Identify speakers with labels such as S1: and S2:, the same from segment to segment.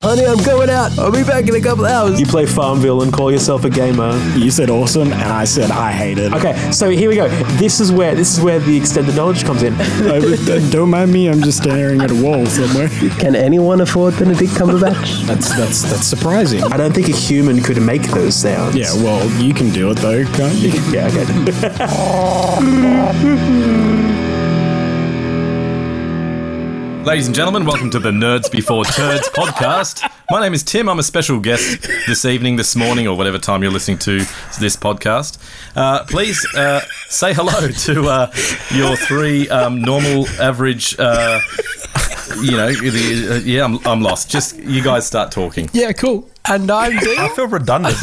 S1: Honey, I'm going out. I'll be back in a couple hours.
S2: You play Farmville and call yourself a gamer.
S3: You said awesome, and I said I hate it.
S2: Okay, so here we go. This is where this is where the extended knowledge comes in.
S3: I would- don't mind me. I'm just staring at a wall somewhere.
S1: Can anyone afford Benedict Cumberbatch?
S3: That's that's that's surprising.
S2: I don't think a human could make those sounds.
S3: Yeah, well, you can do it though, can't you?
S2: Yeah, okay.
S4: Ladies and gentlemen, welcome to the Nerds Before Turds podcast. My name is Tim. I'm a special guest this evening, this morning, or whatever time you're listening to this podcast. Uh, please uh, say hello to uh, your three um, normal, average. Uh, you know, the, uh, yeah, I'm, I'm lost. Just you guys start talking.
S5: Yeah, cool. And I'm
S6: I
S5: Dean.
S6: feel redundant.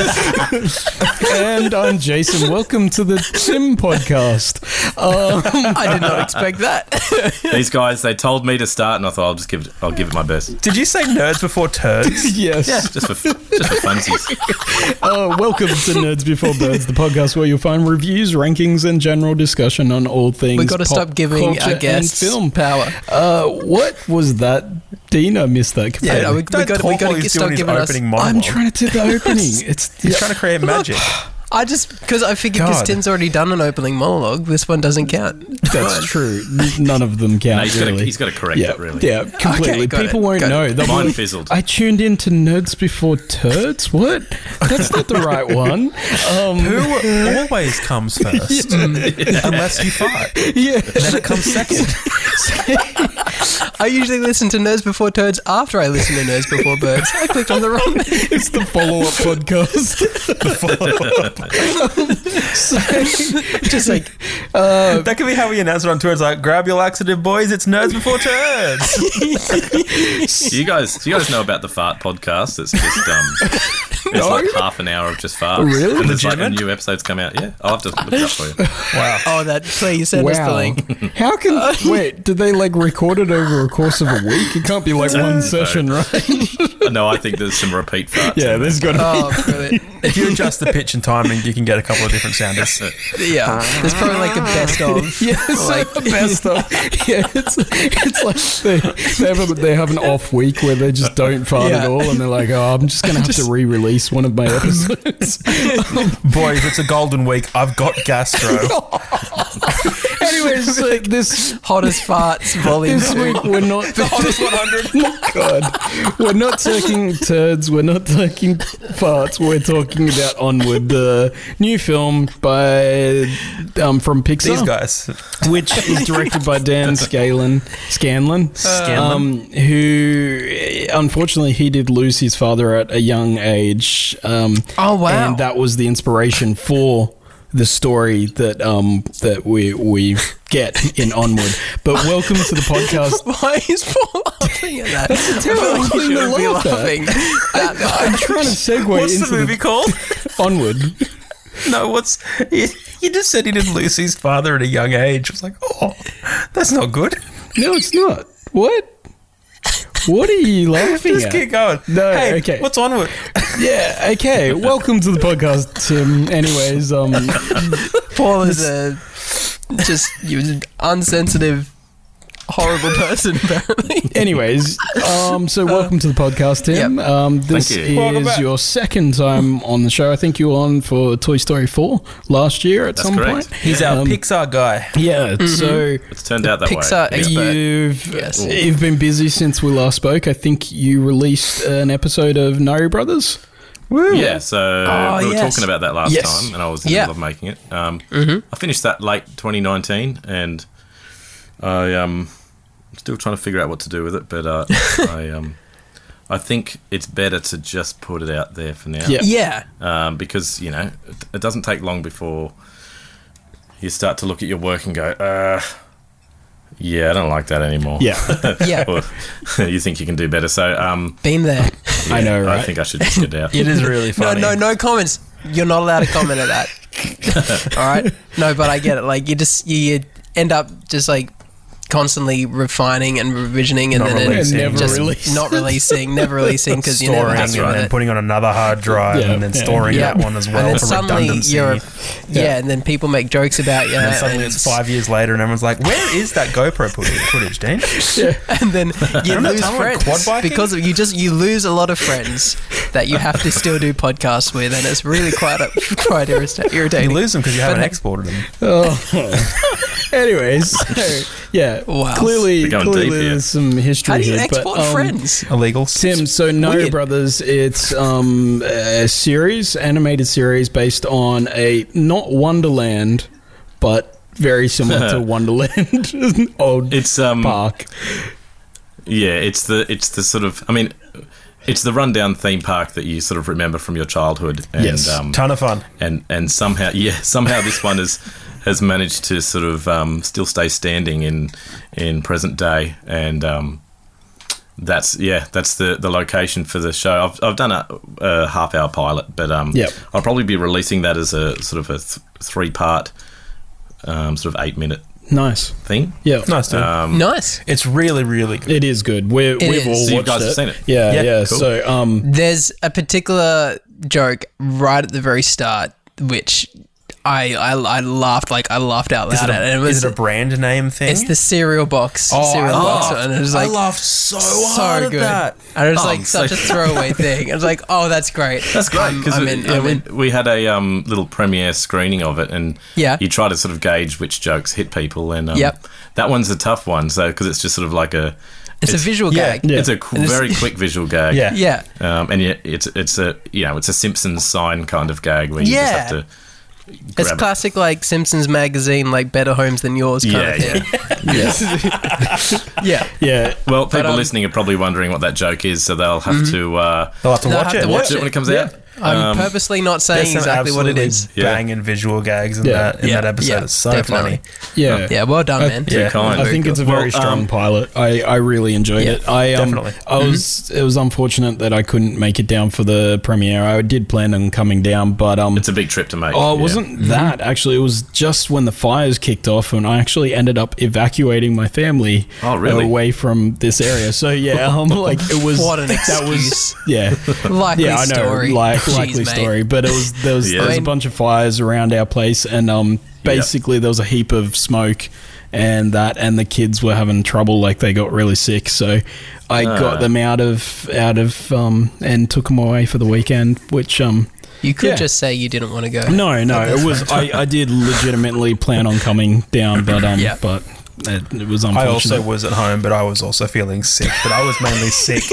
S5: and I'm Jason. Welcome to the Tim podcast. Um,
S1: I did not expect that.
S4: These guys, they told me to start, and I thought I'll just give it. I'll give it my best.
S6: Did you say nerds before turds?
S5: yes.
S4: Yeah, just for just for funsies.
S5: Uh, welcome to Nerds Before Birds, the podcast where you'll find reviews, rankings, and general discussion on all things.
S1: We've got to
S5: pop
S1: stop giving
S5: culture
S1: our
S5: and
S1: guests
S5: film.
S1: power.
S5: Uh, what was that? Dean, I missed that. completely.
S1: Yeah, we, we
S6: Don't
S1: got,
S6: talk
S1: we got
S6: while
S1: to
S6: he's
S1: stop
S6: doing his
S1: giving us.
S6: opening
S5: I'm
S6: monologue.
S5: trying to do the opening. It's
S6: He's trying to create magic.
S1: I just because I figured because
S6: God.
S1: Tim's already done an opening monologue, this one doesn't count.
S5: that's true. None of them count.
S4: No, he's gotta-
S5: really.
S4: he's gotta correct
S5: yeah,
S4: it, really.
S5: Yeah, completely.
S1: got
S5: People
S1: it,
S5: won't
S1: got
S5: know.
S1: it.
S5: They'll be
S4: Mine
S5: like,
S4: fizzled.
S5: I tuned into Nerds Before Turds. What? That's not the right one. Um,
S6: Who always comes first? Unless you fart.
S5: yeah.
S6: Then it comes second.
S1: I usually listen to Nerds Before Turds after I listen to Nerds Before Birds. I clicked on the wrong.
S5: It's the follow up podcast. so, just like, uh,
S6: That could be how we announce it on Twitter. It's like, grab your laxative, boys. It's nerds before turds.
S4: Do you guys, do you guys know about the fart podcast? It's just um, it's like half an hour of just farts.
S5: Really?
S4: And there's like a
S6: Legitimate?
S4: new episode's come out. Yeah, I'll have to look it up for you.
S1: Oh, that please send us the
S5: wow.
S1: link.
S5: How can. wait, did they like record it over a course of a week? It can't be like one session, right?
S4: No, I think there's some repeat farts. in
S5: there's got to
S1: Oh, brilliant.
S6: if you adjust the pitch and timing, you can get a couple of different sounders.
S1: yeah. There's probably like a best of.
S5: Yeah, it's like the best stuff. Yeah, it's, it's like they, they, have a, they have an off week where they just don't fart
S1: Yeah.
S5: at all, and they're like, "Oh, I'm just gonna have to re-release one of my episodes."
S6: Boys, it's a golden week. I've got gastro.
S5: Anyways, like this
S1: Hottest farts volume
S5: this
S1: two.
S5: week we're not the
S6: Hottest 100.
S5: God, we're not talking turds, we're not talking farts. We're talking about Onward, the new film by um, from Pixar.
S6: These guys.
S5: which is directed by Dan Scanlon, Scanlon, um, who eh, unfortunately he did lose his father at a young age. Um,
S1: Oh, wow.
S5: And that was the inspiration for the story that um, that we we get in Onward. But welcome to the podcast.
S1: Why is Paul laughing at that? That's a
S5: terrible
S1: like
S5: thing
S1: you
S5: to
S1: shouldn't be
S5: laugh at.
S1: laughing. That
S5: I'm
S1: much.
S5: trying to segue
S6: What's
S5: into
S6: the movie called?
S5: Onward.
S6: No, what's. You, you just said he didn't lose his father at a young age. I was like, oh, that's not good.
S5: No, it's not. What? What are you laughing
S6: Just
S5: at?
S6: keep going.
S5: No,
S6: hey,
S5: okay.
S6: What's onward?
S5: yeah, okay. Welcome to the podcast, Tim. Anyways, um,
S1: Paul is a just you was an unsensitive, horrible person. Apparently,
S5: Anyways, um, so welcome to the podcast, Tim. Um, this
S4: Thank you.
S6: Welcome
S5: is
S6: back.
S5: your second time on the show. I think you were on for Toy Story 4 last year at
S4: That's
S5: some
S4: correct.
S5: point.
S6: He's our
S5: Um,
S6: Pixar guy.
S5: Yeah,
S6: Mm-hmm.
S5: so
S4: It's turned out that
S1: Pixar
S4: way.
S1: expert.
S5: you've
S1: Yes.
S5: you've been busy since we last spoke. I think you released an episode of Nari Brothers.
S4: Yeah, yeah, so we were
S1: yes.
S4: talking about that last
S5: Oh, Yes.
S4: time, and I was in
S1: Yeah. Mm-hmm.
S4: the middle of making it. Um, I finished that late 2019, and I um, I'm still trying to figure out what to do with it, but uh, I um, I think it's better to just put it out there for now.
S5: Yeah.
S1: yeah.
S4: um, because you know it, it doesn't take long before you start to look at your work and go, uh, yeah, I don't like that anymore.
S5: Yeah,
S1: Yeah,
S4: Or you think you can do better. So um,
S1: been there.
S5: I know,
S4: I
S5: right?
S4: think I should just get out.
S6: It is really
S1: No,
S6: funny.
S1: no, no comments. You're not allowed to comment at that. All right. No, but I get it. Like you just you, you end up just like constantly refining and revisioning and
S6: Not
S1: then it-
S6: releasing. Never
S1: just
S5: release.
S1: not releasing, never releasing because you never
S6: storing
S1: hang
S6: and
S1: on
S6: then
S1: it.
S6: putting on another hard drive
S5: Yeah,
S6: and then
S5: yeah.
S6: storing
S1: Yeah.
S6: that one as well
S1: and then
S6: for
S1: suddenly
S6: redundancy.
S1: you're, yeah, and then people make jokes about you,
S6: and then suddenly it's five years later, and everyone's like, "Where is that GoPro put- footage, Dean?"
S1: and then you
S6: Remember that
S1: lose
S6: time we went quad
S1: friends
S6: biking?
S1: because of, you just you lose a lot of friends that you have to still do podcasts with, and it's really quite a, quite irrita- irritating.
S6: You lose them because you
S1: But
S6: haven't
S1: that-
S6: exported them.
S5: Oh. Anyways, so, yeah.
S1: Wow.
S5: Clearly,
S4: We're going
S5: clearly
S4: deep here.
S5: there's some history
S1: How do you
S5: here.
S1: export
S5: but, um,
S1: friends?
S6: Illegal.
S5: Tim, so No
S1: weird.
S5: Brothers, it's um, a series, animated series based on a not Wonderland, but very similar to Wonderland old
S4: It's um
S5: park.
S4: yeah, it's the it's the sort of I mean, it's the rundown theme park that you sort of remember from your childhood. And,
S5: Yes.
S4: um,
S6: Ton of fun.
S4: and and somehow yeah somehow this one has has managed to sort of um, still stay standing in in present day and um, that's yeah that's the the location for the show I've, I've done a, a half hour pilot but um
S5: Yep.
S4: I'll probably be releasing that as a sort of a th- three part um, sort of eight minute
S5: Nice.
S4: thing
S5: Yeah.
S6: Nice, dude.
S1: Uh, Nice.
S6: it's really, really good.
S5: It is good. We're, we've
S1: is.
S5: all
S1: So
S4: you
S5: watched
S4: guys
S5: it.
S4: have seen it?
S5: Yeah, yeah.
S6: Yeah, cool.
S5: So, um,
S1: There's a particular joke right at the very start, which I I, I laughed like I laughed out loud
S6: Is it,
S1: at.
S6: a,
S1: And it was
S6: is it a brand name thing?
S1: it's the cereal box, cereal box, and it was like
S6: Oh, I laughed so, hard
S1: so
S6: at
S1: good,
S6: that.
S1: and it was
S4: Oh,
S1: like
S4: I'm
S1: such
S4: so-
S1: a throwaway thing. I was like, oh, that's great.
S4: That's great
S1: I'm-
S4: because
S1: I'm in,
S4: yeah,
S1: I'm
S4: we,
S1: in.
S4: we had a um, little premiere screening of it, and
S1: Yeah.
S4: you try to sort of gauge which jokes hit people, and um,
S1: Yep.
S4: that one's a tough one, so because it's just sort of like a
S1: It's, a visual
S6: yeah,
S1: gag.
S4: it's a qu-
S1: it's-
S4: very quick visual gag,
S6: Yeah.
S1: Yeah.
S4: um, and yet it's it's a you know it's a Simpsons sign kind of gag where you
S1: Yeah.
S4: just have to
S1: It's
S4: grab it.
S1: classic, like Simpsons magazine, like Better Homes Than Yours kind
S4: Yeah,
S1: of thing. Yeah. yeah.
S5: yeah.
S4: Well, people
S1: um,
S4: listening are probably wondering what that joke is, so they'll have to uh,
S6: They'll have to
S1: They'll
S6: watch
S1: have
S6: it.
S1: to
S4: watch
S1: watch
S4: it when it comes
S1: Yeah.
S4: out.
S1: I'm
S4: Um,
S1: purposely not
S6: There's
S1: saying
S6: some
S1: exactly what it
S6: absolutely
S1: is.
S4: Yeah.
S6: Banging visual gags in
S5: Yeah.
S6: that in
S1: Yeah.
S6: that episode.
S1: Yeah.
S6: It's so
S1: Definitely.
S6: funny.
S5: Yeah.
S1: Yeah, well done, man.
S4: too
S6: Yeah.
S4: kind.
S5: I think it's a very
S4: Well,
S5: strong
S4: um, Mm-hmm.
S5: pilot. I, I really enjoyed
S1: Yeah,
S5: it. I um,
S6: definitely.
S5: I was it was unfortunate that I couldn't make it down for the premiere. I did plan on coming down, but um,
S4: It's a big trip to make.
S5: oh, it
S4: yeah. Mm-hmm.
S5: wasn't that actually. It was just when the fires kicked off, and I actually ended up evacuating my family.
S4: Oh, really?
S5: Away from this area. So yeah, um, like it was
S1: What an
S5: that
S1: excuse.
S5: was yeah.
S1: Likely
S5: yeah, I know,
S1: story.
S5: Like,
S1: Jeez,
S5: likely
S1: mate.
S5: story. But it was there was,
S4: Yeah.
S5: there was
S4: I
S5: a
S1: mean-
S5: bunch of fires around our place, and um, basically there was a heap of smoke, and that, and the kids were having trouble. Like they got really sick, so I
S4: Ah.
S5: got them out of out of um, and took them away for the weekend. Which um,
S1: You could
S5: Yeah.
S1: just say you didn't want to go.
S5: no, no, it was I, I did legitimately plan on coming down, but um,
S1: Yeah.
S5: but it, it was unfortunate.
S6: I also was at home, but I was also feeling sick. But I was mainly sick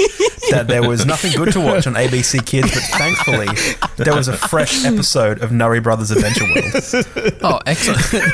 S6: that there was nothing good to watch on ABC Kids. But thankfully, there was a fresh episode of Nurry Brothers Adventure World.
S1: Oh, excellent.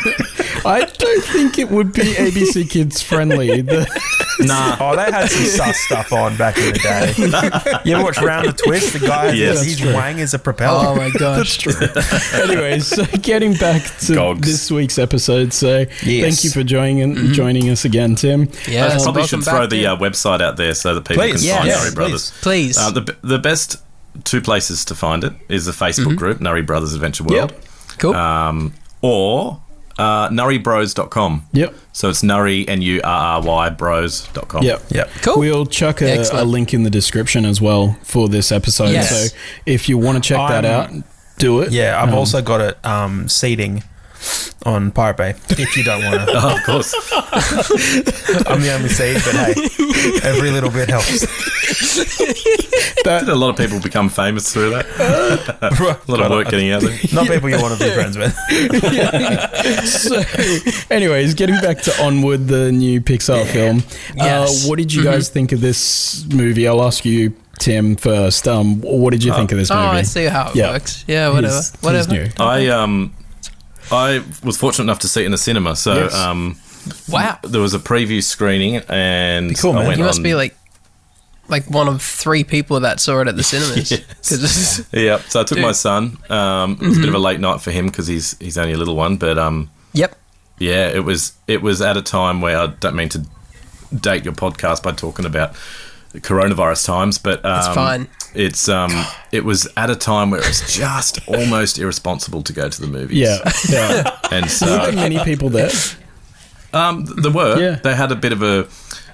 S5: I don't think it would be ABC Kids friendly. The,
S4: nah.
S6: Oh, they had some sus stuff on back in the day. You ever watch Round the Twist? The guy,
S4: Yes.
S6: his wang is a propeller.
S1: oh my gosh.
S5: Anyways, so getting back to
S4: Gogs.
S5: this week's episode. So thank you for joining joining us again, Tim.
S1: Yeah,
S4: I
S1: so
S4: probably
S1: welcome
S4: should throw
S1: back,
S4: the
S1: dude.
S4: uh, website out there so that people
S6: Please,
S4: can
S1: yes,
S4: find
S1: yes,
S4: Sorry Brothers.
S1: Please.
S4: Uh, the, the best two places to find it is the Facebook group, Nurry Brothers Adventure World,
S1: cool.
S4: um, or uh, nurrybros.com.
S5: Yep.
S4: So it's nurry, N U R R Y, bros.com.
S5: Yep.
S6: Yep.
S1: cool.
S5: We'll chuck a, a
S1: Excellent.
S5: link in the description as well for this episode.
S1: Yes.
S5: So if you want to check that out,
S6: I'm-
S5: do it.
S6: Yeah, I've
S5: Um,
S6: also got it um, seating on Pirate Bay. If you don't want to,
S4: Oh, of course.
S6: I'm the only seat, but hey, every little bit helps.
S4: Did a lot of people become famous through that? a lot of work getting out there.
S6: Not people you want to be friends with.
S5: so, anyways, getting back to Onward, the new Pixar film.
S1: Yes. Mm-hmm.
S5: Uh, what did you guys think of this movie? I'll ask you, Tim, first. Um, what did you think of this
S1: oh,
S5: movie?
S1: I see how it
S5: Yeah.
S1: works. Yeah, whatever.
S5: He's- he's
S1: whatever.
S5: new.
S4: I um, I was fortunate enough to see it in the cinema. So
S5: Yes.
S4: um,
S1: Wow.
S4: there was a preview screening, and
S6: cool,
S4: I
S6: man.
S4: went
S1: You must
S4: on-
S1: be like like one of three people that saw it at the cinemas. 'Cause-
S4: Yeah, so I took
S1: Dude.
S4: my son. Um, it was a bit of a late night for him because he's he's only a little one. But um,
S1: yep.
S4: yeah, it was it was at a time where I don't mean to date your podcast by talking about coronavirus times, but um,
S1: fine.
S4: It's um, it was at a time where it was just almost irresponsible to go to the movies.
S5: Yeah. yeah.
S4: and
S5: Were
S4: so
S5: there many people there?
S4: Um, th- there were.
S5: Yeah.
S4: They had a bit of a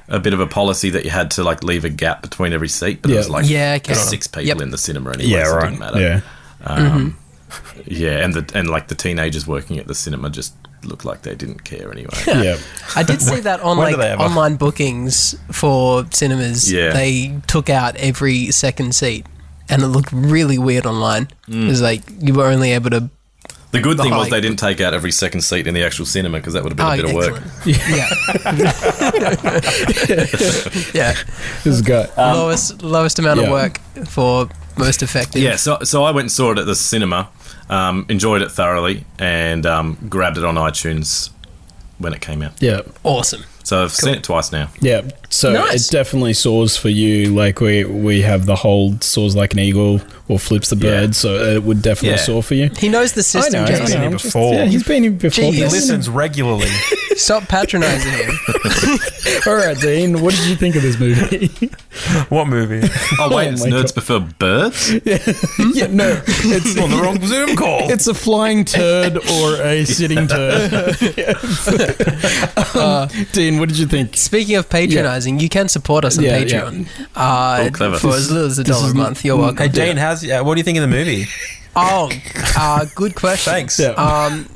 S4: a bit of a policy that you had to like leave a gap between every seat, but it
S5: Yeah.
S4: was like
S1: Yeah, okay.
S4: six people
S1: Yep.
S4: in the cinema anyway. so It didn't matter. Um, Yeah, and the and like the teenagers working at the cinema just looked like they didn't care anyway.
S5: Yeah.
S1: I did see that on
S6: When
S1: like
S6: do they ever?
S1: online bookings for cinemas.
S4: Yeah.
S1: They took out every second seat and it looked really weird online. It was like you were only able to
S4: The good
S1: The
S4: thing was
S1: height.
S4: they didn't take out every second seat in the actual cinema because that would have
S1: Ah, Oh,
S4: been a bit of work.
S1: Yeah. yeah.
S5: This guy.
S1: lowest lowest amount
S5: Um, yeah.
S1: of work for most effective.
S4: Yeah, so so I went and saw it at the cinema, um, enjoyed it thoroughly, and um, grabbed it on iTunes when it came out.
S5: Yeah.
S1: Awesome.
S4: So I've seen it twice now.
S5: Yeah. So
S1: Nice.
S5: it definitely soars for you. Like we we have the whole soars like an eagle or flips the
S4: Yeah.
S5: bird. So it would definitely
S4: Yeah.
S5: soar for you.
S1: He knows the system.
S5: I know.
S1: Jason.
S5: I know,
S6: here
S5: I'm just-
S6: before.
S5: yeah, he's been here before.
S1: Jeez.
S6: He
S1: Yes.
S6: listens regularly.
S1: Stop patronizing him.
S5: All right, Dean. What did you think of this movie?
S6: what movie?
S4: Oh wait, it's
S5: my
S4: Nerds Prefer Birds.
S5: yeah, no, it's
S6: On the wrong Zoom call.
S5: It's a flying turd or a sitting turd. um, Dean, what did you think?
S1: Speaking of patronizing, you can support us on
S5: Yeah,
S1: Patreon uh,
S4: Oh, clever.
S1: for as little as a
S5: This
S1: dollar a
S5: is-
S1: month. You're welcome.
S6: Hey, Jane, how's uh, what do you think of the movie?
S1: Oh, uh, good question.
S6: Thanks.
S5: Yeah.
S1: Um,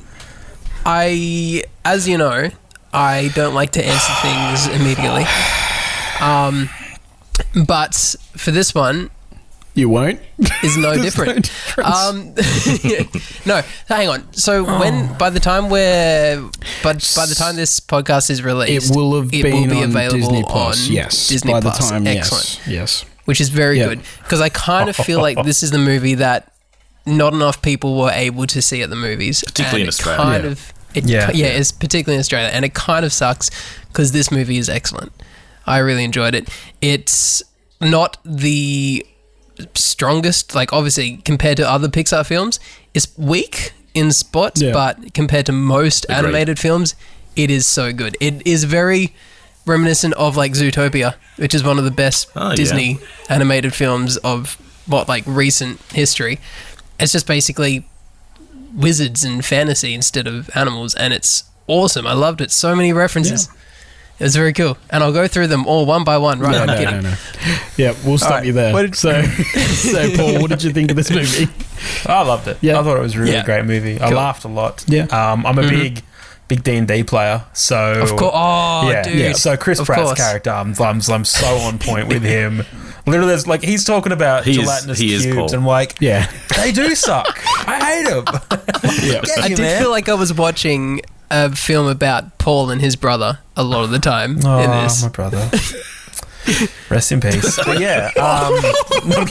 S1: I, as you know, I don't like to answer things immediately. Um, but for this one,
S5: You won't.
S1: is no different. um, no, hang on. So
S5: Oh.
S1: when by the time we're but by the time this podcast is released,
S5: It will have
S1: it
S5: been
S1: will be
S5: on
S1: available
S5: Disney Plus.
S1: on
S5: yes,
S1: Disney
S5: by
S1: Plus.
S5: the time.
S1: Excellent
S5: Yes, yes.
S1: which is very
S5: Yeah.
S1: good because I kind of feel like this is the movie that not enough people were able to see at the movies, and
S4: Particularly
S1: it
S4: in Australia.
S1: Kind
S5: Yeah.
S1: of, it,
S6: Yeah.
S1: yeah, it's particularly in Australia, and it kind of sucks because this movie is excellent. I really enjoyed it. It's not the strongest, like obviously compared to other Pixar films, it's weak in spots,
S5: Yeah.
S1: but compared to most animated films, it is so good. It is very reminiscent of like Zootopia, which is one of the best
S4: Oh, yeah.
S1: Disney animated films of what like recent history. It's just basically wizards and fantasy instead of animals, and it's awesome. I loved it. So many references. It was very cool, and I'll go through them all one by one. Right,
S5: No,
S1: I'm
S5: no,
S1: kidding.
S5: no, no. Yeah, we'll stop
S6: right.
S5: you there. so, so Paul, what did you think of this movie?
S6: I loved it.
S5: Yeah.
S6: I thought it was a really
S1: Yeah.
S6: great movie. I
S1: Cool.
S6: laughed a lot.
S5: Yeah.
S6: Um, I'm a big, big D and D player. So
S1: Mm-hmm. Of course. Oh,
S6: yeah.
S1: dude.
S6: yeah. So Chris
S1: Of
S6: Pratt's
S1: course.
S6: character, I'm, I'm, I'm so on point with him. Literally, it's like he's talking about
S4: He is-
S6: gelatinous
S4: he is
S6: cubes,
S4: Paul.
S6: and like
S5: Yeah,
S6: they do suck. I hate them.
S5: yeah.
S6: Get
S1: I
S6: you,
S1: did
S6: man.
S1: feel like I was watching a film about Paul and his brother a lot of the time in
S6: oh,
S1: this.
S6: my brother. Rest in peace. But yeah. Um,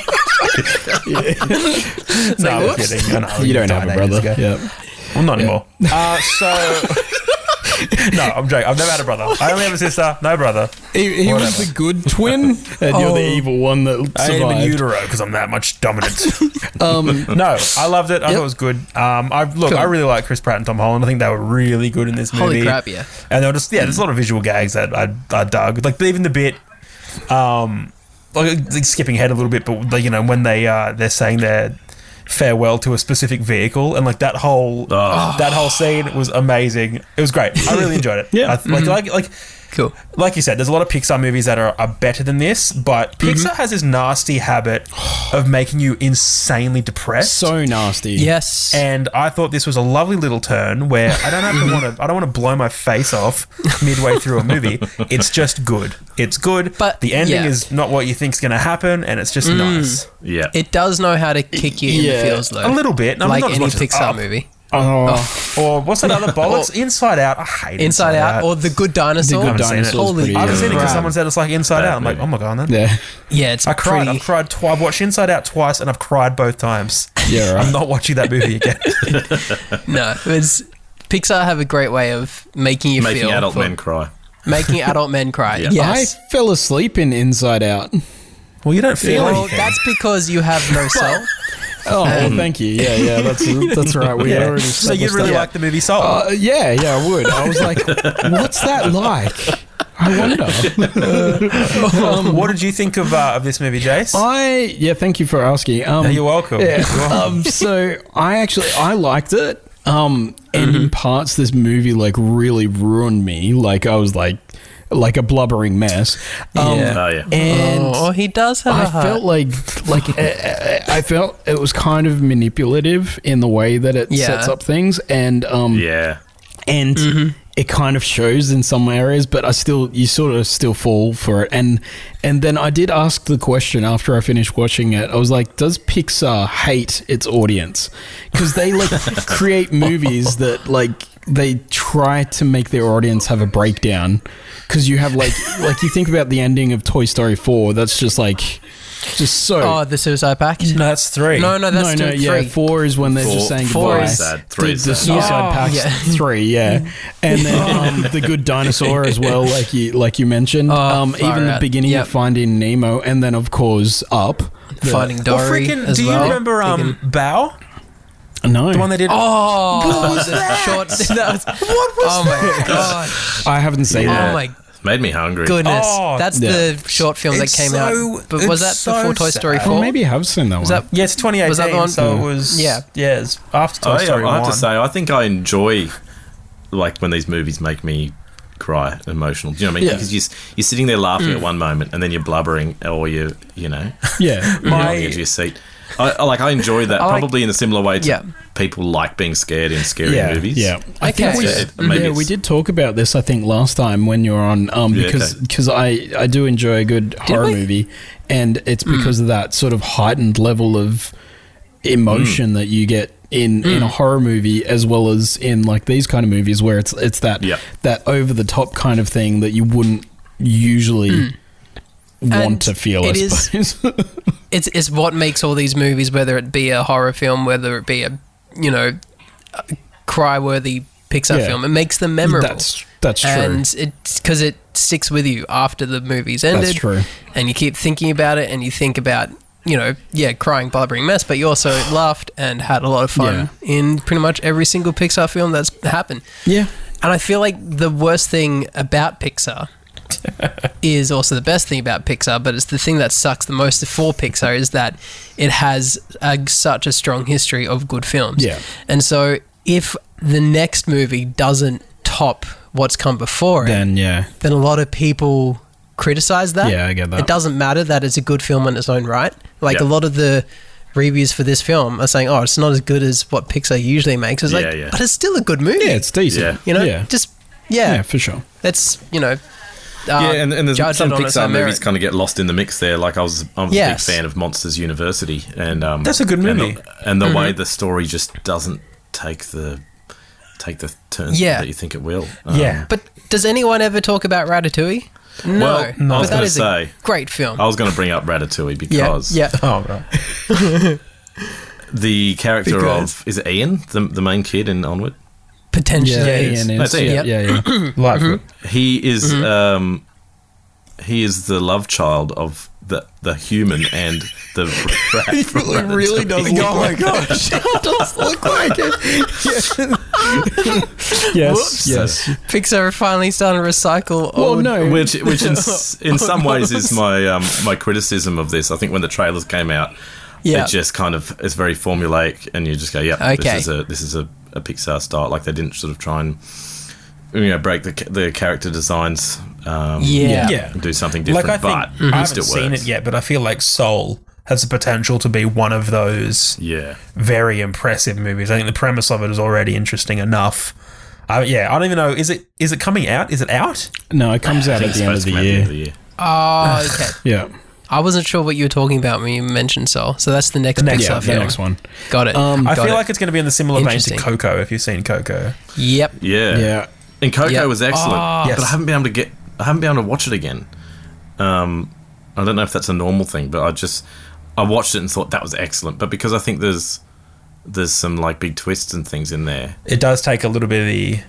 S6: no, I'm
S1: whoops.
S6: kidding. I know,
S5: You don't have
S6: died
S5: a brother.
S6: ages ago.
S5: Yeah,
S6: Well, not anymore. Uh, so. no, I'm joking. I've never had a brother. I only have a sister, no brother.
S5: he, he was
S6: Whatever.
S5: the good twin, and you're the evil one that
S6: I am in
S5: survived.
S6: utero because I'm that much dominant.
S5: um,
S6: no, I loved it. I thought it was good. Um, I look,
S1: Cool.
S6: I really like Chris Pratt and Tom Holland. I think they were really good in this movie.
S1: Holy crap, yeah.
S6: And they were just yeah, there's a lot of visual gags that I, I dug. Like even the bit, um, like, like, skipping ahead a little bit, but like, you know when they uh they're saying their farewell to a specific vehicle and like that whole
S4: Oh.
S6: that whole scene was amazing. It was great. I really enjoyed it.
S5: Yeah.
S6: I, like
S1: Mm-hmm.
S6: like like
S1: Cool.
S6: like you said, there's a lot of Pixar movies that are, are better than this, but
S1: Mm-hmm.
S6: Pixar has this nasty habit of making you insanely depressed.
S5: so nasty.
S1: Yes.
S6: and I thought this was a lovely little turn where I don't have to want to. I don't want to blow my face off midway through a movie. It's just good. It's good.
S1: But-
S6: the ending
S1: yeah. Mm.
S6: is not what you think's going to happen, and it's just nice.
S4: Yeah,
S1: it does know how to kick you in
S5: Yeah.
S1: the feels, though.
S6: A little bit, I mean,
S1: like
S6: not as
S1: any
S6: much as
S1: Pixar
S6: Up.
S1: movie.
S5: Oh,
S6: Or what's that other bollocks? Inside Out. I hate
S1: Inside Out or The Good Dinosaur.
S5: Good
S6: haven't seen it.
S5: Dinosaur's
S1: Holy
S5: pretty
S6: I haven't
S5: good.
S6: seen it
S1: Crap.
S6: because someone said it's like Inside
S4: Bad
S6: Out. I'm like,
S4: movie.
S6: oh my god, then.
S5: Yeah,
S1: yeah, it's
S6: I cried.
S1: pretty.
S6: I've cried twice. I've watched Inside Out twice, and I've cried both times.
S5: yeah. Right.
S6: I'm not watching that movie again.
S1: No, it's Pixar have a great way of making you
S4: making
S1: feel
S4: adult
S1: for-
S4: men cry.
S1: making adult men cry.
S4: Yeah.
S1: Yes.
S5: I fell asleep in Inside Out.
S6: well, you don't feel
S1: well,
S6: anything.
S1: that's because you have no soul.
S5: Oh, well, thank you. Yeah, yeah, that's that's right. We
S6: yeah.
S5: already
S6: So you
S5: established
S6: really
S5: that.
S6: like the movie Soul?
S5: Uh, yeah, yeah, I would. I was like, what's that like? I wonder.
S6: Um, what did you think of uh, of this movie, Jace?
S1: Oh,
S5: I yeah, thank you for asking. Um,
S6: You're welcome.
S5: Yeah.
S6: You're welcome.
S5: Um, so I actually I liked it. Um, and in parts, this movie like really ruined me. Like I was like, like a blubbering mess. Um,
S1: Yeah.
S4: Oh, yeah.
S5: And
S1: oh, he does have a
S5: I
S1: heart.
S5: felt like like I, I felt it was kind of manipulative in the way that it
S1: Yeah.
S5: sets up things, and um,
S4: Yeah.
S5: and it kind of shows in some areas but i still you sort of still fall for it and and then i did ask the question after i finished watching it i was like does pixar hate its audience because they like create movies that like they try to make their audience have a breakdown because you have like like you think about the ending of toy story 4 that's just like just so
S1: oh, the suicide pact.
S6: No, that's three.
S1: No, no, that's
S5: no, no,
S1: two,
S5: yeah.
S1: three.
S5: Four is when they're just
S4: Four-
S5: saying
S1: four
S5: goodbye.
S1: is
S4: sad, three
S5: the,
S4: is
S5: the
S4: sad.
S5: suicide
S1: Oh,
S5: pact
S1: yeah.
S5: three, yeah, and then um, the good dinosaur as well, like you like you mentioned.
S1: Oh,
S5: um,
S1: far
S5: even the
S1: out.
S5: beginning
S1: Yep.
S5: of Finding Nemo, and then of course Up. The-
S1: Finding
S6: Well,
S1: Dory
S6: freaking,
S1: as
S6: do you
S1: well.
S6: remember um, Bow?
S5: No,
S6: The one they did?
S1: Oh,
S6: What was
S1: the
S6: that?
S1: Short, that was,
S6: what was
S1: oh my god!
S5: I haven't seen
S4: Yeah.
S1: Oh my
S4: Made me hungry.
S1: goodness!
S6: Oh,
S1: That's
S5: yeah.
S1: the short film that
S6: It's
S1: came
S6: so-
S1: out. But was
S6: it's
S1: that
S6: so
S1: before Toy Story
S6: sad.
S5: that.
S1: Four?
S5: Well, maybe I have seen that one.
S1: Was that
S6: Oh, Yeah, it's 2018,
S1: Was that the one?
S6: so it was...
S1: Yeah.
S6: Yeah, it's after Toy
S4: I,
S6: Story
S4: I Oh, have
S6: 1.
S4: to say, I think I enjoy like when these movies make me cry, emotional. Do you know what I mean?
S5: Yeah.
S4: Because you, you're sitting there laughing at one moment, and then you're blubbering, or you you know,
S5: yeah,
S4: you're on
S6: My-
S4: the edge of your seat. I, I like I enjoy that
S1: I like-
S4: probably in a similar way to
S1: Yeah.
S4: people like being scared in scary
S6: Yeah,
S4: movies.
S5: yeah. I
S1: Okay.
S5: think we,
S4: Yeah, it- maybe
S5: yeah, we
S4: it's-
S5: did talk about this. I think last time when you were on, um,
S4: Yeah,
S5: because
S4: okay.
S5: because I I do enjoy a good horror
S1: we? Hmm.
S5: movie, and it's because of that sort of heightened level of
S4: Hmm.
S5: emotion that you get in in
S1: Hmm.
S5: a horror movie as well as in like these kind of movies where it's it's that
S4: Yeah.
S5: that over the top kind of thing that you wouldn't usually. Want
S1: Hmm. And
S5: to feel, I
S1: it is-
S5: suppose.
S1: it's it's what makes all these movies, whether it be a horror film, whether it be a you know cry worthy Pixar
S5: Yeah.
S1: film, it makes them memorable.
S5: that's that's true.
S1: and it's because it sticks with you after the movie's ended.
S5: That's true.
S1: And you keep thinking about it, and you think about you know yeah crying blubbering mess, but you also laughed and had a lot of fun in pretty much every single Pixar film that's happened.
S5: yeah,
S1: And I feel like the worst thing about Pixar is also the best thing about Pixar, but it's the thing that sucks the most for Pixar is that it has a, such a strong history of good films.
S5: Yeah.
S1: And so if the next movie doesn't top what's come before it,
S5: then yeah,
S1: then a lot of people criticize that.
S5: Yeah, I get that.
S1: It doesn't matter that it's a good film in its own right. Like
S4: Yeah.
S1: a lot of the reviews for this film are saying, "Oh, it's not as good as what Pixar usually makes." It's
S4: Yeah,
S1: like,
S4: yeah.
S1: but it's still a good movie.
S5: yeah, it's decent.
S4: Yeah.
S1: you know,
S5: yeah,
S1: just yeah,
S5: yeah, for sure.
S1: that's you know, uh,
S4: yeah, and, and there's
S1: judge
S4: some
S1: it on its
S4: Pixar
S1: own
S4: movies
S1: merit.
S4: kind of get lost in the mix there. Like I was, I was
S1: Yes.
S4: a big fan of Monsters University, and um,
S6: That's a good
S4: and the-
S6: movie.
S4: And the, way
S1: Mm-hmm.
S4: the story just doesn't take the take the turn
S1: Yeah.
S4: that you think it will.
S6: Yeah.
S1: But does anyone ever talk about Ratatouille? No,
S4: Um, Well, I
S1: But
S4: was
S1: that
S4: gonna
S1: is
S4: say- Oh,
S1: a great film.
S4: I was going to bring up Ratatouille
S1: yeah,
S4: because
S1: yeah,
S5: Oh right.
S4: the character
S6: Because-
S4: of is it Ian, the, the main kid in Onward?
S1: potentially.
S5: Yeah,
S1: it is.
S5: Ian
S4: That's
S5: is.
S4: it.
S5: Yeah,
S1: Yep.
S5: yeah, yeah.
S6: Lightfoot.
S4: He is
S6: Mm-hmm.
S4: um, he is the love child of the the human and the rat. from Ratatouille.
S5: does. Oh my gosh, it does look like it. yes, yes.
S1: Pixar are finally starting to recycle.
S5: Well,
S1: old-
S5: no,
S4: which which in, s-
S6: Oh,
S4: in some ways is my um, my criticism of this. I think when the trailers came out,
S1: Yeah.
S4: it just kind of it's very formulaic, and you just go, "Yep,
S1: Okay.
S4: this is a this is a, a Pixar style." Like they didn't sort of try and you know break the ca- the character designs. Um,
S1: yeah,
S6: Yeah.
S4: and Do something
S6: Like,
S4: different,
S6: I think...
S4: but
S6: I
S1: Mm-hmm.
S4: it
S6: haven't
S4: still
S6: seen
S4: works.
S6: it yet, but I feel like Soul has the potential to be one of those...
S4: Yeah,
S6: very impressive movies. I think the premise of it is already interesting enough. Uh, yeah, I don't even know. Is it is it coming out? Is it out?
S5: No, it comes out at the end of
S4: Supposed to
S5: the
S4: come out at
S5: year.
S4: year.
S1: Oh, okay.
S5: Yeah,
S1: I wasn't sure what you were talking about when you mentioned Soul. So that's the next
S6: next-
S1: Pixar
S5: yeah, the
S1: film.
S5: next one.
S1: Got it.
S5: Um,
S6: I
S1: Got
S6: feel
S1: it.
S6: like it's going to be in the similar vein to
S1: Interesting.
S6: Coco. If you've seen Coco,
S1: Yep.
S4: Yeah,
S5: Yeah,
S4: And Coco
S1: Yeah.
S4: was excellent,
S1: Ah.
S6: Yes.
S4: but I haven't been able to get. I haven't been able to watch it again. Um, I don't know if that's a normal thing, but I just I watched it and thought that was excellent. But because I think there's there's some like big twists and things in there,
S6: it does take a little bit of the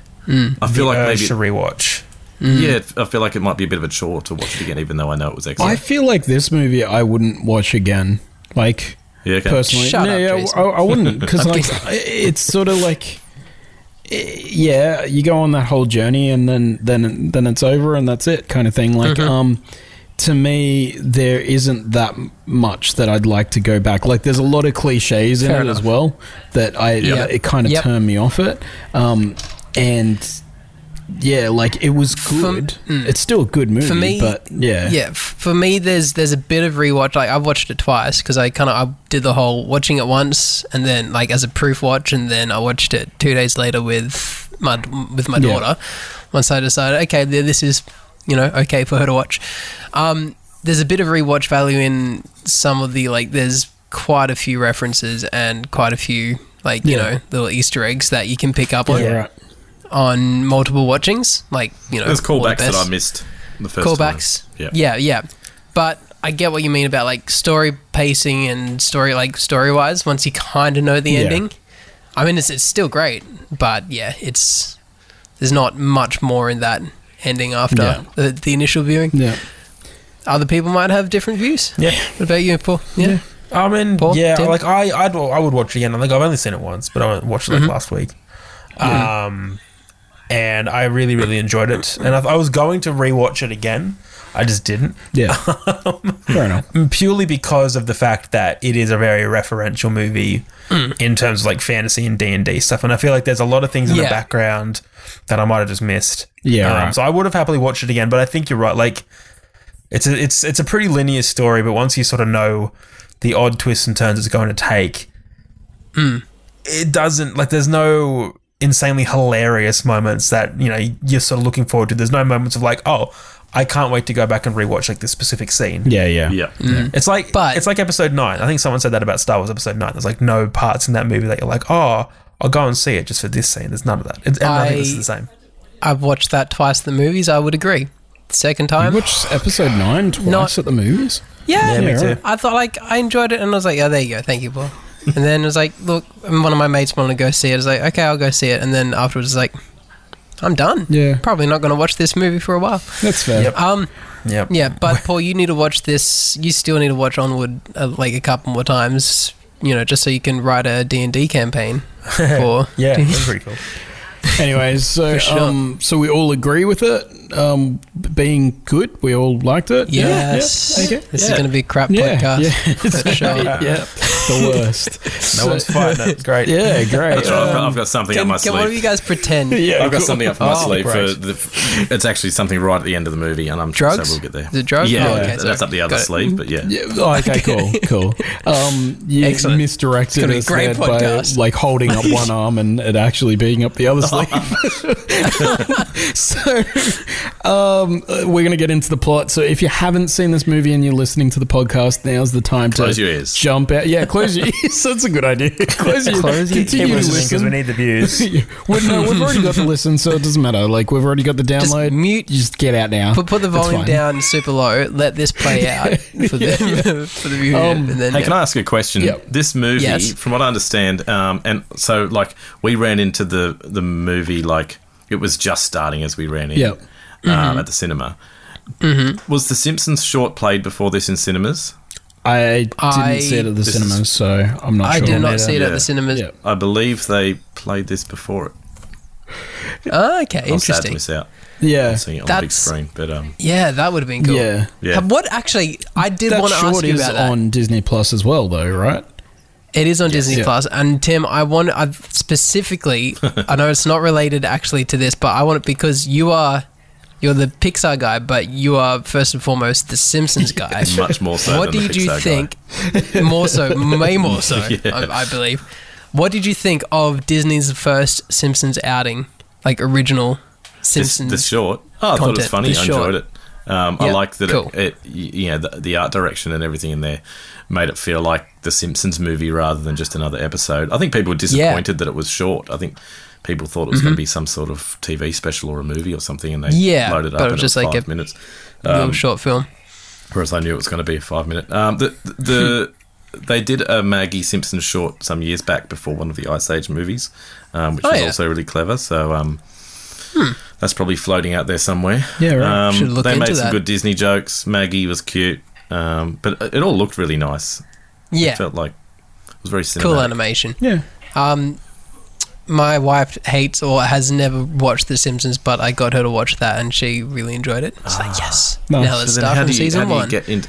S4: I feel like
S6: urge
S4: maybe
S6: to rewatch.
S1: Mm.
S4: yeah, I feel like it might be a bit of a chore to watch it again, even though I know it was
S5: I
S4: excellent.
S5: feel like this movie I wouldn't watch again. Like
S4: yeah, okay.
S5: personally,
S1: Shut
S5: no,
S1: up,
S5: yeah,
S1: Jason.
S5: I, I wouldn't because
S1: I'm
S5: like
S1: kidding.
S5: i- it's sort of like. i- Yeah, you go on that whole journey and then then then it's over and that's it kind of thing. Like um, to me, there isn't that m- much that I'd like to go back. Like, there's a lot of cliches in
S1: Fair
S5: it
S1: enough.
S5: as well that I that it kind of
S1: Yep.
S5: turned me off it. Um, and yeah, like it was
S1: For- mm.
S5: good. It's still a good movie,
S1: for me,
S5: but yeah,
S1: yeah. f- For me, there's there's a bit of rewatch. Like I've watched it twice because I kind of I did the whole watching it once and then like as a proof watch, and then I watched it two days later with my with my
S5: Yeah.
S1: daughter. Once I decided, okay, th- this is you know okay for her to watch. Um, there's a bit of rewatch value in some of the like. There's quite a few references and quite a few like you know little Easter eggs that you can pick up on
S5: Yeah, right.
S1: on multiple watchings. Like you know,
S4: There's
S1: all the
S4: callbacks that
S1: best
S4: I missed the first
S1: callbacks.
S4: time.
S1: yeah,
S4: Yeah.
S1: yeah. But I get what you mean about like story pacing and story like story wise. Once you kind of know the
S5: Yeah.
S1: ending, I mean it's it's still great, but yeah, it's there's not much more in that ending after
S5: Yeah.
S1: the, the initial viewing.
S5: yeah.
S1: Other people might have different views.
S6: Yeah.
S1: What about you, Paul? Yeah.
S6: I mean,
S1: Paul,
S6: yeah,
S1: Tim?
S6: like I, I'd, I would watch it again. I think I've only seen it once, but I watched it
S1: Mm-hmm.
S6: like last week. Um, and I really, really enjoyed it. And I, I was going to rewatch it again. I just didn't.
S5: Yeah.
S1: Um,
S5: Fair enough.
S6: purely because of the fact that it is a very referential movie in terms of like fantasy and D and D stuff, and I feel like there's a lot of things in
S1: Yeah.
S6: the background that I might have just missed. Um,
S5: Yeah, right.
S6: so I would have happily watched it again, but I think you're right. Like, it's a it's it's a pretty linear story, but once you sort of know the odd twists and turns it's going to take, it doesn't like there's no insanely hilarious moments that you know you're sort of looking forward to. There's no moments of like, oh, I can't wait to go back and rewatch like this specific scene.
S5: Yeah, yeah,
S4: Yeah.
S1: Mm.
S6: It's like
S1: But-
S6: it's like episode nine. I think someone said that about Star Wars episode nine. There's like no parts in that movie that you're like, oh, I'll go and see it just for this scene. There's none of that. It's, and I, think this is the same.
S1: I've watched that twice. The movies, I would agree. Second
S5: You
S1: time,
S5: watched episode nine twice
S1: Not-
S5: at the movies.
S1: yeah,
S6: Yeah, me
S5: right.
S6: too.
S1: I thought like I enjoyed it, and I was like, oh, there you go, thank you, Paul. and then it was like, look, and one of my mates wanted to go see it. I was like, okay, I'll go see it. And then afterwards, it's like, I'm done.
S5: Yeah.
S1: probably not going to watch this movie for a while.
S5: That's fair.
S6: Yep.
S1: Um,
S6: Yep.
S1: yeah, but Paul, you need to watch this. You still need to watch Onward uh, like a couple more times. You know, just so you can write a D and D campaign for.
S6: Yeah, that's pretty cool.
S5: Anyways, so
S1: sure.
S5: um, so we all agree with it um, b- being good. We all liked it.
S1: Yes.
S5: Yeah. yeah, Okay.
S1: This
S4: Yeah.
S1: is going to be a crap
S5: Yeah,
S1: podcast.
S5: yeah.
S1: For sure.
S5: Yeah. The worst.
S6: No one's fighting it. It's great.
S5: Yeah. Great.
S4: That's right. I've, got, I've got something up
S1: Can,
S4: my
S1: can one of you
S4: sleeve.
S1: guys pretend?
S5: yeah.
S4: I've got something up my
S1: Oh,
S4: sleeve for
S6: great.
S4: the. f- It's actually something right at the end of the movie, and I'm sure
S1: Drugs?
S4: we'll get there.
S1: Is it drugs?
S4: Yeah,
S1: Oh, okay,
S4: that's
S1: sorry.
S4: up the other
S1: Got it.
S4: sleeve, but yeah.
S5: Yeah, oh, okay, cool, cool. Um, you
S1: Excellent.
S5: misdirected
S1: It's
S5: us
S1: gonna be a
S5: there
S1: great
S5: by
S1: podcast.
S5: like holding up one arm and it actually being up the other sleeve. so, um, uh, we're gonna get into the plot. So, if you haven't seen this movie and you're listening to the podcast, now's the time
S4: Close
S5: to
S4: your ears.
S5: jump out. Yeah, close your ears. That's a good idea. Close your
S1: Close
S5: ears.
S1: your
S5: Continue to
S6: because
S5: listen.
S6: we need the views.
S5: We- no, we've already got the listen, so it doesn't matter. Like we've already got the
S1: Just
S5: download.
S1: mute-
S5: You just get out now.
S1: Put, put the
S5: That's
S1: volume
S5: fine.
S1: down super low. Let this play out for the for the viewer,
S5: Um,
S1: and then
S4: Hey, can I ask you a question?
S5: Yep.
S4: This movie,
S1: Yes.
S4: from what I understand, um, and so like we ran into the the movie like it was just starting as we ran in
S5: Yep.
S4: um,
S1: Mm-hmm.
S4: at the cinema. Was The Simpsons short played before this in cinemas?
S5: I didn't
S1: I-
S5: see it at the
S4: is-
S5: cinemas, so I'm not
S1: I
S5: sure.
S1: did not see it at
S4: Yeah.
S1: the cinemas.
S5: Yeah.
S4: I believe they played this before it.
S1: Oh, okay,
S4: I'm sad to
S1: interesting.
S4: miss out
S5: Yeah.
S4: seeing it on the big
S1: That's-
S4: screen, but um,
S1: Yeah, that would have been cool.
S5: Yeah.
S4: Yeah.
S1: Have- What actually? I did
S5: That
S1: want to ask
S5: short
S1: you
S5: is
S1: about that.
S5: on Disney Plus as well, though, right?
S1: it is on Disney
S5: Yeah.
S1: Plus, and Tim, I want I specifically. I know it's not related actually to this, but I want it because you are you're the Pixar guy, but you are first and foremost the Simpsons guy.
S4: much more so.
S1: what
S4: than
S1: did
S4: the Pixar
S1: you
S4: guy.
S1: think more so way more so I, I believe what did you think of disney's first simpsons outing like original
S4: This,
S1: simpsons
S4: this short. Oh, I thought it was
S1: content,
S4: funny.
S1: this
S4: I
S1: short.
S4: enjoyed it. Um, I
S1: Yeah,
S4: liked that
S1: cool.
S4: it, it, y- you know, the, the art direction and everything in there made it feel like the Simpsons movie rather than just another episode. I think people were disappointed that it was short. I think people thought it was going to be some sort of TV special or a movie or something, and they
S1: Mm-hmm. Yeah,
S4: loaded up
S1: but it
S4: and
S1: was
S4: it was
S1: just like
S4: five
S1: a-
S4: minutes.
S1: little
S4: um,
S1: short film
S4: Whereas I knew it was going to be a five minute. Um, the the they did a Maggie Simpson short some years back before one of the Ice Age movies, um, which
S1: Oh,
S4: was
S1: yeah. Hmm.
S4: also really clever. So um, that's probably floating out there somewhere.
S5: Yeah, right.
S4: Um,
S1: Should look
S4: they
S1: into
S4: made some
S1: that.
S4: good Disney jokes. Maggie was cute, um, but it all looked really nice.
S1: yeah
S4: It felt like it was very cinematic.
S1: cool animation
S5: Yeah.
S1: um my wife hates or has never watched The Simpsons, but I got her to watch that, and she really enjoyed it. It's like yes,
S5: Nice.
S1: now let's
S4: Ah, So then
S1: start
S4: how
S1: from
S4: do you,
S1: season
S4: how do you
S1: one.
S4: get in?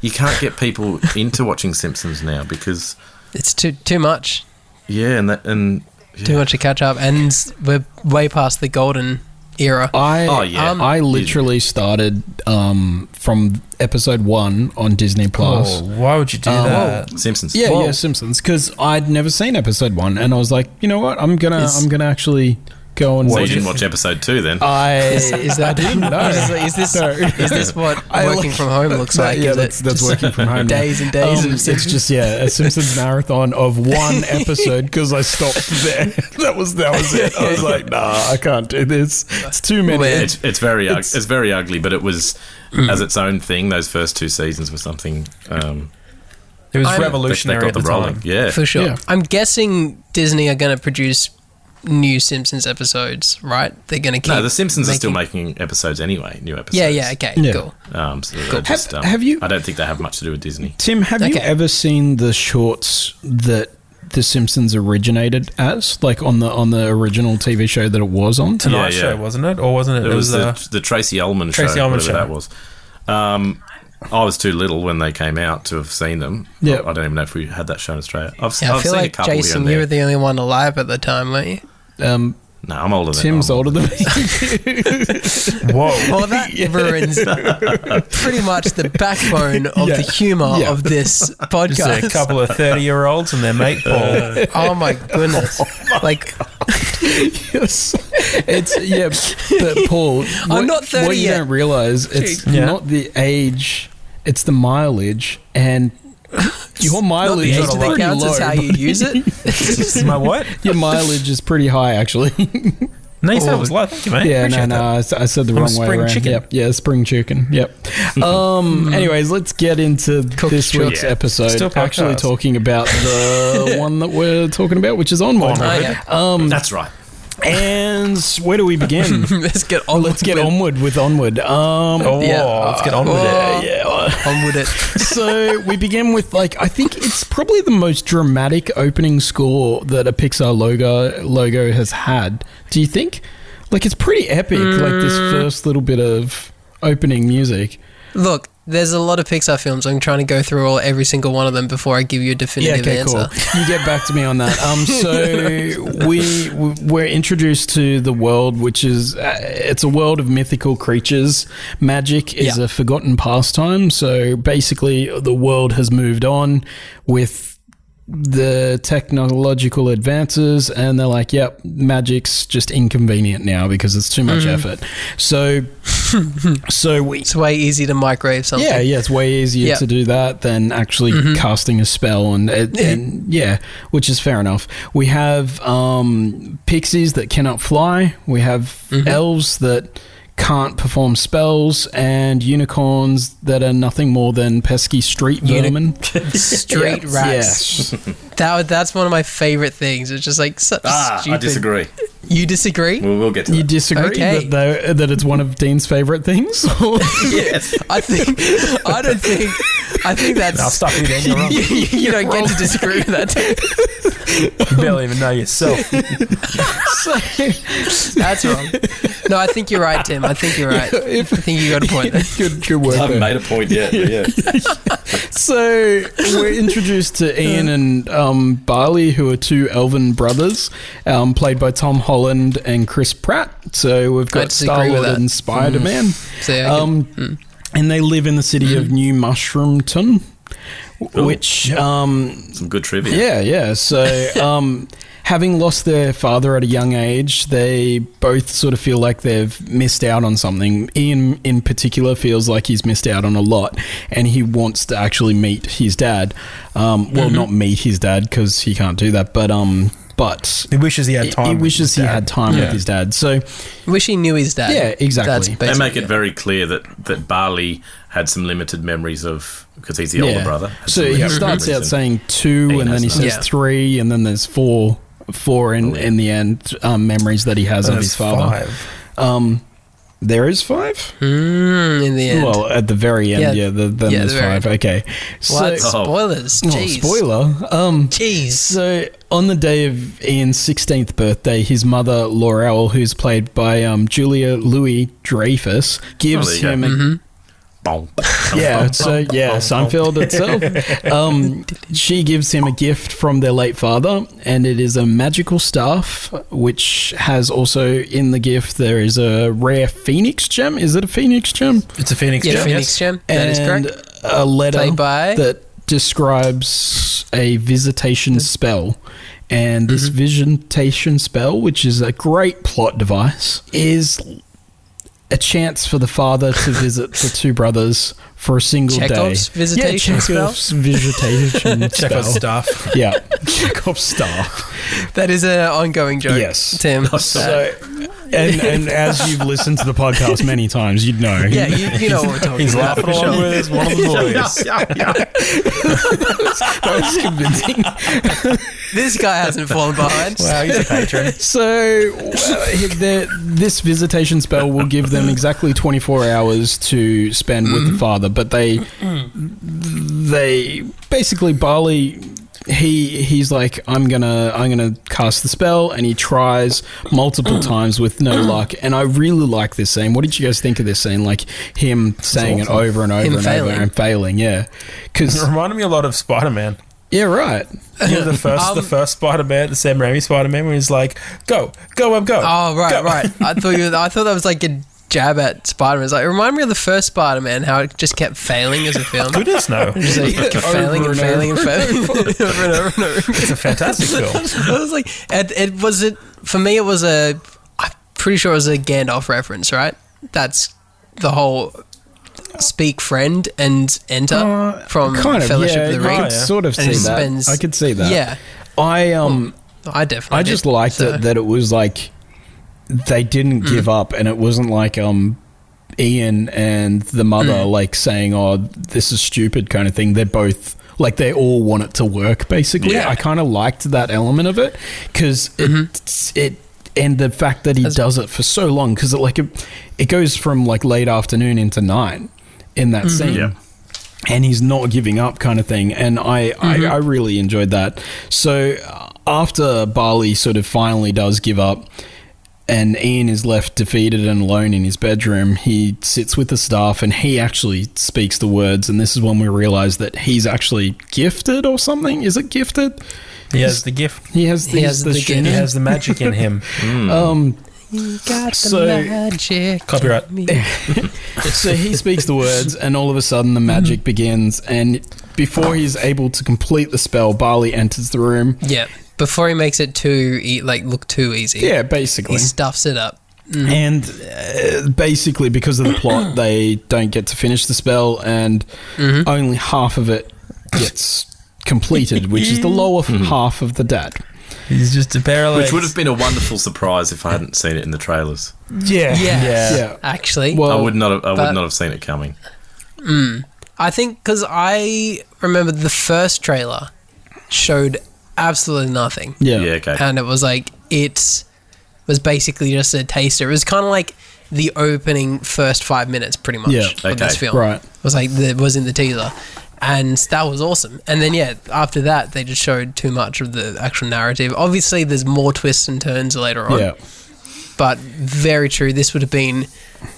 S4: You can't get people into watching Simpsons now because
S1: it's too too much,
S4: yeah, and that and yeah.
S1: too much to catch up, and s- we're way past the golden era.
S5: I um,
S4: Oh, yeah.
S5: I literally started um, from episode one on Disney Plus.
S6: Oh, why would you do
S5: Um,
S6: that?
S4: Simpsons.
S5: Yeah,
S4: Whoa.
S5: yeah, Simpsons. Because I'd never seen episode one, and I was like, you know what, I'm gonna,
S1: Is-
S5: I'm gonna actually go and
S4: So you
S5: watch
S4: didn't
S5: it.
S4: watch episode two then?
S5: I
S1: Is that-
S5: I didn't know.
S1: Is, is this
S5: No.
S1: is this what
S5: I
S1: working
S5: like-
S1: from home looks
S5: No,
S1: like?
S5: yeah,
S1: is
S5: that's,
S1: it
S5: that's
S1: just
S5: working from home. now.
S1: days and days
S5: Um,
S1: of
S5: it's
S1: Simpsons?
S5: just yeah, a Simpsons marathon of one episode because I stopped there. That was that was it. I was like, nah, I can't do this. It's too many.
S1: Weird.
S4: It's, it's very ug-
S5: It's-
S4: it's, very ugly, but it was as its own thing. Those first two seasons were something um,
S6: It was
S1: I'm-
S6: revolutionary
S4: that- that
S6: at the
S4: got them rolling.
S6: time.
S4: Yeah,
S1: for sure.
S5: Yeah.
S1: I'm guessing Disney are going to produce new Simpsons episodes, right? They're going to keep.
S4: no, the Simpsons are still making episodes anyway, new episodes.
S1: Yeah, yeah, okay,
S5: Yeah.
S1: cool.
S4: Um, so they're
S5: Have-
S4: just, um,
S5: have you-
S4: I don't think they have much to do with Disney.
S5: Tim, have you
S1: Okay.
S5: ever seen the shorts that The Simpsons originated as, like on the on the original TV show that it was on?
S6: Tonight
S4: Yeah, yeah.
S6: Show, wasn't it? Or wasn't it?
S4: It
S6: There
S4: was,
S6: was, uh,
S4: the, the Tracy Ullman
S6: Tracy
S4: show,
S6: Ullman
S4: whatever
S6: show.
S4: that was. Um, I was too little when they came out to have seen them.
S5: Yeah.
S4: I, I don't even know if we had that show in Australia. I've,
S1: Yeah, I
S4: I've
S1: feel
S4: seen a
S1: like
S4: couple
S1: Jason, you
S4: here
S1: were
S4: and there.
S1: the only one alive at the time, weren't you?
S5: Um,
S4: no, I'm older than
S5: Tim's
S1: Oh,
S4: I'm
S5: older than me.
S6: whoa.
S1: Well, that ruins pretty much the backbone of
S5: Yeah.
S1: the humor
S5: Yeah.
S1: of this
S6: Just a
S1: podcast.
S6: couple of 30 year olds and their mate Paul.
S1: Oh my goodness! like
S5: Yes. It's yeah, but Paul,
S1: I'm not 30
S5: What you
S1: yet.
S5: don't realize, it's
S6: Yeah.
S5: not the age, it's the mileage, and your
S1: not the
S5: mileage
S1: age
S5: is
S1: that
S5: pretty
S1: counts
S5: low.
S1: is how you use it.
S6: My what?
S5: your mileage is pretty high, actually.
S6: No, you said it was live. Thank you, mate.
S5: yeah, no,
S6: Appreciate
S5: no,
S6: that.
S5: I s- I said the
S6: I'm a
S5: wrong way
S6: spring
S5: around.
S6: chicken.
S5: Yep, yeah, spring chicken. Yep. Um. Anyways, let's get into
S1: Cooked
S5: this
S1: chicken.
S5: week's
S4: Yeah.
S5: episode.
S6: Still podcast.
S5: actually, talking about the one that we're talking about, which is onward.
S1: Oh, yeah.
S4: older. That's right.
S5: And where do we begin?
S1: um, Let's get on.
S5: Let's get
S1: with,
S5: onward with onward. Um,
S6: Oh,
S1: Yeah.
S6: let's get on with it.
S1: Oh,
S5: yeah.
S1: on with it.
S5: so we begin with like I think it's probably the most dramatic opening score that a Pixar logo logo has had. Do you think? Like it's pretty epic. Like this first little bit of opening music.
S1: Look, there's a lot of Pixar films. I'm trying to go through all every single one of them before I give you a definitive answer.
S5: You get back to me on that. Um, so we we're introduced to the world, which is uh, it's a world of mythical creatures. Magic is
S1: Yeah.
S5: a forgotten pastime. So basically, the world has moved on with the technological advances and they're like yep magic's just inconvenient now because it's too
S1: Mm.
S5: much effort so so we
S1: It's way easy to microwave something. Mm-hmm.
S5: yeah, yeah, it's way easier
S1: Yep.
S5: to do that than actually casting a spell, and, it, and yeah, which is fair enough. We have um, pixies that cannot fly. We have
S1: Mm-hmm.
S5: elves that can't perform spells, and unicorns that are nothing more than pesky street
S1: Uni-
S5: vermin.
S1: Street rats.
S5: Yes.
S1: That that's one of my favorite things. It's just like such
S4: Ah,
S1: stupid.
S4: I disagree.
S1: You disagree?
S4: We'll, we'll get to
S5: You
S4: that.
S5: disagree
S1: Okay.
S5: that that that it's one of Dean's favorite things?
S4: yes.
S1: I think I don't think I think that's
S6: I'll stop you then. You're wrong.
S1: you, you- you don't get to disagree with that.
S6: You barely even know yourself.
S5: So-
S1: That's wrong. No, I think you're right, Tim. I think you're right. I think you got a point. there.
S5: good, good work.
S4: I haven't
S5: there.
S4: made a point yet. but yeah.
S5: So we're introduced to Ian and um, Barley, who are two elven brothers, um, played by Tom Holland and Chris Pratt. So we've
S1: I
S5: got
S1: disagree
S5: Star Lord
S1: with that.
S5: and Spider Man,
S1: So yeah, I Mm.
S5: um, and they live in the city of New Mushroomton,
S4: Ooh.
S5: which um,
S4: Some good trivia.
S5: yeah, yeah. So, um, having lost their father at a young age, they both sort of feel like they've missed out on something. Ian, in particular, feels like he's missed out on a lot, and he wants to actually meet his dad. Um,
S6: Mm-hmm.
S5: well, not meet his dad because he can't do that, but um, but.
S6: He wishes he had
S5: He,
S6: time.
S5: he
S6: with
S5: wishes
S6: his
S5: he
S6: dad.
S5: had time with his dad. So,
S1: can- wish he knew his dad.
S5: Yeah, exactly.
S1: That's
S5: They
S1: basically
S4: They make it very clear that, that Barley had some limited memories of because he's the older
S5: yeah.
S4: brother. had some
S5: So he
S4: limited
S5: starts out
S4: memories and-
S5: saying two,
S4: He
S5: and then
S4: has
S5: he
S4: that.
S5: says
S1: Yeah.
S5: three, and then there's four, four in, in the end um, memories that he has
S6: And
S5: of
S6: it's
S5: his father.
S6: five.
S5: Um, There is five.
S1: Mm, in the
S4: Hmm.
S1: end.
S5: Well, at the very end, yeah.
S1: Yeah.
S5: the, then
S1: Yeah,
S5: there's
S1: the very
S5: five. Okay.
S1: what?
S5: So,
S4: Oh.
S1: Spoilers.
S5: Oh,
S1: Jeez.
S5: spoiler. Um,
S1: Jeez.
S5: So on the day of Ian's 16th birthday, his mother Laurel, who's played by um, Julia Louis Dreyfus,
S4: Oh,
S5: gives
S4: there you
S5: him a
S1: Mm-hmm.
S5: yeah. So yeah, Seinfeld itself. Um, she gives him a gift from their late father, and it is a magical staff, which has also in the gift there is a rare phoenix gem. Is it a phoenix gem?
S6: It's a Phoenix
S1: Yeah,
S6: Gem,
S1: Phoenix
S6: yes.
S1: Gem. That is correct.
S5: A letter
S1: Played by-
S5: that describes a visitation spell. And this
S1: Mm-hmm.
S5: visitation spell, which is a great plot device, is a chance for the father to visit the two brothers for a single
S1: Chekhov's
S5: day.
S1: visitation
S5: yeah, Chekhov's visitation
S6: Check
S5: spell.
S6: out staff.
S5: Yeah, Chekhov's staff.
S1: That is an ongoing joke.
S5: Yes.
S1: Tim. Uh,
S5: So, and, and as you've listened to the podcast many times, you'd know.
S1: yeah, you, you know what we're talking
S6: He's
S1: about.
S6: laughing along with one of the boys.
S5: That was convincing.
S1: This guy hasn't fallen behind.
S6: Wow, he's a patron.
S5: So uh, he- the, this visitation spell will give them exactly 24 hours to spend
S1: Mm.
S5: with the father, but they they basically Bali he he's like I'm going to I'm going to cast the spell and he tries
S1: Mm.
S5: multiple times with no luck and I really like this scene. What did you guys think of this scene like him saying it over and over
S1: Him
S5: and
S1: failing.
S5: over and failing, yeah.
S6: It
S5: Cuz
S6: reminded me a lot of Spider Man.
S5: yeah, right.
S6: You know, the first, the
S1: Um,
S6: first Spider Man, the Sam Raimi Spider Man, where he's like, "Go, go, up, go."
S1: Oh right,
S6: go.
S1: right. I thought you. I thought that was like a jab at Spider-Man. It's like it reminded me of the first Spider-Man, how it just kept failing as a film.
S6: Goodness no,
S1: Just like, kept failing and failing and failing over and over and over.
S6: it's a fantastic film.
S1: I was like, it, it was it for me. It was a. I'm pretty sure it was a Gandalf reference, right? That's the whole speak friend and enter Uh, from
S5: Uh, Kind of
S1: Fellowship
S5: yeah,
S1: of the
S5: I
S1: Ring.
S5: could sort of
S1: And
S5: see
S1: he
S5: that.
S1: spends-
S5: I could see that.
S1: Yeah,
S5: I um
S1: I definitely.
S5: I just
S1: did.
S5: liked
S1: So-
S5: it that it was like they didn't give up, and it wasn't like um Ian and the mother like saying, "Oh, this is stupid," kind of thing. They're both like they all want it to work. Basically,
S4: Yeah.
S5: I kind of liked that element of it because it it and the fact that he
S1: As-
S5: does it for so long because it like it, it goes from like late afternoon into nine in that scene
S4: Yeah.
S5: and he's not giving up kind of thing and I, I i really enjoyed that so uh, after bali sort of finally does give up and ian is left defeated and alone in his bedroom he sits with the staff and he actually speaks the words and this is when we realize that he's actually gifted or something is it gifted
S6: He has the gift.
S5: he has,
S1: He
S5: he's
S1: has the gift.
S6: He
S5: shuni.
S6: has the magic in him.
S5: um
S1: Got the
S5: So-
S1: magic.
S6: Copyright.
S5: so he speaks the words, and all of a sudden the
S1: Mm-hmm.
S5: magic begins. And before he's able to complete the spell, Barley enters the room.
S1: Yeah, before he makes it too e- like look too easy.
S5: Yeah, basically.
S1: he stuffs it up.
S5: And uh, basically, because of the plot, they don't get to finish the spell, and
S1: Mm-hmm.
S5: only half of it gets completed, which is the lower half of the dad.
S6: He's just a paralyzed.
S4: Which would have been a wonderful surprise if I hadn't seen it in the trailers.
S6: yeah,
S1: Yeah,
S5: Yeah.
S1: Actually,
S5: Well,
S4: I would not. Have, I
S1: But-
S4: would not have seen it coming.
S1: I think because I remember the first trailer showed absolutely nothing,
S5: yeah. Uh,
S4: Yeah. okay.
S1: and it was like it was basically just a taster. It was kind of like the opening first five minutes, pretty much,
S5: Yeah,
S1: of this
S4: okay,
S1: film.
S5: right.
S1: It was like that was in the teaser, and that was awesome. And then yeah, after that, they just showed too much of the actual narrative. Obviously, there's more twists and turns later on.
S5: Yeah.
S1: but very true. This would have been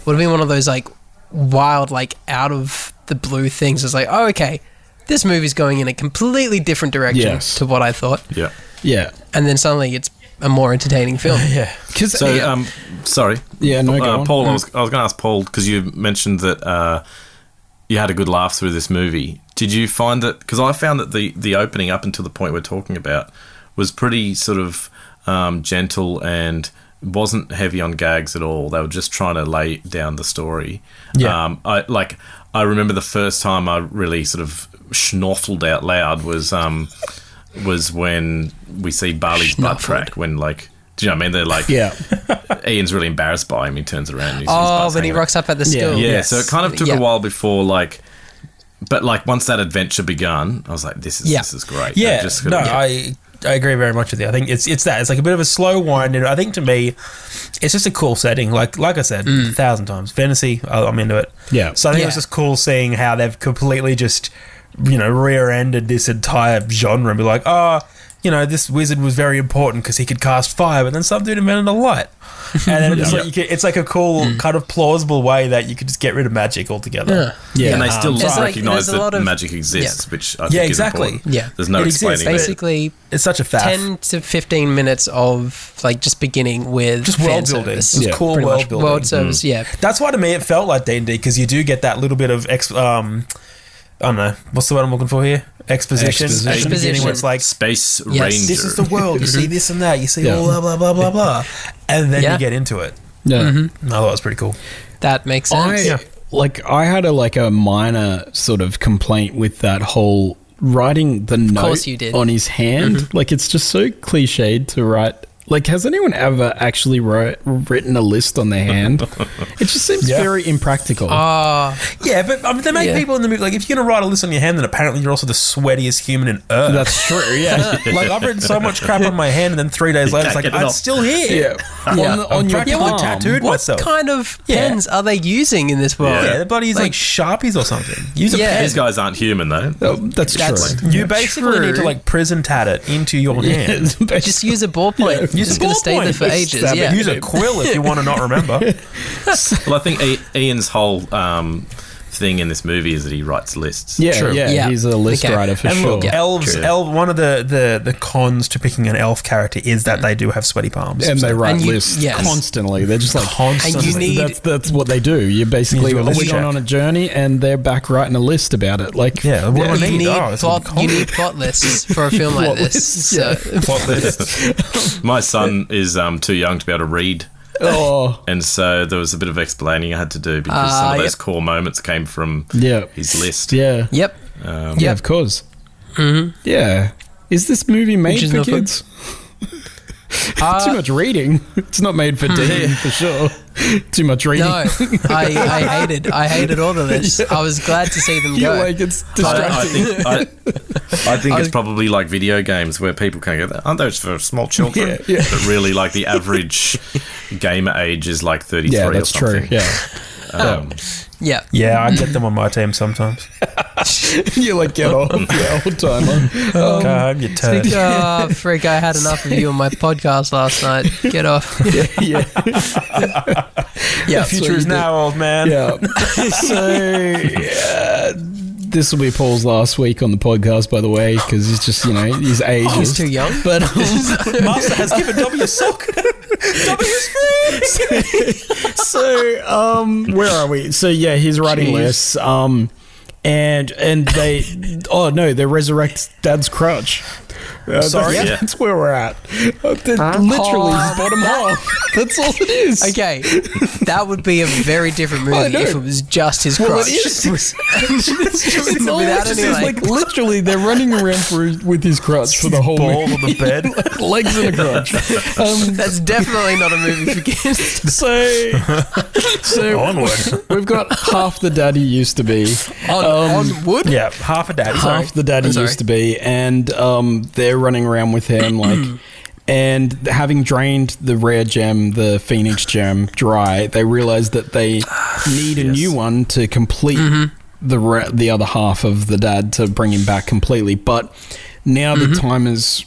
S1: would have been one of those like wild, like out of the blue things. It's like, oh, okay, this movie's going in a completely different direction
S5: Yes.
S1: to what I thought,
S4: yeah.
S5: Yeah.
S1: and then suddenly it's a more entertaining film.
S6: yeah.
S5: Because
S4: So,
S1: Yeah.
S4: um, sorry,
S5: yeah, no, go
S4: uh,
S5: on.
S4: Paul. I was, I was going to ask Paul because you mentioned that uh, you had a good laugh through this movie. Did you find that? Because I found that the the opening up until the point we're talking about was pretty sort of um, gentle and wasn't heavy on gags at all. They were just trying to lay down the story.
S6: Yeah.
S4: Um, I like. I remember the first time I really sort of schnorfled out loud was um, was when we see Barley's butt
S1: Schnorfled.
S4: crack when like. Do you know what I mean? They're like,
S5: Yeah.
S4: Ian's really embarrassed by him. He turns around. And he's
S1: Oh, when he rocks up at the school.
S4: Yeah, so it kind of took
S1: Yeah.
S4: a while before like, but like once that adventure begun, I was like, this is
S1: Yeah.
S4: this is great.
S6: Yeah,
S4: They just
S6: no,
S4: gotta-
S6: I I agree very much with you. I think it's it's that. It's like a bit of a slow wind. And I think to me, it's just a cool setting. Like like I said a thousand times, fantasy. I- I'm into it.
S5: Yeah.
S6: So I think it was
S1: Yeah.
S6: just cool seeing how they've completely just you know rear-ended this entire genre and be like, oh, you know, this wizard was very important because he could cast fire, but then some dude invented a light, and then it's
S5: Yeah.
S6: like you could, it's like a cool kind of plausible way that you could just get rid of magic altogether.
S1: Yeah.
S5: Yeah.
S4: and
S6: Um,
S4: they still
S1: It's like-
S4: recognize
S1: there's a lot
S4: that
S1: of-
S4: magic exists, which I think
S6: Yeah,
S4: is
S6: exactly.
S4: important.
S1: Yeah.
S4: There's no
S6: It exists,
S4: explaining that.
S1: Basically,
S6: It's such a faff.
S1: 10 to 15 minutes of like just beginning with
S6: Just
S1: fan
S6: world building.
S1: service.
S6: Just Yeah. cool
S1: Pretty
S6: world
S1: much.
S6: building. Mm.
S1: World service, yeah.
S6: That's why to me it felt like D and D because you do get that little bit of ex. Um, I don't know what's the word I'm looking for here. Exposition.
S5: Exposition.
S6: At the beginning
S1: Exposition.
S6: Where it's like
S4: Space
S1: Yes.
S4: Ranger.
S6: this is the world. You see this and that. You see
S5: Yeah.
S6: all blah blah blah blah blah, and then
S1: Yeah.
S6: you get into it.
S5: Yeah.
S6: And I thought it was pretty cool.
S1: That makes sense.
S5: I like I had a like a minor sort of complaint with that whole writing the
S1: course
S5: note
S1: you did. Mm-hmm.
S5: on his hand. Like it's just so cliched to write. Like has anyone ever actually wrote, written a list on their hand? it just seems
S6: Yeah.
S5: very impractical.
S1: Ah,
S6: Yeah, but um, they make
S1: Yeah.
S6: people in the movie like if you're gonna write a list on your hand, then apparently you're also the sweatiest human in earth.
S5: That's true. Yeah.
S6: like I've written so much crap on my hand, and then three days later, it's
S4: can't
S6: like
S4: get it
S6: I'm
S4: off."
S6: still here.
S5: yeah. On, the, on your
S6: practically
S5: palm.
S6: tattooed
S1: what
S6: myself.
S1: kind of
S6: Yeah.
S1: pens are they using in this world?
S6: yeah, the bloody is like, sharpies or something. Use a
S1: Yeah.
S6: pen.
S4: These guys aren't human, though.
S5: Oh, that's,
S1: That's-
S5: true.
S6: You basically
S1: True.
S6: need to like prison tat it into your hand.
S1: Just use a ballpoint.
S6: Use
S1: it's
S6: a
S1: going
S6: ballpoint.
S1: to stay there for
S6: Just
S1: ages.
S6: stab it.
S1: Yeah.
S6: Use a quill if you want to not remember.
S4: Well, I think I- Ian's whole um, thing in this movie is that he writes lists.
S5: Yeah,
S6: True.
S5: yeah,
S1: Yeah.
S5: he's a list
S1: Okay.
S5: writer for
S6: and
S5: sure.
S6: look, elves.
S4: True.
S6: Elf. One of the, the the cons to picking an elf character is that they do have sweaty palms.
S5: and they write
S1: And you-
S5: lists
S1: yes.
S5: constantly. They're just like
S6: Constantly.
S1: And you need-
S5: that's that's what they do. You basically
S6: You need to do a
S5: we're
S6: list
S5: going
S6: check.
S5: on a journey, and they're back writing a list about it. Like
S6: yeah. What do I
S1: You
S6: need?
S1: need,
S6: Oh, it's
S1: plot,
S6: called
S1: you need plot lists for a film like
S5: Plot
S1: this.
S5: lists,
S1: so.
S4: Plot lists. My son is um, too young to be able to read,
S5: oh
S4: and so there was a bit of explaining I had to do because
S1: Ah,
S4: some of those
S1: yep.
S4: core moments came from
S5: yeah,
S4: his list.
S5: yeah, yeah,
S1: Yep.
S4: Um,
S1: Yep.
S5: of course. Yeah, is this movie made
S1: Mm-hmm. Which is
S5: for
S1: not good. Uh,
S5: kids? Too much reading. It's not made for Dean for sure. Too much reading.
S1: Hmm. No, I, I hated I hated all of this. I was glad to see them
S5: You're
S1: go.
S5: like it's
S4: I, I
S5: distracting.
S4: think, I, I think
S1: I-
S4: it's probably like video games where people can go, aren't those for small children?
S5: Yeah, yeah.
S4: But really, like the average gamer age is like 33
S5: yeah,
S4: or
S5: that's true.
S4: something.
S5: Yeah,
S4: Um,
S1: yeah.
S6: Yeah, I get them on my team sometimes.
S5: you're like get off, yeah, old timer.
S6: Go home, you turd.
S1: Oh, freak, I had enough of you on my podcast last night. Get off.
S5: yeah.
S1: Yeah.
S5: That's what
S6: Future
S5: you
S6: is
S5: do.
S6: now, old man.
S5: Yeah. so uh, this will be Paul's last week on the podcast, by the way, because he's just you know his age
S1: He's
S5: is
S1: too young.
S5: But um,
S6: Master has given W a sock. W is free.
S5: so um, where are we? So yeah, he's writing
S1: Jeez.
S5: lists. Um, and and they oh no, they resurrect Dad's crutch. Uh,
S6: Sorry?
S5: that's,
S4: Yeah.
S5: that's where we're at. Uh, that- Literally, his bottom half. That's all it is.
S1: Okay, that would be a very different movie
S5: know.
S1: if it was just his crotch.
S5: Well, it is. It's all
S1: Without
S5: it is,
S1: any,
S5: is,
S1: like-
S5: like literally, they're running around for, with his crutch for the whole
S6: Ball
S5: movie.
S6: on the bed.
S5: legs in a crotch. Um,
S1: That's definitely not a movie for kids.
S5: so,
S1: Oh,
S5: so
S6: Onward.
S5: we've got half the daddy used to be,
S1: On, on wood?
S6: Yeah, half a daddy. Sorry.
S5: half the daddy
S1: sorry.
S5: used to be, and um, they're running around with him like. And having drained the rare gem, the Phoenix gem, dry, they realize that they
S1: Ah,
S5: need a new one to complete
S1: Mm-hmm.
S5: the re- the other half of the dad to bring him back completely. But now the
S1: Mm-hmm.
S5: time has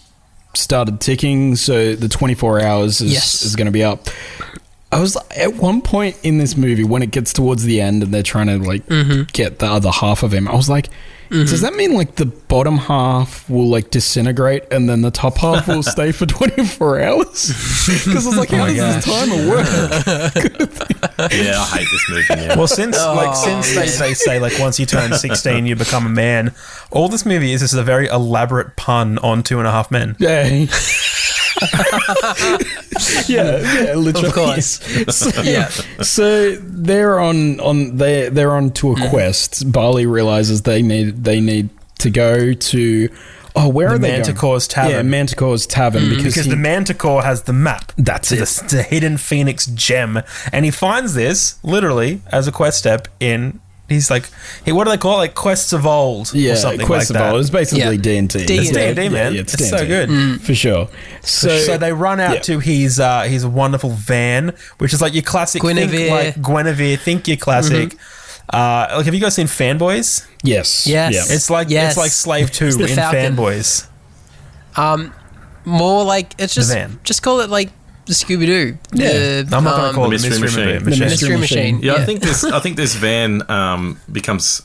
S5: started ticking, so the 24 hours is,
S1: Yes.
S5: is going to be up. I was at one point in this movie when it gets towards the end and they're trying to like
S1: Mm-hmm.
S5: get the other half of him. I was like, does that mean like the bottom half will like disintegrate and then the top half will stay for 24 hours? Because I was like,
S1: Oh
S5: how does this timer work?
S4: yeah, I hate this movie now.
S6: Well, since
S5: Oh,
S6: like since they, they say like once you turn sixteen, you become a man. All this movie is is a very elaborate pun on Two and a Half Men.
S5: Yeah. yeah, yeah, literally.
S1: Of course.
S5: So-
S1: Yeah.
S5: So they're on on they they're on to a quest. Barley realizes they need they need to go to oh where are they going?
S6: Manticore's Tavern. Mm.
S5: Yeah, Manticore's Tavern because,
S6: Because
S5: he-
S6: the Manticore has the map.
S5: That's it.
S6: The, the hidden Phoenix gem, and he finds this literally as a quest step in He's like, hey, what do they call it? Like quests of old
S5: Yeah,
S6: or something
S5: Quest
S6: like
S5: of
S6: that.
S5: Old. It's basically
S1: Yeah.
S5: D and D.
S1: D&D.
S6: It's D&D,
S5: Yeah,
S6: man.
S5: yeah,
S6: it's so
S5: D&D,
S6: good.
S1: Mm.
S5: for sure. So,
S6: So they run out
S5: Yeah.
S6: to his uh, his wonderful van, which is like your classic
S1: Guinevere.
S6: think like Guinevere, think your classic.
S5: Mm-hmm.
S6: Uh, like, have you guys seen Fanboys?
S5: yes,
S1: Yes.
S5: yeah.
S6: It's like
S1: Yes.
S6: it's like Slave Two
S1: the
S6: in
S1: Falcon.
S6: Fanboys.
S1: Um, more like it's just
S6: van.
S1: just call it like the Scooby Doo.
S5: Yeah.
S6: I'm not going to call it
S4: Mystery
S6: Mystery
S4: Machine.
S6: Machine.
S5: The
S6: Machine.
S1: Um, Mystery Machine.
S4: Yeah, I think this. I think this van um, becomes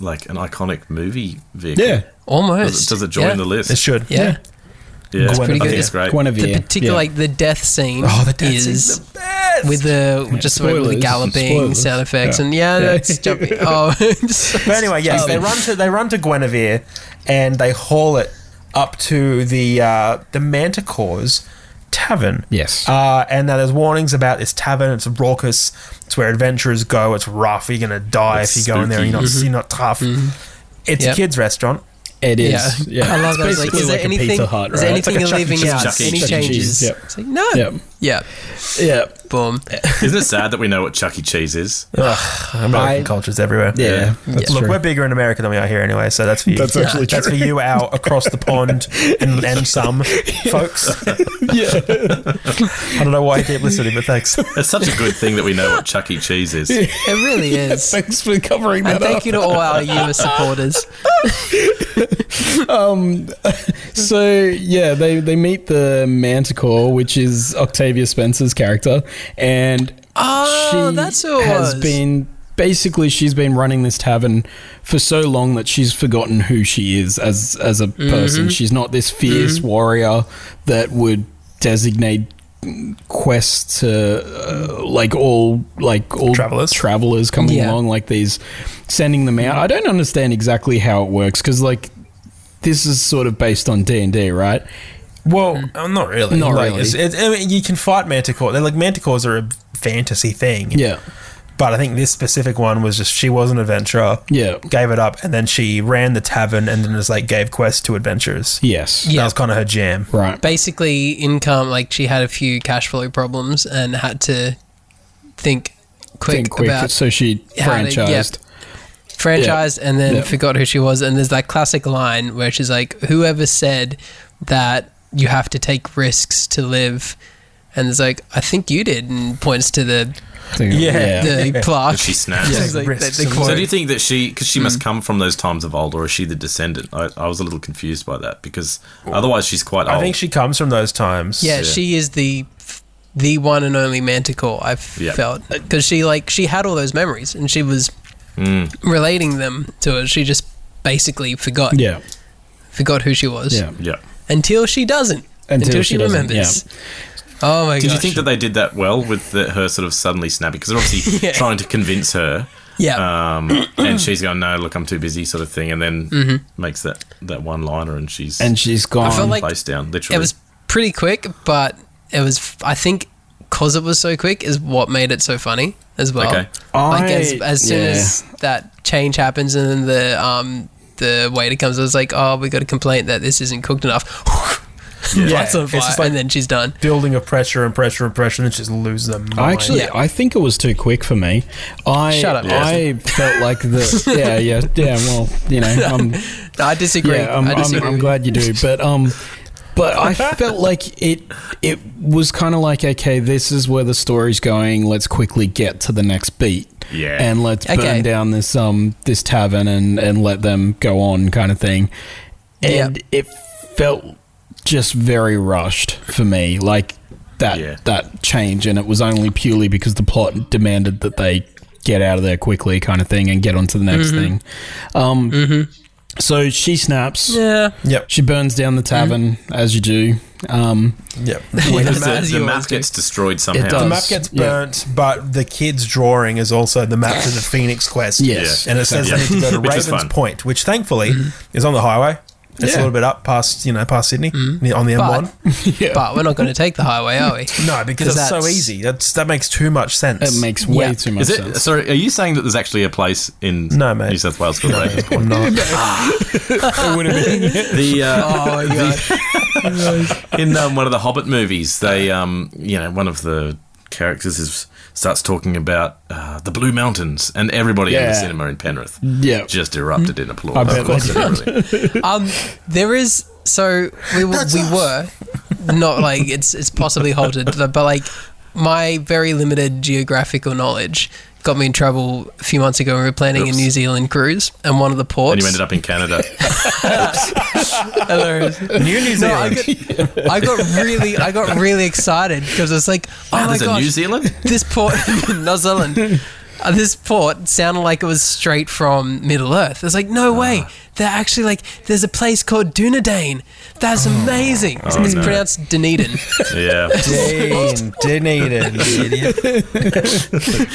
S4: like an iconic movie vehicle.
S5: yeah.
S1: almost
S4: Does it, does it join
S1: yeah.
S4: the list?
S6: It should.
S1: Yeah,
S4: yeah,
S6: It's pretty
S4: I
S1: good.
S4: think it's great.
S5: Guinevere.
S1: the particular
S5: yeah.
S1: like the death scene.
S6: Oh, the death
S1: is
S6: scene's the best.
S1: with the just the way with the
S5: Spoilers.
S1: galloping
S5: Spoilers.
S1: sound effects and yeah,
S5: Yeah.
S1: that's jumping. Oh,
S6: But anyway, yes, they run to they run to Guinevere, and they haul it up to the uh, the Manticore's tavern.
S5: Yes.
S6: Uh, and now there's warnings about this tavern. It's raucous. It's where adventurers go. It's rough. You're gonna die
S4: It's
S6: if you go in there. and You're not you're not tough. It's
S1: Mm-hmm. Yep.
S6: a kids' restaurant.
S5: it
S1: yeah,
S5: is. Yeah,
S1: I love
S5: It's
S1: that. It's Like,
S5: basically
S1: is there
S5: like a
S1: anything?
S5: Pizza Hut,
S1: Is there
S5: right?
S1: anything you're
S6: It's like a Chuck E.
S1: leaving
S6: Cheese.
S1: out?
S4: Chuck E.
S1: Any
S4: Cheese.
S1: changes?
S5: Yep.
S1: It's like no.
S5: Yep.
S1: Yeah.
S5: Yeah,
S1: Boom.
S4: Isn't it sad that we know what Chuck E. Cheese is?
S6: American
S5: I-
S6: cultures everywhere.
S5: yeah. That's
S6: Look,
S5: true.
S6: we're bigger in America than we are here anyway, so that's for you.
S3: That's actually
S6: that's for you out across the pond and, and some folks.
S5: yeah.
S6: I don't know why you keep listening, but thanks.
S4: It's such a good thing that we know what Chuck E. Cheese is.
S1: It really is.
S5: Thanks for covering
S1: And
S5: that up.
S1: thank you to all our US supporters.
S5: Um, So yeah, they they meet the Manticore, which is Octavia Spencer's character, and
S1: Oh,
S5: she
S1: that's who it
S5: has
S1: was.
S5: been basically she's been running this tavern for so long that she's forgotten who she is as as a
S1: Mm-hmm.
S5: person. She's not this fierce warrior that would designate quests to uh, like all like all
S6: Travelers.
S5: travelers coming
S1: Yeah.
S5: along like these sending them out i don't understand exactly how it works because like this is sort of based on d&d right
S6: Well, uh, not really.
S5: Not
S6: Like,
S5: really.
S6: It's, it's, I mean, you can fight manticore. They're like manticores are a fantasy thing.
S5: yeah
S6: But I think this specific one was just she was an adventurer.
S5: Yeah.
S6: Gave it up, and then she ran the tavern, and then just like gave quests to adventurers.
S5: yes
S6: That
S1: Yeah.
S6: was kind of her jam.
S5: right
S1: Basically, income, like she had a few cash flow problems and had to think quick,
S5: think quick
S1: about
S5: so she
S1: how to- yeah.
S5: franchised
S1: franchised and then
S5: Yeah.
S1: forgot who she was. And there's that classic line where she's like, whoever said that you have to take risks to live. And it's like, I think you did, and points to the,
S6: Yeah.
S1: the
S6: Yeah.
S1: plaque.
S4: That she snaps.
S1: She's like, Hmm.
S6: Risks
S1: the, the
S6: and
S1: quote.
S4: So do you think that she, because she must come from those times of old, or is she the descendant? I, I was a little confused by that because otherwise she's quite old.
S6: I think she comes from those times.
S1: Yeah, she is the the one and only Manticore. I've
S4: Yeah.
S1: felt because she like she had all those memories and she was
S4: Mm.
S1: relating them to it. She just basically forgot
S5: yeah
S1: forgot who she was
S5: yeah
S4: yeah.
S1: until she doesn't
S5: Until
S1: until,
S5: she
S1: she,
S5: doesn't,
S1: remembers. Oh my god!
S4: Did you think that they did that well with the, her sort of suddenly snapping? Because they're obviously
S1: Yeah.
S4: trying to convince her,
S1: yeah,
S4: um, and she's going, "No, look, I'm too busy," sort of thing, and then makes that, that one liner, and she's
S5: and she's gone
S1: Mm-hmm. felt like-
S4: place down literally.
S1: it was pretty quick, but it was I think because it was so quick is what made it so funny as well.
S4: Okay.
S1: Like
S5: I-
S1: as, as soon
S5: yeah.
S1: as that change happens and then the um the waiter comes, I was like, oh, we got a complaint that this isn't cooked enough.
S6: Yeah.
S1: Lights on
S6: It's
S1: fire,
S6: just like-
S1: and then she's done.
S6: Building of pressure and pressure and pressure, and then she just loses them.
S5: I actually,
S1: Yeah.
S5: I think it was too quick for me. I
S1: Shut up,
S5: I felt like the yeah, yeah, yeah. Well, you know, I'm,
S1: No, I disagree.
S5: yeah, I'm,
S1: I
S5: I'm,
S1: disagree.
S5: I'm glad you do, but um, but I felt like it it was kind of like okay, this is where the story's going. Let's quickly get to the next beat.
S4: Yeah.
S5: and let's
S1: Okay.
S5: burn down this um this tavern and and let them go on kind of thing. And it felt just very rushed for me. Like that
S4: Yeah.
S5: that change, and it was only purely because the plot demanded that they get out of there quickly, kind of thing, and get on to the next thing. Um, So she snaps.
S1: Yeah,
S6: Yep.
S5: She burns down the tavern as you do. Um,
S6: Yep.
S4: Because
S1: Yeah,
S4: the,
S1: as
S4: the
S1: you
S4: map
S1: always do.
S4: gets destroyed somehow.
S5: does.
S6: The map gets
S5: Yeah.
S6: burnt, but the kid's drawing is also the map to the Phoenix Quest.
S5: Yes.
S6: And it says
S4: Yeah.
S6: they need to go to
S4: Which was
S6: Raven's
S4: fun.
S6: Point, which thankfully is on the highway. It's
S5: Yeah.
S6: a little bit up past, you know, past Sydney near- on the
S1: But-
S6: M1.
S5: yeah,
S1: but we're not going to take the highway, are we?
S6: No, because it's so
S1: that's-
S6: easy. That's, that makes too much sense.
S5: it makes way
S1: Yeah.
S5: too much
S4: Is it?
S5: sense.
S4: Sorry, are you saying that there's actually a place in
S6: No, mate.
S4: New South Wales called Raven's Point?
S6: I'm not.
S5: it would have been
S4: The uh,
S1: Oh my god!
S4: in um, one of the Hobbit movies, they um, you know one of the characters is starts talking about uh, the Blue Mountains, and everybody in the
S5: Yeah.
S4: cinema in Penrith
S5: Yeah.
S4: just erupted in applause. I
S5: bet they did.
S1: Um, there is so we were, we were not like it's it's possibly halted, but like my very limited geographical knowledge got me in trouble a few months ago. when We were planning
S4: Oops.
S1: a New Zealand cruise, and one of the ports.
S4: And you ended up in Canada.
S1: Hello.
S6: New New
S1: No, I
S6: Zealand.
S1: got, I got really, I got really excited because it's like, oh my
S4: Ah, There's a
S1: gosh,
S4: New Zealand.
S1: this port, New Zealand, uh, this port sounded like it was straight from Middle Earth. It's like, no way.
S4: Ah.
S1: They're actually like, there's a place called Dunedin. That's amazing. It's,
S4: Oh,
S1: it's
S4: no.
S1: pronounced Dunedin.
S4: Yeah.
S6: Dean, Dunedin, you idiot.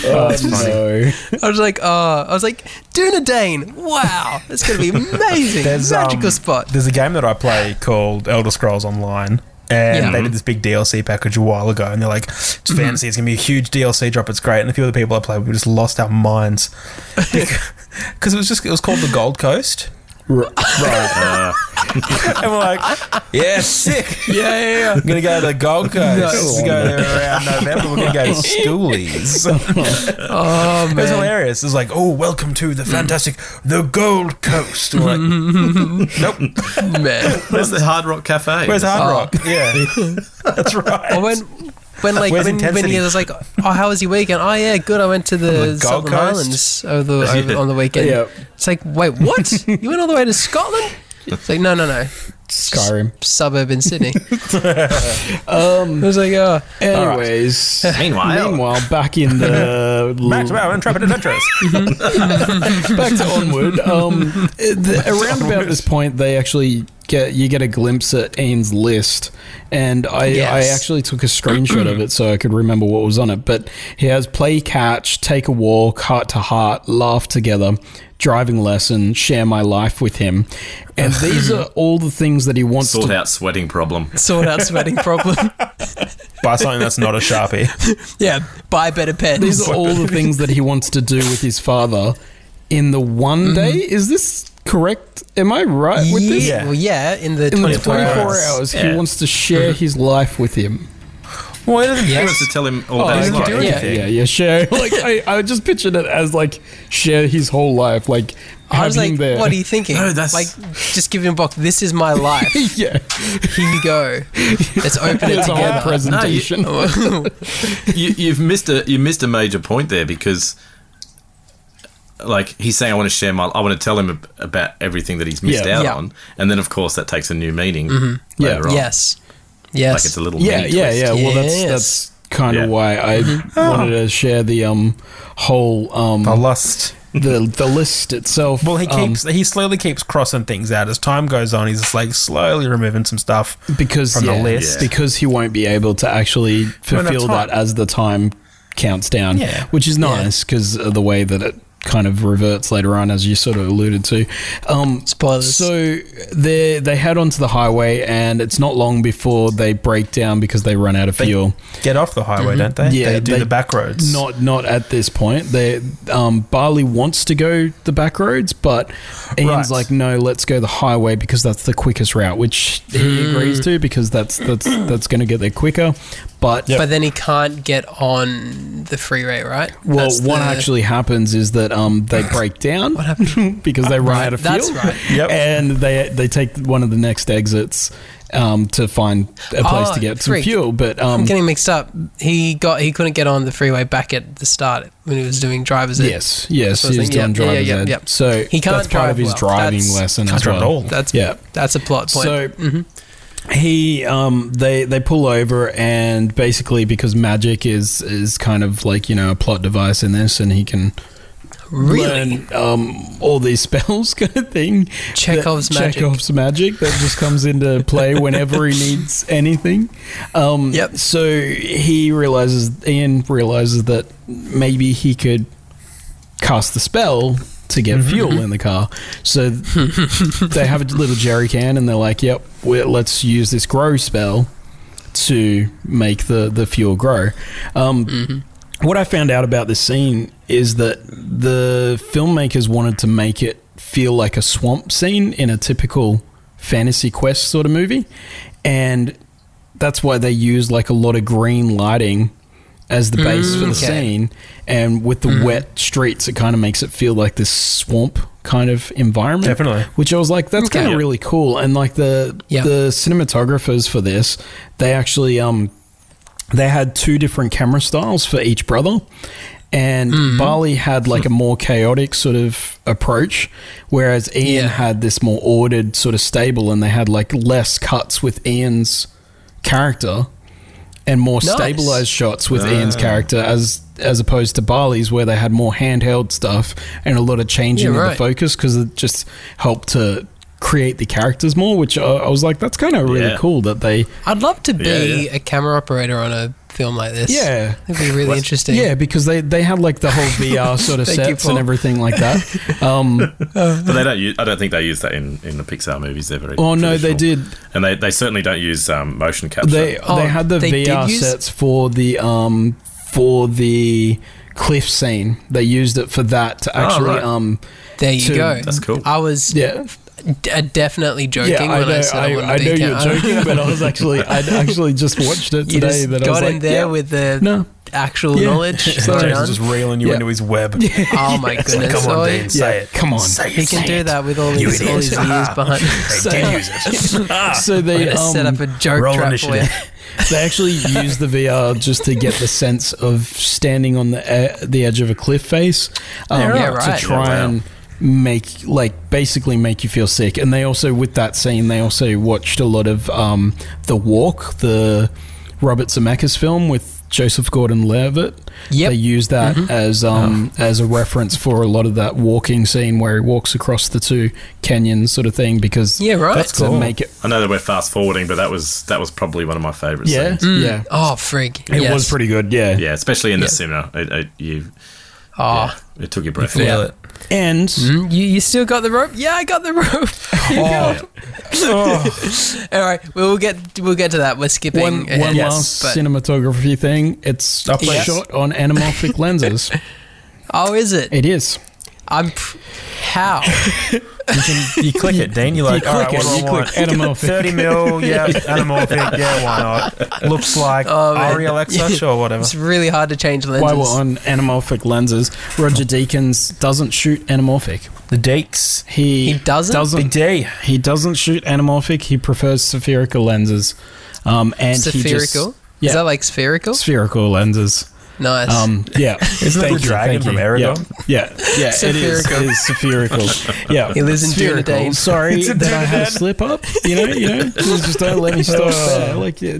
S5: Oh, no.
S1: I was like, oh, I was like, Dunedin. Wow, that's gonna be amazing. Magical
S6: um,
S1: spot.
S6: There's a game that I play called Elder Scrolls Online. And
S1: Yeah. Hmm.
S6: they did this big DLC package a while ago, and they're like, "It's fantasy. It's gonna be a huge DLC drop. It's great." And a few of the people I played, we just lost our minds because it was just it was called the Gold Coast,
S4: Uh,
S6: and we're like, "Yeah, sick.
S1: Yeah, yeah, yeah.
S6: We're gonna go to the Gold Coast.
S1: Nice.
S6: We're going there around November. We're gonna go to Stoolies."
S1: Oh
S6: It was
S1: man.
S6: hilarious. It was like, oh, welcome to
S1: Hmm.
S6: the fantastic, the Gold Coast. We're like, nope.
S1: man.
S4: where's the Hard Rock Cafe?
S6: Where's Hard
S1: Oh.
S6: Rock? Yeah, that's right.
S1: Or when when like
S6: Where's
S1: when, when
S6: intensity?
S1: he was like, oh, how was your weekend? Oh yeah, good. I went to the,
S6: Gold
S1: Southern
S6: Coast?
S1: Islands over the, over, on the weekend.
S5: Yeah.
S1: It's like, wait, what? you went all the way to Scotland? It's like, no, no, no,
S5: Skyrim.
S1: suburban Sydney. um, I was like, oh,
S5: Anyways.
S4: Meanwhile,
S5: Meanwhile, back in the
S6: Back to our intrepid adventurers.
S5: back to onward. Um, the, around about this point, they actually get you get a glimpse at Ian's list, and I I
S1: Yes.
S5: actually took a screenshot of it so I could remember what was on it. But he has play catch, take a walk, heart to heart, laugh together. Driving lesson, share my life with him, and these are all the things that he wants
S4: sort
S5: to
S4: out sweating problem.
S1: sort out sweating problem.
S6: Buy something that's not a sharpie.
S1: yeah, buy better pets.
S5: These are all the things that he wants to do with his father in the one
S4: Mm-hmm.
S5: day. Is this correct? Am I right with this?
S1: yeah, well, yeah, in the
S5: In the
S1: 24
S5: 24
S1: hours.
S5: hours,
S4: Yeah.
S5: he wants to share his life with him.
S6: Well, it doesn't
S4: He
S1: Yes.
S4: wants to tell him all about
S1: he
S4: his
S1: doesn't
S4: life.
S1: do
S5: Yeah,
S1: anything.
S5: yeah, yeah. Share. Like, I, I just pictured it as like share his whole life. Like,
S1: I was
S5: have him
S1: like,
S5: there.
S1: what are you thinking?
S4: No, that's-
S1: Like, just give him a box. This is my life.
S5: yeah,
S1: Here you go. Let's open it
S5: there's a whole
S1: together.
S5: presentation.
S4: you, you've missed a you missed a major point there because like he's saying I want to share my I want to tell him ab- about everything that he's missed
S5: Yeah. Mm-hmm.
S4: out
S1: Yeah.
S4: on and then of course that takes a new meaning
S5: Yeah.
S4: later on
S1: yes. Yes.
S4: like it's a little
S5: yeah,
S4: mini
S5: yeah,
S4: twist.
S5: yeah. Well, that's
S1: Yes.
S5: that's kind
S4: Yeah.
S5: of why I
S1: Mm-hmm.
S5: wanted to share the um whole um
S6: I lust.
S5: the the list itself.
S6: Well, he
S5: um,
S6: keeps he slowly keeps crossing things out as time goes on. He's just like slowly removing some stuff.
S5: because
S6: from the
S5: yeah,
S6: list.
S5: because he won't be able to actually
S6: When the
S5: fulfill
S6: time-
S5: that as the time counts down
S6: Yeah.
S5: which is nice because of the way that it kind of reverts later on as you sort of alluded to um
S1: Spoilers.
S5: so they they head onto the highway and it's not long before they break down because they run out of fuel
S6: Get off the highway, don't they?
S5: Mm-hmm. Yeah,
S6: they do
S5: they-
S6: the back roads.
S5: not not at this point they um barley wants to go the back roads but ian's
S6: Right.
S5: like no let's go the highway because that's the quickest route which he
S6: Hmm.
S5: agrees to because that's that's that's going to get there quicker but
S1: But then he can't get on the free rate, right?
S5: Well,
S1: That's
S5: what
S1: the-
S5: actually happens is that um, they break down because they run out of fuel.
S1: That's right.
S6: Yep.
S5: And they they take one of the next exits um, to find a place
S1: Oh,
S5: to get some
S1: freak.
S5: fuel. But
S1: I'm
S5: um,
S1: getting mixed up. He got he couldn't get on the freeway back at the start when he was doing driver's ed.
S5: yes,
S1: That's
S5: yes,
S1: what I
S5: he's
S1: was
S5: doing
S1: thinking. Yeah, yeah,
S5: driver's
S1: yeah,
S5: ed.
S1: yeah.
S5: So
S1: He can't
S5: that's part
S1: drive
S5: of his
S1: well.
S5: driving
S1: That's-
S5: lesson
S6: Can't
S5: as
S6: drive at all.
S5: well.
S1: That's
S5: Yeah.
S1: That's a plot point.
S5: So mm-hmm. he um they they pull over and basically because magic is is kind of like you know a plot device in this and he can
S1: really,
S5: learn um all these spells kind of thing.
S1: Chekhov's
S5: that,
S1: magic.
S5: Chekhov's magic that just comes into play whenever he needs anything. Um,
S1: Yep.
S5: So he realizes, Ian realizes that maybe he could cast the spell to get
S1: Mm-hmm,
S5: fuel in the car. So they have a little jerry can and they're like, "Yep, we let's use this grow spell to make the the fuel grow." Um,
S1: Mm-hmm.
S5: What I found out about this scene is that the filmmakers wanted to make it feel like a swamp scene in a typical fantasy quest sort of movie, and that's why they use like a lot of green lighting as the base for the
S1: Mm, okay. Mm-hmm.
S5: scene, and with the wet streets, it kind of makes it feel like this swamp kind of environment.
S6: Definitely.
S5: Which I was like, that's
S1: Okay.
S5: kind
S1: Yeah.
S5: of really cool. And like the
S1: Yeah.
S5: the cinematographers for this, they actually um they had two different camera styles for each brother. And
S1: Mm-hmm.
S5: Bali had like a more chaotic sort of approach, whereas Ian
S1: Yeah.
S5: had this more ordered sort of stable, and they had like less cuts with Ian's character and more
S1: Nice.
S5: stabilized shots with Ian's character as as opposed to Bali's where they had more handheld stuff and a lot of changing
S1: Yeah,
S5: of
S1: right.
S5: the focus because it just helped to create the characters more which I, I was like that's kind of really
S4: Yeah.
S5: cool that they
S1: I'd love to be
S4: Yeah, yeah.
S1: a camera operator on a film like this.
S5: Yeah.
S1: It'd be really interesting.
S5: yeah because they they had like the whole VR sort of
S1: Thank you,
S5: sets
S1: Paul.
S5: and everything like that um
S4: But they don't. Use, I don't think they use that in, in the Pixar movies. They're very.
S5: oh no they
S4: traditional.
S5: did
S4: and they, they certainly don't use um, motion capture.
S5: they
S1: Oh,
S5: they had the
S1: they did
S5: VR
S1: use-
S5: sets for the um for the cliff scene they used it for that to actually
S4: Oh, right.
S5: um
S1: There you
S5: To-
S1: go.
S4: That's cool.
S1: I was
S5: yeah
S1: d- uh, definitely joking
S5: I
S1: when
S5: know,
S1: I said I, wanted
S5: I
S1: to be
S5: know
S1: a
S5: you're
S1: camera.
S5: joking, but I was actually I actually just watched it
S1: You
S5: today.
S1: just
S5: that
S1: got
S5: I was
S1: in
S5: like,
S1: there
S5: yeah,
S1: with the
S5: no,
S1: actual
S5: Yeah.
S1: knowledge.
S5: Sorry.
S1: thrown
S6: James
S1: on.
S6: is just reeling you
S5: Yeah.
S6: into his web.
S1: Oh my
S6: It's like,
S1: goodness!
S6: come
S1: Oh,
S6: on, Dean, say
S5: yeah,
S6: it.
S5: come on.
S6: Say it.
S1: He can
S6: say
S1: do
S6: it.
S1: that with all
S6: You
S1: his, all
S6: idiot.
S1: his years behind.
S6: They did use it.
S5: so they Ah. um,
S1: set up a joke
S6: roll
S1: trap for you.
S6: initiative.
S5: they actually used the VR just to get the sense of standing on the e- the edge of a cliff face um,
S1: Yeah, right.
S5: to
S1: Yeah,
S5: try
S4: wow.
S5: and make like basically make you feel sick. And they also with that scene they also watched a lot of um, the Walk, the Robert Zemeckis film with Joseph
S1: Yep.
S5: Gordon-Levitt.
S1: Mm-hmm. Oh.
S5: They used that as um, as a reference for a lot of that walking scene where he walks across the two canyons sort of thing because
S1: Yeah, right. That's
S5: to
S1: cool.
S5: make it
S4: I know that we're fast forwarding, but that was that was probably one of my favourite
S5: yeah
S4: scenes.
S5: yeah.
S1: Oh frig!
S5: It
S1: yes.
S5: was pretty good, yeah.
S4: Yeah, especially in the
S1: Yeah.
S4: cinema, it, it, you,
S1: Oh,
S4: yeah, it took your breath.
S1: Yeah.
S4: away.
S5: And
S1: Mm, you, you still got the rope? Yeah, I got the rope.
S5: Oh.
S1: All right, we'll get we'll get to that. We're skipping
S5: one, one
S1: ahead,
S5: last
S1: but-
S5: cinematography thing. It's
S6: Up there.
S5: shot on anamorphic lenses.
S1: oh, is it?
S5: It is.
S1: I'm pr- how?
S6: You click it, Dean. You're like,
S5: You
S6: all right,
S5: click
S6: what
S5: it,
S6: do I
S5: you
S6: want?
S5: click anamorphic.
S6: 30 mil, yeah, anamorphic, yeah, why not? Looks like E
S1: Oh, man.
S6: Ari Alexa, sure, whatever.
S1: It's really hard to change lenses.
S5: Why we're on anamorphic lenses, Roger Deakins doesn't shoot anamorphic.
S6: The Deeks.
S5: He,
S1: He doesn't?
S6: Big D.
S5: he doesn't shoot anamorphic. He prefers spherical lenses. Um, and He just,
S1: spherical?
S5: yeah.
S1: Is that like spherical?
S5: spherical lenses.
S1: nice.
S5: Um, yeah.
S6: Isn't it
S5: Thank
S6: the
S5: you,
S6: dragon
S5: thank you.
S6: from Aragon?
S5: Yeah, yeah, yeah it is. It
S1: Spherical.
S5: is spherical. Yeah,
S1: He lives in
S5: spherical.
S1: Dunedin.
S5: Sorry
S6: It's in
S5: that I had a
S6: Dunedin.
S5: slip up. You know, you know, please just don't let me stop there. Like, yeah.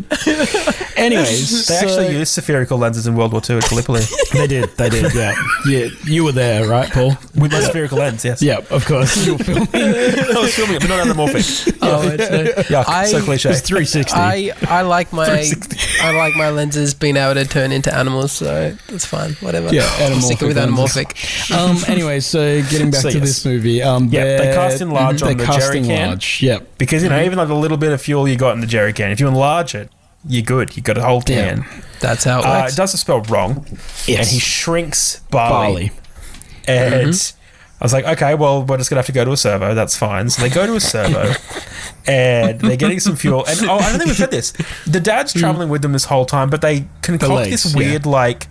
S5: anyways,
S6: They actually used spherical lenses in World War II at Gallipoli.
S5: they did, they did. Yeah, yeah. You were there, right, Paul?
S6: With my spherical lens, yes.
S5: Yeah, of course. You were filming.
S6: I was filming it, Oh, but not anamorphic.
S1: oh, it's no-
S6: Yuck,
S1: I-
S6: so cliche.
S5: It's three sixty.
S1: I I like my I like my lenses being able to turn into animals, so that's fine. Whatever.
S5: Yeah,
S1: I'm sticking
S5: anamorphic
S1: with
S5: lenses.
S1: anamorphic.
S5: Um. Anyway, so getting back
S6: So,
S5: to
S6: yes.
S5: this movie. Um.
S6: Yeah, they
S5: they're-
S6: cast in large
S5: they
S6: on the
S5: cast
S6: jerry
S5: in
S6: can.
S5: large. Yep.
S6: Because, you know, even like a little bit of fuel you got in the jerry can, if you enlarge it, you're good. You got a whole
S5: Yeah.
S6: can.
S1: That's how it
S6: Uh,
S1: works.
S6: it does the spell wrong.
S5: Yes.
S6: And he shrinks
S5: Barley.
S6: Barley. And
S1: Mm-hmm.
S6: I was like, okay, well, we're just going to have to go to a servo. That's fine. So they go to a servo and they're getting some fuel. And oh, I don't think we've said this. The dad's
S1: Mm.
S6: traveling with them this whole time, but they concoct
S5: legs,
S6: this
S5: yeah.
S6: weird, like,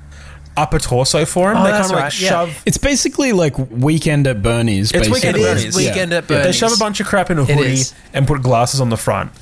S6: upper torso for him.
S1: Oh,
S6: they kind
S1: that's
S6: of like
S1: right, yeah.
S6: shove.
S5: It's basically like Weekend at Bernie's.
S6: It's
S5: basically.
S6: Weekend at
S1: it
S6: Bernie's.
S1: is
S6: yeah.
S1: weekend at
S6: They
S1: Bernie's.
S6: shove a bunch of crap in a hoodie
S1: is.
S6: and put glasses on the front.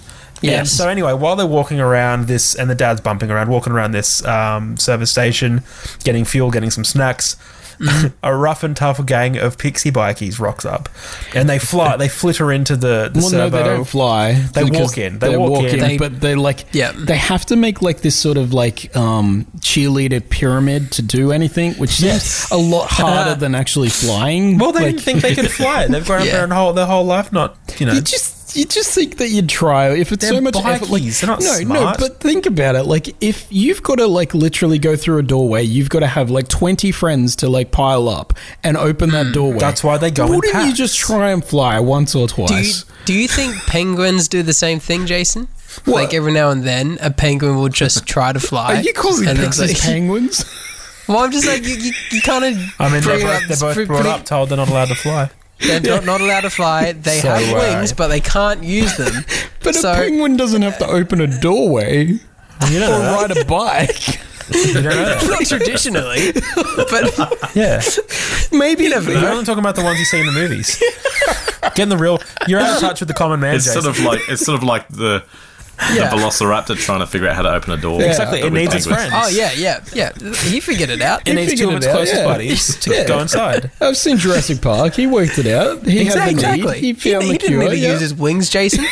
S6: And
S1: Yes.
S6: so anyway, while they're walking around this, and the dad's bumping around, walking around this um, service station, getting fuel, getting some snacks, a rough and tough gang of pixie bikies rocks up, and they fly, they flitter into the, the
S5: well,
S6: servo.
S5: no, they don't fly.
S6: They
S5: because
S6: walk in. They walk in.
S1: They-
S5: but they like.
S1: Yeah.
S5: They have to make like this sort of like um, cheerleader pyramid to do anything, which
S6: Yes. Uh,
S5: seems a lot harder than actually flying.
S6: well, they
S5: like,
S6: didn't think they could fly. They've grown up
S1: Yeah.
S6: their whole their whole life, not you know.
S5: You just you just think that you'd try if it's
S6: They're
S5: so much effort. Like,
S6: bikies, they're not
S5: no,
S6: smart.
S5: no, but think about it. Like if you've got to like literally go through a doorway, you've got to have like twenty friends to like pile up and open
S1: Mm.
S5: that doorway.
S6: That's why they go in
S5: Wouldn't you
S6: packs.
S5: just try and fly once or
S1: do you,
S5: twice?
S1: do you think penguins do the same thing, Jason? Like every now and then, a penguin will just try to fly.
S5: Are you calling
S1: and it's
S5: pixies
S1: like-
S5: penguins?
S1: Well, I'm just like you. You, you kind of.
S6: I mean, they're
S1: bring it
S6: both, they're both
S1: pretty-
S6: brought up told they're not allowed to fly.
S1: They're not, not allowed to fly. They
S6: So,
S1: have
S6: uh,
S1: wings, but they can't use them.
S5: But
S1: so
S5: a penguin doesn't have to open a doorway or ride a bike.
S1: Not traditionally, but
S6: Yeah.
S1: maybe in a
S6: You're
S1: video.
S6: only talking about the ones you see in the movies. Getting the real. You're out of touch with the common man,
S4: It's
S6: Jason.
S4: sort of like it's sort of like the the Velociraptor trying to figure out how to open a door.
S6: exactly.
S4: But
S6: It
S4: with
S6: needs its
S4: penguins.
S6: friends.
S1: Oh yeah, yeah, yeah. He figured it out.
S6: It needs two of
S5: figured
S6: its
S5: it out,
S6: closest
S5: yeah.
S6: buddies to
S5: Yeah.
S6: go inside.
S5: I've seen Jurassic Park. He worked it out. He had the need.
S1: He,
S5: He found
S1: he didn't
S5: the cure.
S1: need to
S5: yeah.
S1: use his wings, Jason.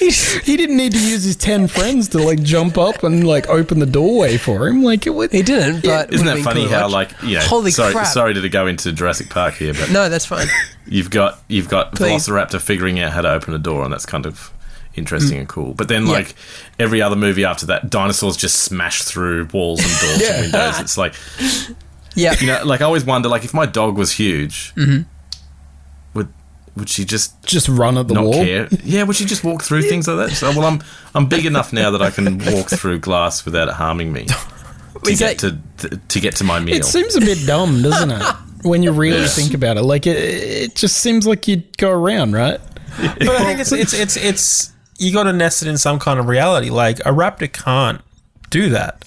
S5: he didn't need to use his ten friends to like jump up and like open the doorway for him. Like it would.
S1: He didn't. But would've
S4: Isn't that
S1: been
S4: funny
S1: cool to
S4: how
S1: watch.
S4: like yeah?
S1: Holy
S4: sorry,
S1: crap.
S4: sorry to go into Jurassic Park here, but
S1: No, that's fine.
S4: you've got you've got
S1: Please.
S4: Velociraptor figuring out how to open a door, and that's kind of
S1: Mm.
S4: interesting and cool. But then, like every other movie after that, dinosaurs just smash through walls and doors and windows. It's like
S1: Yeah.
S4: you know, like I always wonder, like if my dog was huge,
S1: Mm-hmm.
S4: would would she just
S5: just run at the
S4: not
S5: wall.
S4: care? Yeah, would she just walk through things like that? So, well, I'm I'm big enough now that I can walk through glass without it harming me. To
S1: Is
S4: get
S1: that-
S4: to, to to get to my meal.
S5: It seems a bit dumb, doesn't it? When you really
S4: Yes.
S5: think about it, like it, it just seems like you'd go around, right?
S6: But I think it's it's it's it's you got to nest it in some kind of reality. Like a raptor can't do that.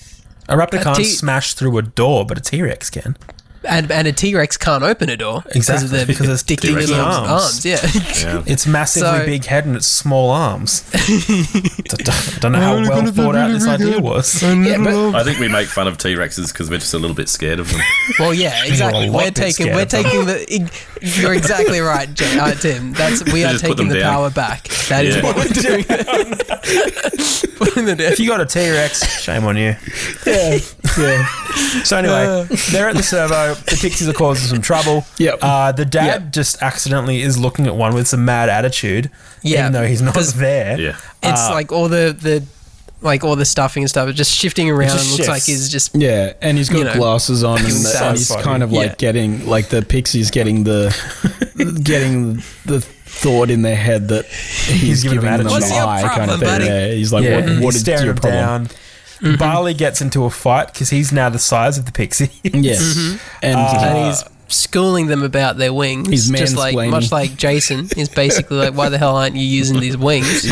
S6: A raptor
S1: A
S6: can't
S1: T-
S6: smash through a door, but a T Rex can.
S1: And, and a T Rex can't open a door
S6: Exactly,
S1: because of their
S6: because it's
S1: dicky
S6: T-Rex
S1: little
S6: arms.
S1: arms. Yeah.
S4: yeah.
S6: Its massively
S1: So-
S6: big head and its small arms. don't know how
S3: Oh, they're
S6: well
S3: gonna be
S6: thought out this
S3: really
S6: idea
S3: good.
S6: was.
S1: Yeah, but-
S4: I think we make fun of T Rexes because we're just a little bit scared of them.
S1: Well, yeah, exactly.
S6: lot
S1: We're
S6: bit
S1: taking
S6: scared
S1: we're
S6: of them.
S1: taking the. ig- You're exactly right, J- uh, Tim. That's we are
S4: Just put
S1: taking
S4: them
S1: the
S4: down.
S1: power back. That is
S4: Yeah.
S1: what we're doing. Putting them down.
S6: If you got a T Rex, shame on you.
S5: Yeah, yeah.
S6: So
S1: Uh.
S6: anyway, they're at the servo. The pixies are causing some trouble.
S5: Yep.
S6: Uh, the dad just accidentally is looking at one with some mad attitude.
S1: Yeah,
S6: Even though he's not
S1: 'cause-
S6: there.
S4: Yeah.
S1: It's like all the the like all the stuffing and stuff. It's just shifting around.
S6: just
S1: and looks like
S6: shifts.
S1: he's just
S5: Yeah, and he's got
S1: You know,
S5: glasses on, and,
S6: he's
S5: the- and he's
S6: satisfied.
S5: kind of like
S1: Yeah.
S5: getting like the pixies getting the getting the thought in their head that he's,
S6: giving
S5: giving,
S6: them
S5: them
S6: attitude.
S1: What's
S5: an
S1: your
S5: eye kind
S1: problem,
S5: of thing.
S1: buddy?
S5: Yeah, he's like,
S6: Yeah,
S5: what, what
S6: he's
S5: is
S6: staring
S5: your
S6: him
S5: problem?
S6: down.
S1: Mm-hmm.
S6: Barley gets into a fight because he's now the size of the pixie.
S5: Yes, and,
S1: Mm-hmm. and
S5: uh,
S1: he's schooling them about their wings.
S5: He's
S1: just like
S5: mansplaining.
S1: much like Jason is basically like, why the hell aren't you using these wings?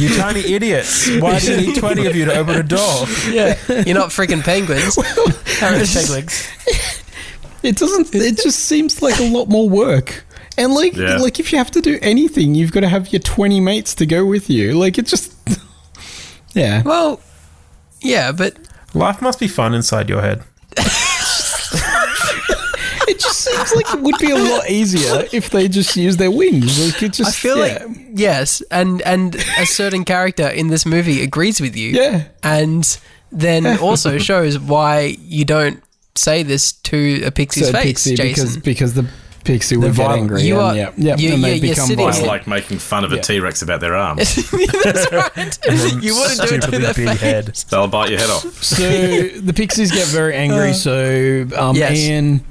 S6: you tiny idiots! Why do you need twenty of you to open a door?
S1: yeah, you're not freaking penguins.
S5: it doesn't. It just seems like a lot more work. And like,
S4: Yeah.
S5: like if you have to do anything, you've got to have your twenty mates to go with you. Like it just, yeah.
S1: Well, yeah, but
S6: Life must be fun inside your head.
S5: It just seems like it would be a lot easier if they just used their wings. Like it just,
S1: I feel
S5: yeah.
S1: like yes, and and a certain character in this movie agrees with you.
S5: Yeah.
S1: and then also shows why you don't say this to a pixie's
S5: So
S1: face,
S5: pixie
S1: Jason.
S5: because because the pixie would get
S6: violent.
S5: angry.
S1: You
S5: and,
S1: are-
S5: yeah, yeah,
S1: you-
S5: and
S1: yeah,
S5: they
S1: you're
S5: become
S1: sitting
S5: violent.
S4: It's
S1: Yeah.
S4: like making fun of a
S5: Yeah.
S4: T Rex about their arms.
S1: That's right. you wouldn't do it to
S6: Stupidly
S1: their
S6: big
S1: face.
S6: head.
S4: They'll bite your head off.
S5: so the pixies get very angry. So um,
S1: Yes.
S5: Ian,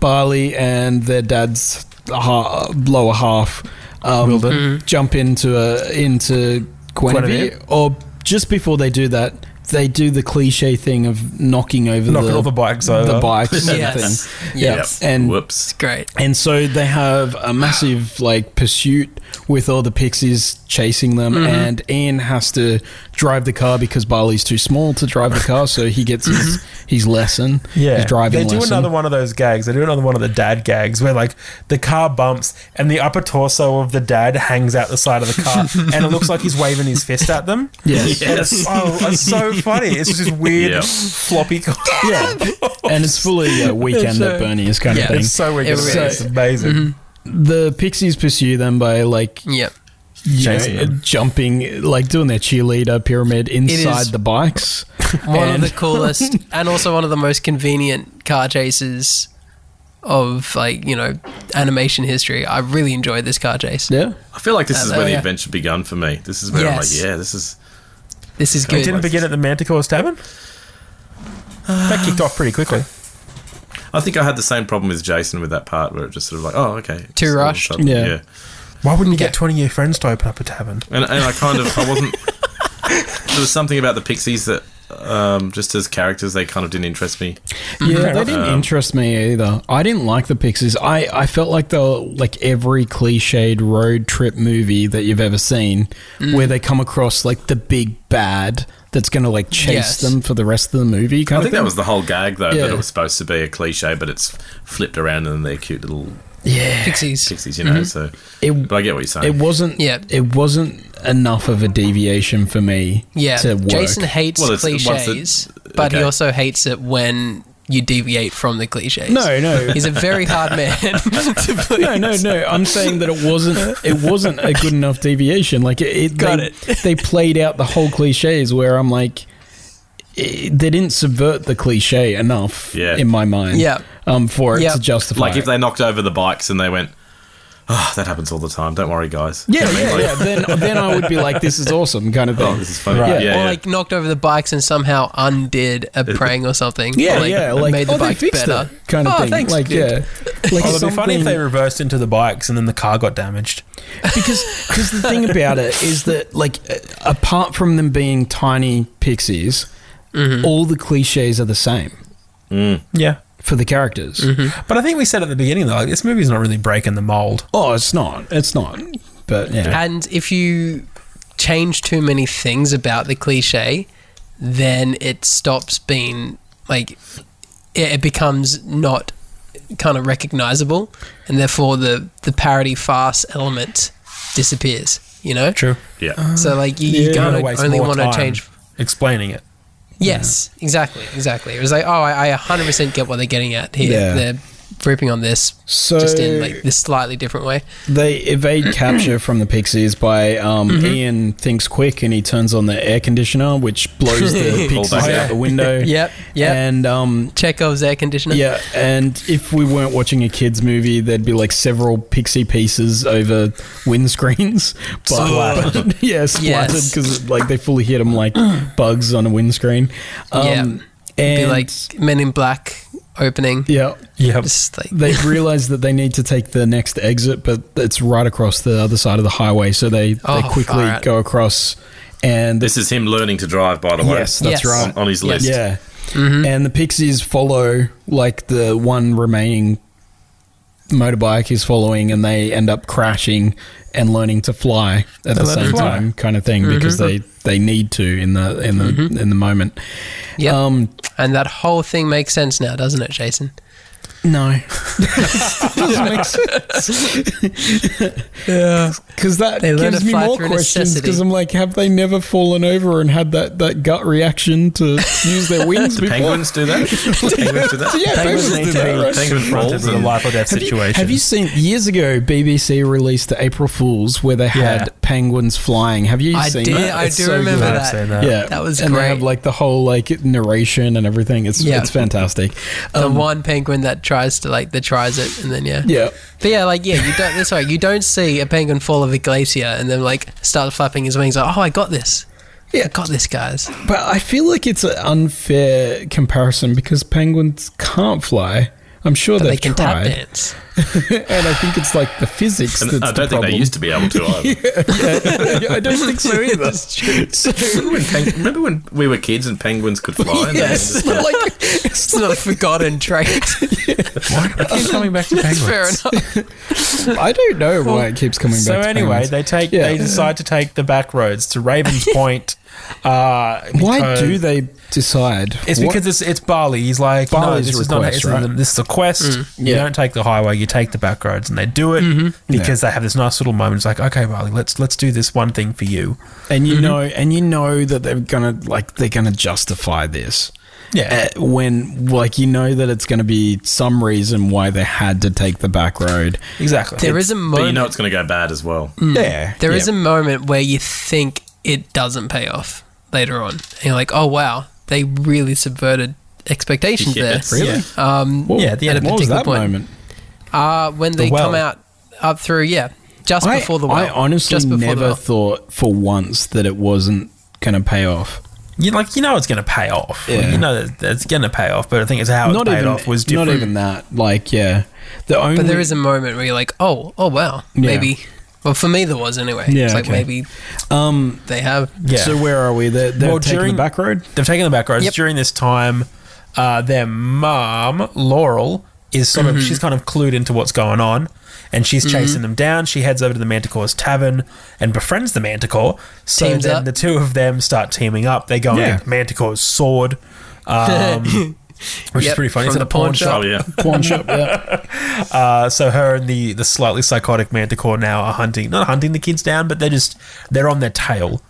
S5: Barley, and their dad's ha- lower half um,
S1: Mm-hmm.
S5: jump into a, into Guinevere,
S6: Guinevere.
S5: or just before they do that, they do the cliche thing of knocking over
S6: Knocking
S5: the,
S6: all the bikes
S5: the
S6: over.
S5: bikes and
S1: Yes.
S5: things.
S1: Yes.
S5: Yeah, and
S4: Whoops.
S1: Great.
S5: And so they have a massive like pursuit with all the pixies chasing them, and Ian has to drive the car because Barley's too small to drive the car, so he gets his, his lesson.
S6: Yeah,
S5: his driving
S6: They do
S5: lesson.
S6: another one of those gags. They do another one of the dad gags where like the car bumps and the upper torso of the dad hangs out the side of the car, and it looks like he's waving his fist at them.
S5: Yes.
S6: And it's, oh, it's so funny. It's just this weird
S4: Yeah.
S6: floppy. car.
S5: and it's fully uh, weekend at Bernie's kind
S1: Yeah.
S5: of thing.
S6: It's so weird.
S1: It really
S6: it's
S1: is.
S6: amazing.
S5: The pixies pursue them by like
S1: Yep.
S5: you know,
S6: Chasing them.
S5: jumping, like doing their cheerleader pyramid inside
S1: is-
S5: the bikes.
S1: One
S5: And-
S1: of the coolest and also one of the most convenient car chases of like, you know, animation history. I really enjoyed this car chase.
S5: Yeah.
S4: I feel like this is
S1: Uh,
S4: where the
S1: yeah.
S4: adventure begun for me. This is where
S1: Yes.
S4: I'm like, yeah, this is.
S1: This is
S4: It
S1: good.
S6: Didn't begin at the Manticore's tavern. That kicked off pretty quickly.
S4: I think I had the same problem with Jason with that part where it just sort of like, oh, okay, Just all of a
S1: rushed.
S4: sudden,
S5: Yeah.
S6: Why wouldn't you get twenty of your friends to open up a tavern?
S4: And, and I kind of, I wasn't. there was something about the Pixies that um, just as characters, they kind of didn't interest me.
S1: Mm-hmm.
S5: Yeah, they didn't interest me either. I didn't like the Pixies. I, I felt like the like every cliched road trip movie that you've ever seen,
S1: Mm.
S5: where they come across like the big bad that's going to like chase
S1: Yes.
S5: them for the rest of the movie. Kind
S4: I
S5: of
S4: think
S5: thing.
S4: that was the whole gag, though, that
S5: Yeah.
S4: it was supposed to be a cliche, but it's flipped around and they're cute little
S5: yeah.
S1: Pixies.
S4: pixies, you know. So,
S5: It
S4: but I get
S5: Mm-hmm.
S4: what you're
S5: it
S4: saying.
S5: wasn't
S1: Yeah.
S5: it wasn't enough of a deviation for me.
S1: Yeah,
S5: to work.
S1: Jason hates
S4: Well, it's- once the-
S1: cliches, but he
S4: okay.
S1: also hates it when you deviate from the cliches.
S5: no, no,
S1: he's a very hard man to please.
S5: No, no, no. I'm saying that it wasn't. It wasn't a good enough deviation. Like it, it
S1: Got
S5: they, they played out the whole cliches where I'm like, it, they didn't subvert the cliche enough.
S4: Yeah.
S5: In my mind.
S1: Yeah.
S5: Um, for it
S1: Yeah.
S5: to justify.
S4: Like if
S5: it.
S4: they knocked over the bikes and they went, oh, that happens all the time. Don't worry, guys.
S5: Yeah, yeah, yeah. Then, then I would be like, "This is awesome," kind of thing.
S4: Oh, this is funny.
S5: Right.
S4: Yeah,
S1: or
S4: yeah.
S1: like knocked over the bikes and somehow undid a prang or something.
S5: yeah,
S1: or, like,
S5: yeah. Like
S1: made the
S5: oh, they
S1: bike
S5: fixed
S1: better.
S5: it, kind of
S1: oh,
S5: thing.
S1: Thanks,
S5: like
S1: dude.
S5: yeah, like
S4: Oh,
S6: it'd be funny if they
S5: something-
S6: reversed into the bikes and then the car got damaged.
S5: because because the thing about it is that like a- apart from them being tiny pixies,
S1: Mm-hmm.
S5: all the cliches are the same
S6: Yeah.
S5: for the characters.
S1: Mm-hmm.
S6: But I think we said at the beginning, though, like, this movie's not really breaking the mold.
S5: Oh, it's not. It's not. But yeah,
S1: And if you change too many things about the cliche, then it stops being like it, it becomes not kind of recognizable, and therefore the the parody farce element disappears. You know,
S6: True.
S5: uh,
S4: yeah.
S1: so like you,
S5: Yeah.
S1: you
S5: You
S1: kind
S6: Gotta
S1: of
S6: waste
S1: only
S6: more
S1: want to
S6: time
S1: change.
S6: Explaining it.
S1: Yes, exactly, exactly. It was like, oh, I, I 100% get what they're getting at here.
S5: Yeah.
S1: They're ripping on this
S5: So-
S1: just in like this slightly different way.
S5: they evade capture from the pixies by um,
S1: Mm-hmm.
S5: Ian thinks quick and he turns on the air conditioner, which blows the pixies
S4: back
S5: out
S4: out.
S5: the window.
S1: Yep, yep.
S5: And um,
S1: Chekhov's air conditioner.
S5: yeah, and if we weren't watching a kids movie, there'd be like several pixie pieces over windscreens. But, but yeah, splattered
S1: Yes.
S5: because like they fully hit them like bugs on a windscreen. Um,
S1: Yeah.
S5: and
S1: be like Men in Black opening.
S5: yeah.
S6: Yep.
S1: Just like
S5: they realize that they need to take the next exit, but it's right across the other side of the highway. So they,
S1: Oh,
S5: they quickly
S1: far out.
S5: go across, and the,
S4: This is him learning to drive, by the way.
S5: Yes,
S1: Yes.
S5: that's right.
S4: On, on his
S1: Yeah.
S4: list.
S5: yeah, and the pixies follow like the one remaining motorbike is following, and they end up crashing and learning to fly at the
S6: learn to
S5: same
S6: fly.
S5: time, kind of thing, because they they need to in the in the in the moment.
S1: yeah,
S5: Um,
S1: and that whole thing makes sense now, doesn't it, Jason?
S5: No. doesn't make sense. yeah. Because that
S1: They learn
S5: gives
S1: to
S5: me
S1: fly
S5: more
S1: through
S5: questions
S1: necessity.
S5: because I'm like, have they never fallen over and had that, that gut reaction to use their wings before?
S4: Penguins do that. Penguins do that.
S5: Yeah, penguins,
S6: Penguins
S5: do
S6: need to
S5: that,
S6: be
S5: right?
S4: Penguin
S6: Confronted
S4: falls
S6: with a
S4: and
S6: life or death
S5: Have you,
S6: situation.
S5: have you seen years ago BBC released the April Fools where they had
S6: Yeah.
S5: penguins flying? Have you
S1: I
S5: seen
S1: did-
S5: that?
S1: I do remember
S5: good.
S1: that.
S6: I've seen that.
S5: Yeah,
S1: That was
S5: and
S1: great.
S5: they have like the whole like narration and everything. It's
S1: Yeah.
S5: it's fantastic.
S1: The one penguin that tries to like that tries it, and then yeah,
S5: Um, Yeah,
S1: But yeah, like yeah, you don't. That's right. You don't see a penguin fall of a glacier and then like start flapping his wings like, oh, I got this.
S5: Yeah.
S1: I got this, guys.
S5: But I feel like it's an unfair comparison because penguins can't fly. I'm sure
S1: But
S5: they've
S1: they can tap
S5: tried,
S1: dance.
S5: and I think it's like the physics
S4: And
S5: that's
S4: I
S5: the
S4: don't think
S5: problem.
S4: they used to be able to either.
S5: I don't think so either.
S4: Remember when peng- Remember when we were kids and penguins could fly? And they
S5: yes, it's
S4: just-
S5: not like it's
S1: It's not a forgotten trait.
S6: I keep coming back to penguins.
S1: Fair enough.
S5: not- I don't know why it keeps coming
S6: So
S5: back. to
S6: anyway,
S5: penguins.
S6: they take
S5: Yeah.
S6: they decide to take the back roads to Raven's Point. Uh,
S5: why
S6: because-
S5: do they decide?
S6: It's
S5: What-
S6: because it's it's Bali. He's like,
S5: Bali's
S6: no, this is not
S5: request,
S6: this, is
S5: right? Mm.
S6: this is a quest. You
S5: Yeah. Mm-hmm.
S6: don't take the highway, you take the back roads, and they do it because they have this nice little moment. It's like, okay, Bali, let's let's do this one thing for you.
S5: and you know, and you know that they're gonna like they're gonna justify this.
S6: Yeah.
S5: uh, when like you know that it's going to be some reason why they had to take the back road.
S6: Exactly.
S1: There is a
S4: But you
S1: moment.
S4: know it's going to go bad as well.
S5: Mm-hmm.
S1: Mm.
S5: Yeah,
S1: There is a moment where you think it doesn't pay off later on. And you're like, oh, wow, they really subverted expectations
S4: Yes.
S1: there.
S4: Yeah.
S1: Um,
S5: Whoa,
S6: Yeah, at the end of
S5: what was
S1: particular
S5: that
S1: point.
S5: moment?
S1: uh, when they
S6: well.
S1: come out up through, yeah, just
S5: I,
S1: before the well.
S5: I honestly
S1: just before the
S5: never
S1: well.
S5: thought for once that it wasn't going to pay off.
S6: you like you know it's going to pay off.
S5: Yeah.
S6: You know that it's going to pay off, but I think it's how it
S5: not
S6: paid
S5: even
S6: off Oh, was different.
S5: Not even that. Like yeah, the only
S1: But there is a moment where you're like, oh, oh, wow,
S5: Yeah.
S1: maybe Well, for me there was anyway.
S5: Yeah,
S1: it's like
S5: okay.
S1: maybe
S5: Um,
S1: they have.
S6: Yeah.
S5: So where are we? They're, they're
S6: Well,
S5: taking
S6: during-
S5: the back road.
S6: They've taken the back roads
S1: Yep.
S6: during this time. Uh, their mom, Laurel, is sort
S1: Mm-hmm.
S6: of she's kind of clued into what's going on, and she's chasing them down. She heads over to the Manticore's tavern and befriends the Manticore. So
S1: Teams
S6: then
S1: up.
S6: the two of them start teaming up. They go and
S5: Yeah.
S6: get Manticore's sword, um, which is
S1: Yep,
S6: pretty funny. It's
S1: from
S6: in a
S1: the pawn
S6: pawn
S1: shop.
S6: shop.
S4: Oh yeah.
S5: Pawn shop. Yeah.
S6: Uh, so her and the the slightly psychotic Manticore now are hunting, not hunting the kids down, but they're just they're on their tail.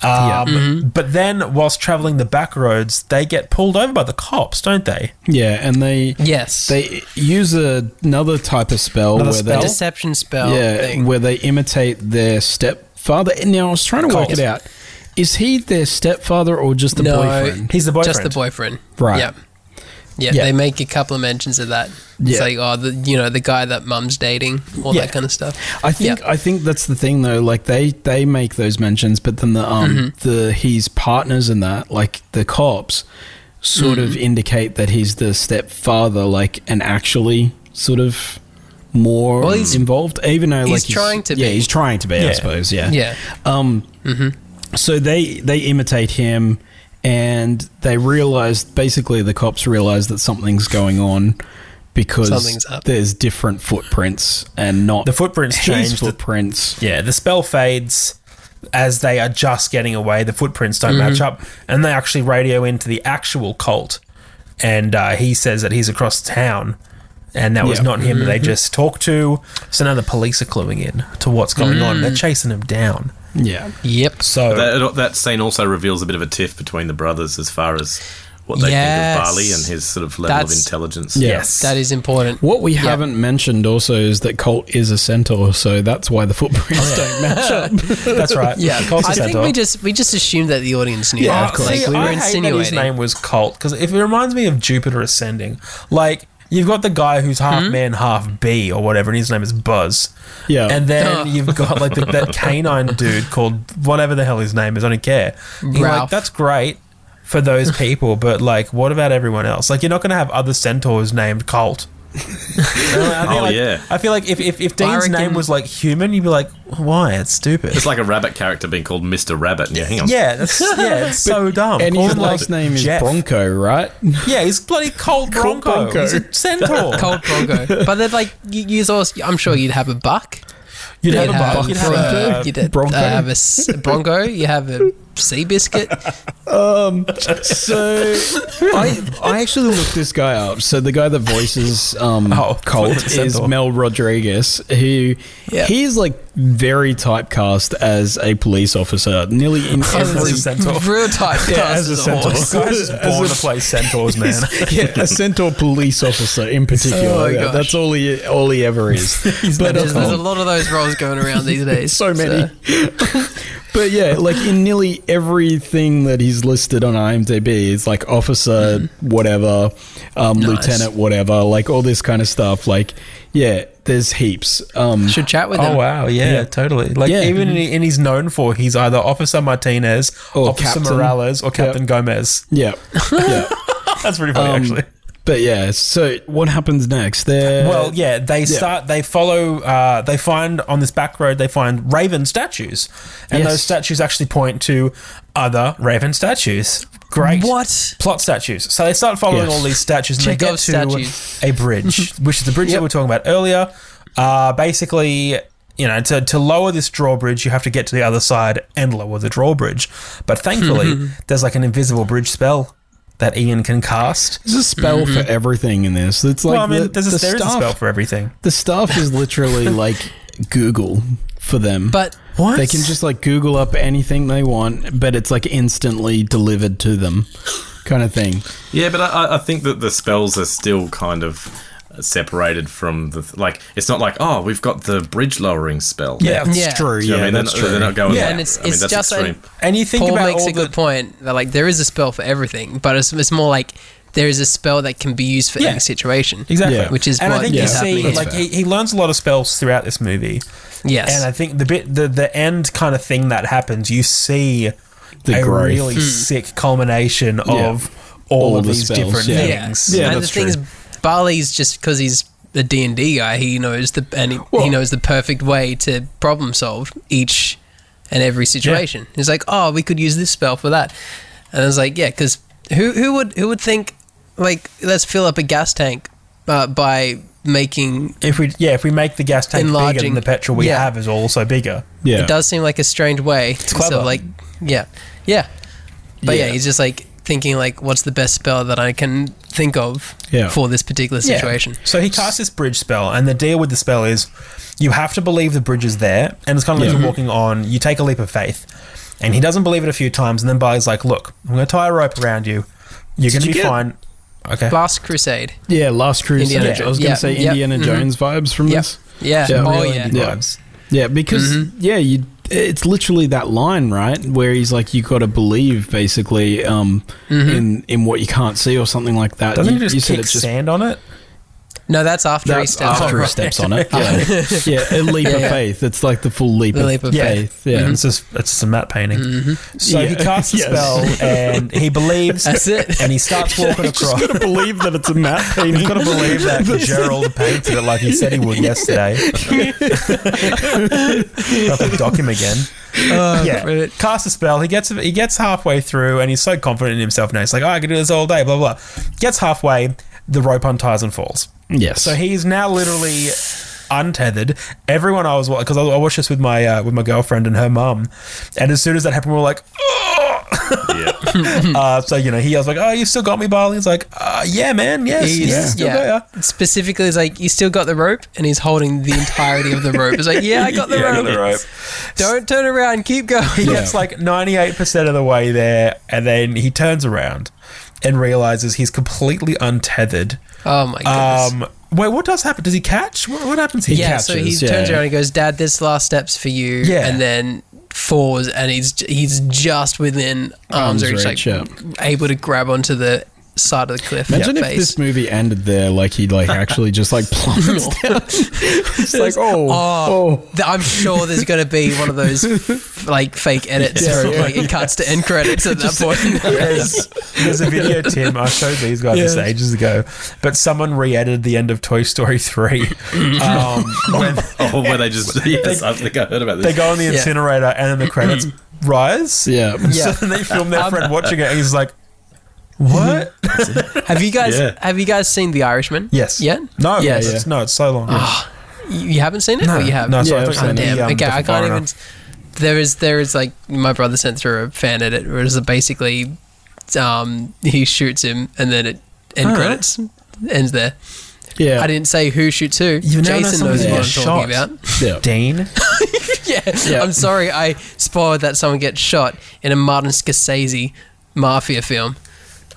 S6: Um,
S1: Mm-hmm.
S6: But then, whilst traveling the back roads, they get pulled over by the cops, don't they?
S5: Yeah, and they
S1: Yes.
S5: they use a, another type of spell
S6: Another
S5: where
S1: a
S5: they
S1: deception spell
S5: yeah
S1: thing.
S5: where they imitate their stepfather. Now I was trying to work
S6: Cold.
S5: it out. Is he their stepfather or just the
S1: No.
S5: boyfriend?
S6: He's the boyfriend.
S1: Just the boyfriend.
S5: Right.
S1: Yeah. yeah.
S5: Yeah.
S1: They make a couple of mentions of that. It's
S5: Yeah.
S1: like, oh, the, you know, the guy that mum's dating, all
S5: Yeah.
S1: that kind of stuff.
S5: I think I think that's the thing though. Like they they make those mentions, but then the um
S1: Mm-hmm.
S5: the his partners in that, like the cops, sort
S1: Mm-hmm.
S5: of indicate that he's the stepfather, like and actually sort of more
S1: Well, he's-
S5: involved, even though
S1: he's
S5: like
S1: trying to
S5: yeah,
S1: be.
S5: he's trying to be, I
S6: Yeah.
S5: suppose, yeah,
S1: Yeah.
S5: Um,
S1: Mm-hmm.
S5: so they they imitate him, and they realize basically the cops realize that something's going on because
S1: Something's up.
S5: there's different footprints and not
S6: The footprints
S5: his
S6: changed. The-
S5: footprints.
S6: yeah, the spell fades as they are just getting away. The footprints don't match
S1: Mm-hmm.
S6: up, and they actually radio into the actual cult, and uh, he says that he's across town, and that was
S5: Yeah.
S6: not him. that
S1: Mm-hmm.
S6: They just talked to. So now the police are cluing in to what's going
S1: Mm.
S6: on. They're chasing him down.
S5: Yeah.
S1: Yep.
S6: So
S4: That, that scene also reveals a bit of a tiff between the brothers as far as what they think of
S1: Yes.
S4: Barley and his sort of level
S1: That's-
S4: of intelligence.
S6: yes,
S1: That is important.
S5: What we haven't mentioned also is that Colt is a centaur, so that's why the
S6: Oh,
S5: footprints don't match up.
S6: that's right.
S1: Yeah,
S6: Colt's a
S1: I think
S6: centaur.
S1: we just we just assumed that the audience knew.
S5: Yeah,
S1: that.
S5: of course.
S1: Like,
S6: See,
S1: we were
S6: I hate that his
S1: insinuating.
S6: name was Colt because if it reminds me of Jupiter Ascending, like you've got the guy who's half
S1: Hmm?
S6: man, half bee, or whatever, and his name is Buzz.
S5: Yeah.
S6: and
S1: Oh.
S6: then you've got like the, that canine dude called whatever the hell his name is. I don't care. You're like,
S1: Ralph.
S6: that's great for those people, but like, what about everyone else? Like, you're not going to have other centaurs named Colt. I feel
S4: Oh,
S6: like-
S4: yeah.
S6: I feel like if if, if
S1: Well, I
S6: Dean's name
S1: reckon-
S6: was like human, you'd be like, why? It's stupid.
S4: It's like a rabbit character being called Mr. Rabbit. Yeah, hang on.
S6: yeah, that's yeah, it's so dumb.
S5: and
S6: Call
S5: his
S6: him, like,
S5: last name is
S6: Jeff.
S5: Bronco, right?
S6: Yeah, he's bloody Colt
S5: Colt
S6: Bronco.
S5: Bronco.
S6: He's a centaur.
S1: Cold Bronco. but they're like, you, you also, I'm sure you'd have a buck.
S6: You'd
S1: You'd
S6: have a
S1: have,
S6: buck. You'd have a-
S1: uh, you'd have,
S5: Bronco.
S1: uh, have a s- bronco. You have a sea biscuit.
S5: So I I actually looked this guy up. So the guy that voices um
S6: Oh,
S5: Colt
S6: Centaur.
S5: is Mel Rodriguez, who
S1: Yeah.
S5: he's like very typecast as a police officer, nearly in
S6: He's
S5: every
S6: a centaur.
S1: Real type cast as
S5: as a
S1: a
S5: centaur.
S1: horse.
S6: This guy's just born to play centaurs, man.
S5: yeah, a centaur police officer in particular.
S1: Oh my
S5: Yeah,
S1: gosh.
S5: that's all he all he ever is. but
S1: There's,
S5: um,
S1: there's a lot of those roles going around these days.
S5: so many. but yeah, like in nearly everything that he's listed on IMDb, it's like officer, whatever, um, lieutenant, whatever, like all this kind of stuff. Like, yeah, there's heaps. Um,
S1: Should chat with him.
S6: Oh wow, yeah,
S5: Yeah.
S6: totally. Like
S5: Yeah.
S6: even in, in he's known for, he's either Officer Martinez,
S5: Or
S6: Officer
S5: Captain.
S6: Morales, or Captain Gomez.
S5: yeah, yeah.
S6: That's pretty funny,
S5: Um,
S6: actually.
S5: But yeah, so what happens next? There.
S6: Well, yeah, they start. They follow. Uh, they find on this back road. They find raven statues, and
S5: Yes.
S6: those statues actually point to other raven statues. Great.
S1: What?
S6: plot statues. So they start following
S5: Yes.
S6: all these statues and they get to
S1: Chekhov's statues.
S6: a bridge, which is the bridge that we were talking about earlier. Uh, basically, you know, to, to lower this drawbridge, you have to get to the other side and lower the drawbridge. But thankfully, there's like an invisible bridge spell that Ian can cast.
S5: there's a spell for everything in this. It's like
S6: well, I mean,
S5: the,
S6: there's a,
S5: the
S6: there is a
S5: staff-
S6: spell for everything.
S5: The staff is literally like Google for them.
S1: But
S6: What?
S5: They can just like Google up anything they want, but it's like instantly delivered to them, kind of thing.
S4: Yeah, but I, I- I think that the spells are still kind of separated from the like. It's not like oh, we've got the bridge lowering spell.
S6: yeah,
S5: It's
S1: Yeah.
S5: true.
S4: Do you know
S5: Yeah,
S4: what I mean? They're
S5: that's
S4: not- They're not going.
S6: Yeah.
S4: like-
S1: and it's
S4: I mean,
S1: it's
S4: that's
S1: just
S4: extreme.
S1: like
S6: And you think
S1: Paul
S6: about
S1: makes
S6: all
S1: a
S6: the
S1: good point that like there is a spell for everything, but it's, it's more like there is a spell that can be used for
S6: Yeah.
S1: any situation.
S6: Exactly.
S5: Yeah.
S1: Which is
S6: and I
S1: what
S6: think
S5: yeah,
S6: you
S1: is happening.
S6: see,
S1: here.
S5: that's
S6: like
S5: fair.
S6: he, he learns a lot of spells throughout this movie.
S1: yes.
S6: And I think the bit, the the end kind of thing that happens, you see
S5: The
S6: a
S5: growth.
S6: really
S1: Hmm.
S6: sick culmination of all,
S5: All
S6: of
S5: the
S6: these
S5: spells,
S6: different
S5: yeah.
S1: yeah.
S6: things.
S5: Yeah,
S1: and
S5: that's
S1: the thing
S5: true.
S1: is, Barley's just because he's a D&D guy, he knows the and he, he knows the perfect way to problem solve each and every situation. He's like, "Oh, we could use this spell for that." And I was like, "Yeah, cuz who who would who would think like let's fill up a gas tank uh, by making
S6: If we yeah, if we make the gas tank bigger,
S1: Enlarging.
S6: then the petrol we
S1: Yeah.
S6: have is also bigger.
S5: Yeah.
S1: it does seem like a strange way. So
S6: clever.
S1: like, yeah, yeah, but yeah.
S5: Yeah.
S1: he's just like thinking like, what's the best spell that I can think of
S5: Yeah.
S1: for this particular situation?
S6: Yeah. So he casts this bridge spell, and the deal with the spell is you have to believe the bridge is there, and it's kind of like you're walking on. You take a leap of faith, and he doesn't believe it a few times, and then Barley's like, "Look, I'm going to tie a rope around you. You're going to
S5: you
S6: be
S5: get-
S6: fine." Okay.
S1: Last Crusade.
S5: Yeah, Last Mm-hmm. Crusade.
S1: Indiana
S5: I was
S1: Jones.
S5: going to
S1: Yeah,
S5: say
S1: yeah,
S5: Indiana
S1: mhm.
S5: Jones vibes from
S1: Yep.
S5: this.
S1: Yeah.
S5: Yeah.
S1: Oh
S5: Really
S1: yeah.
S5: Yeah.
S6: Vibes.
S5: Yeah, because
S1: Mhm.
S5: yeah, you it's literally that line, right? Where he's like you got to believe basically um in in what you can't see or something like that.
S6: Doesn't
S5: you,
S6: he just
S5: you
S6: kick sand on it?
S1: No, that's after he
S5: that's
S1: steps.
S5: after
S1: on,
S5: he
S1: right?
S5: steps on it. Yeah. yeah, a leap of
S1: Yeah.
S5: faith. It's like the full leap,
S1: The
S5: of,
S1: leap of
S5: faith. Yeah.
S6: It's just it's just a matte painting. Mm-hmm. So he
S5: Yeah.
S6: casts the
S5: Yes.
S6: spell, and he believes,
S1: That's it.
S6: and he starts walking across.
S3: Gotta believe that it's a map painting.
S6: You've got to believe that Gerald painted it like he said he would yesterday. Have to dock him again. yeah,
S1: brilliant.
S6: cast a spell. He gets he gets halfway through, and he's so confident in himself now. He's like, oh, I can do this all day. Blah blah. Gets halfway, the rope unties and falls.
S5: Yes.
S6: So he's now literally untethered. Everyone I was because I, I watched this with my uh, with my girlfriend and her mum, and as soon as that happened, we were like. "Oh!" uh, so you know, he I was like, "Oh, you still got me, Barley." He's like, uh, "Yeah, man, yes,
S1: He's,
S6: yes, still got ya."
S1: yeah. Specifically, it's like you still got the rope, and he's holding the entirety of the rope. It's like, yeah, I got the,
S6: Yeah, I
S1: rope.
S6: got the rope.
S1: Don't turn around. Keep
S6: He
S1: going.
S6: gets like 98% of the way there, and then he turns around and realizes he's completely untethered.
S1: Oh my goodness.
S6: Um, wait, what does happen? Does he catch? What, what happens here?
S1: yeah, so he
S5: catches, yeah.
S1: turns around and goes, "Dad, this last step's for you."
S6: Yeah.
S1: and then falls, and he's he's just within arms,
S5: Arms
S1: reach, like
S5: reach, yeah.
S1: able to grab onto the side of the cliff.
S5: Imagine if
S1: face.
S5: this movie ended there, like he like actually just like plummets down. it's like oh
S1: Oh, th- I'm sure there's going to be one of those f- like fake edits
S5: Yeah,
S1: where like it cuts to end credits at that point.
S6: There's, there's a video, Tim. I showed these guys this ages ago, but someone re edited the end of Toy Story 3 um, when
S4: Oh, where they just. Yes, I think I heard about
S6: they
S4: this.
S6: go on the incinerator and then the credits rise.
S5: yeah.
S6: So then they film
S1: Um,
S6: their friend watching it, and he's like, What?
S1: have you guys
S4: Yeah.
S1: have you guys seen The Irishman?
S6: Yes.
S1: Yet?
S6: No,
S1: Yes.
S6: it's- no, it's so long.
S1: You you haven't seen it?
S6: No,
S1: or you have.
S6: No, sorry,
S5: Yeah,
S6: I
S5: I've
S6: thought you meant
S5: seen
S1: Damn.
S6: the, um,
S1: okay, I
S6: different
S1: can't
S6: foreigner.
S1: even. There is there is like my brother sent through a fan edit where it's basically um, he shoots him and then it end credits ends there.
S5: Yeah.
S1: I didn't say who shoots who.
S6: You've now
S1: Jason
S6: done
S1: knows what
S6: something
S1: I'm
S6: that
S1: talking
S6: shot.
S1: about.
S5: yeah.
S6: Dean.
S1: yeah.
S5: Yeah.
S1: I'm sorry I spoiled that someone gets shot in a Martin Scorsese mafia film.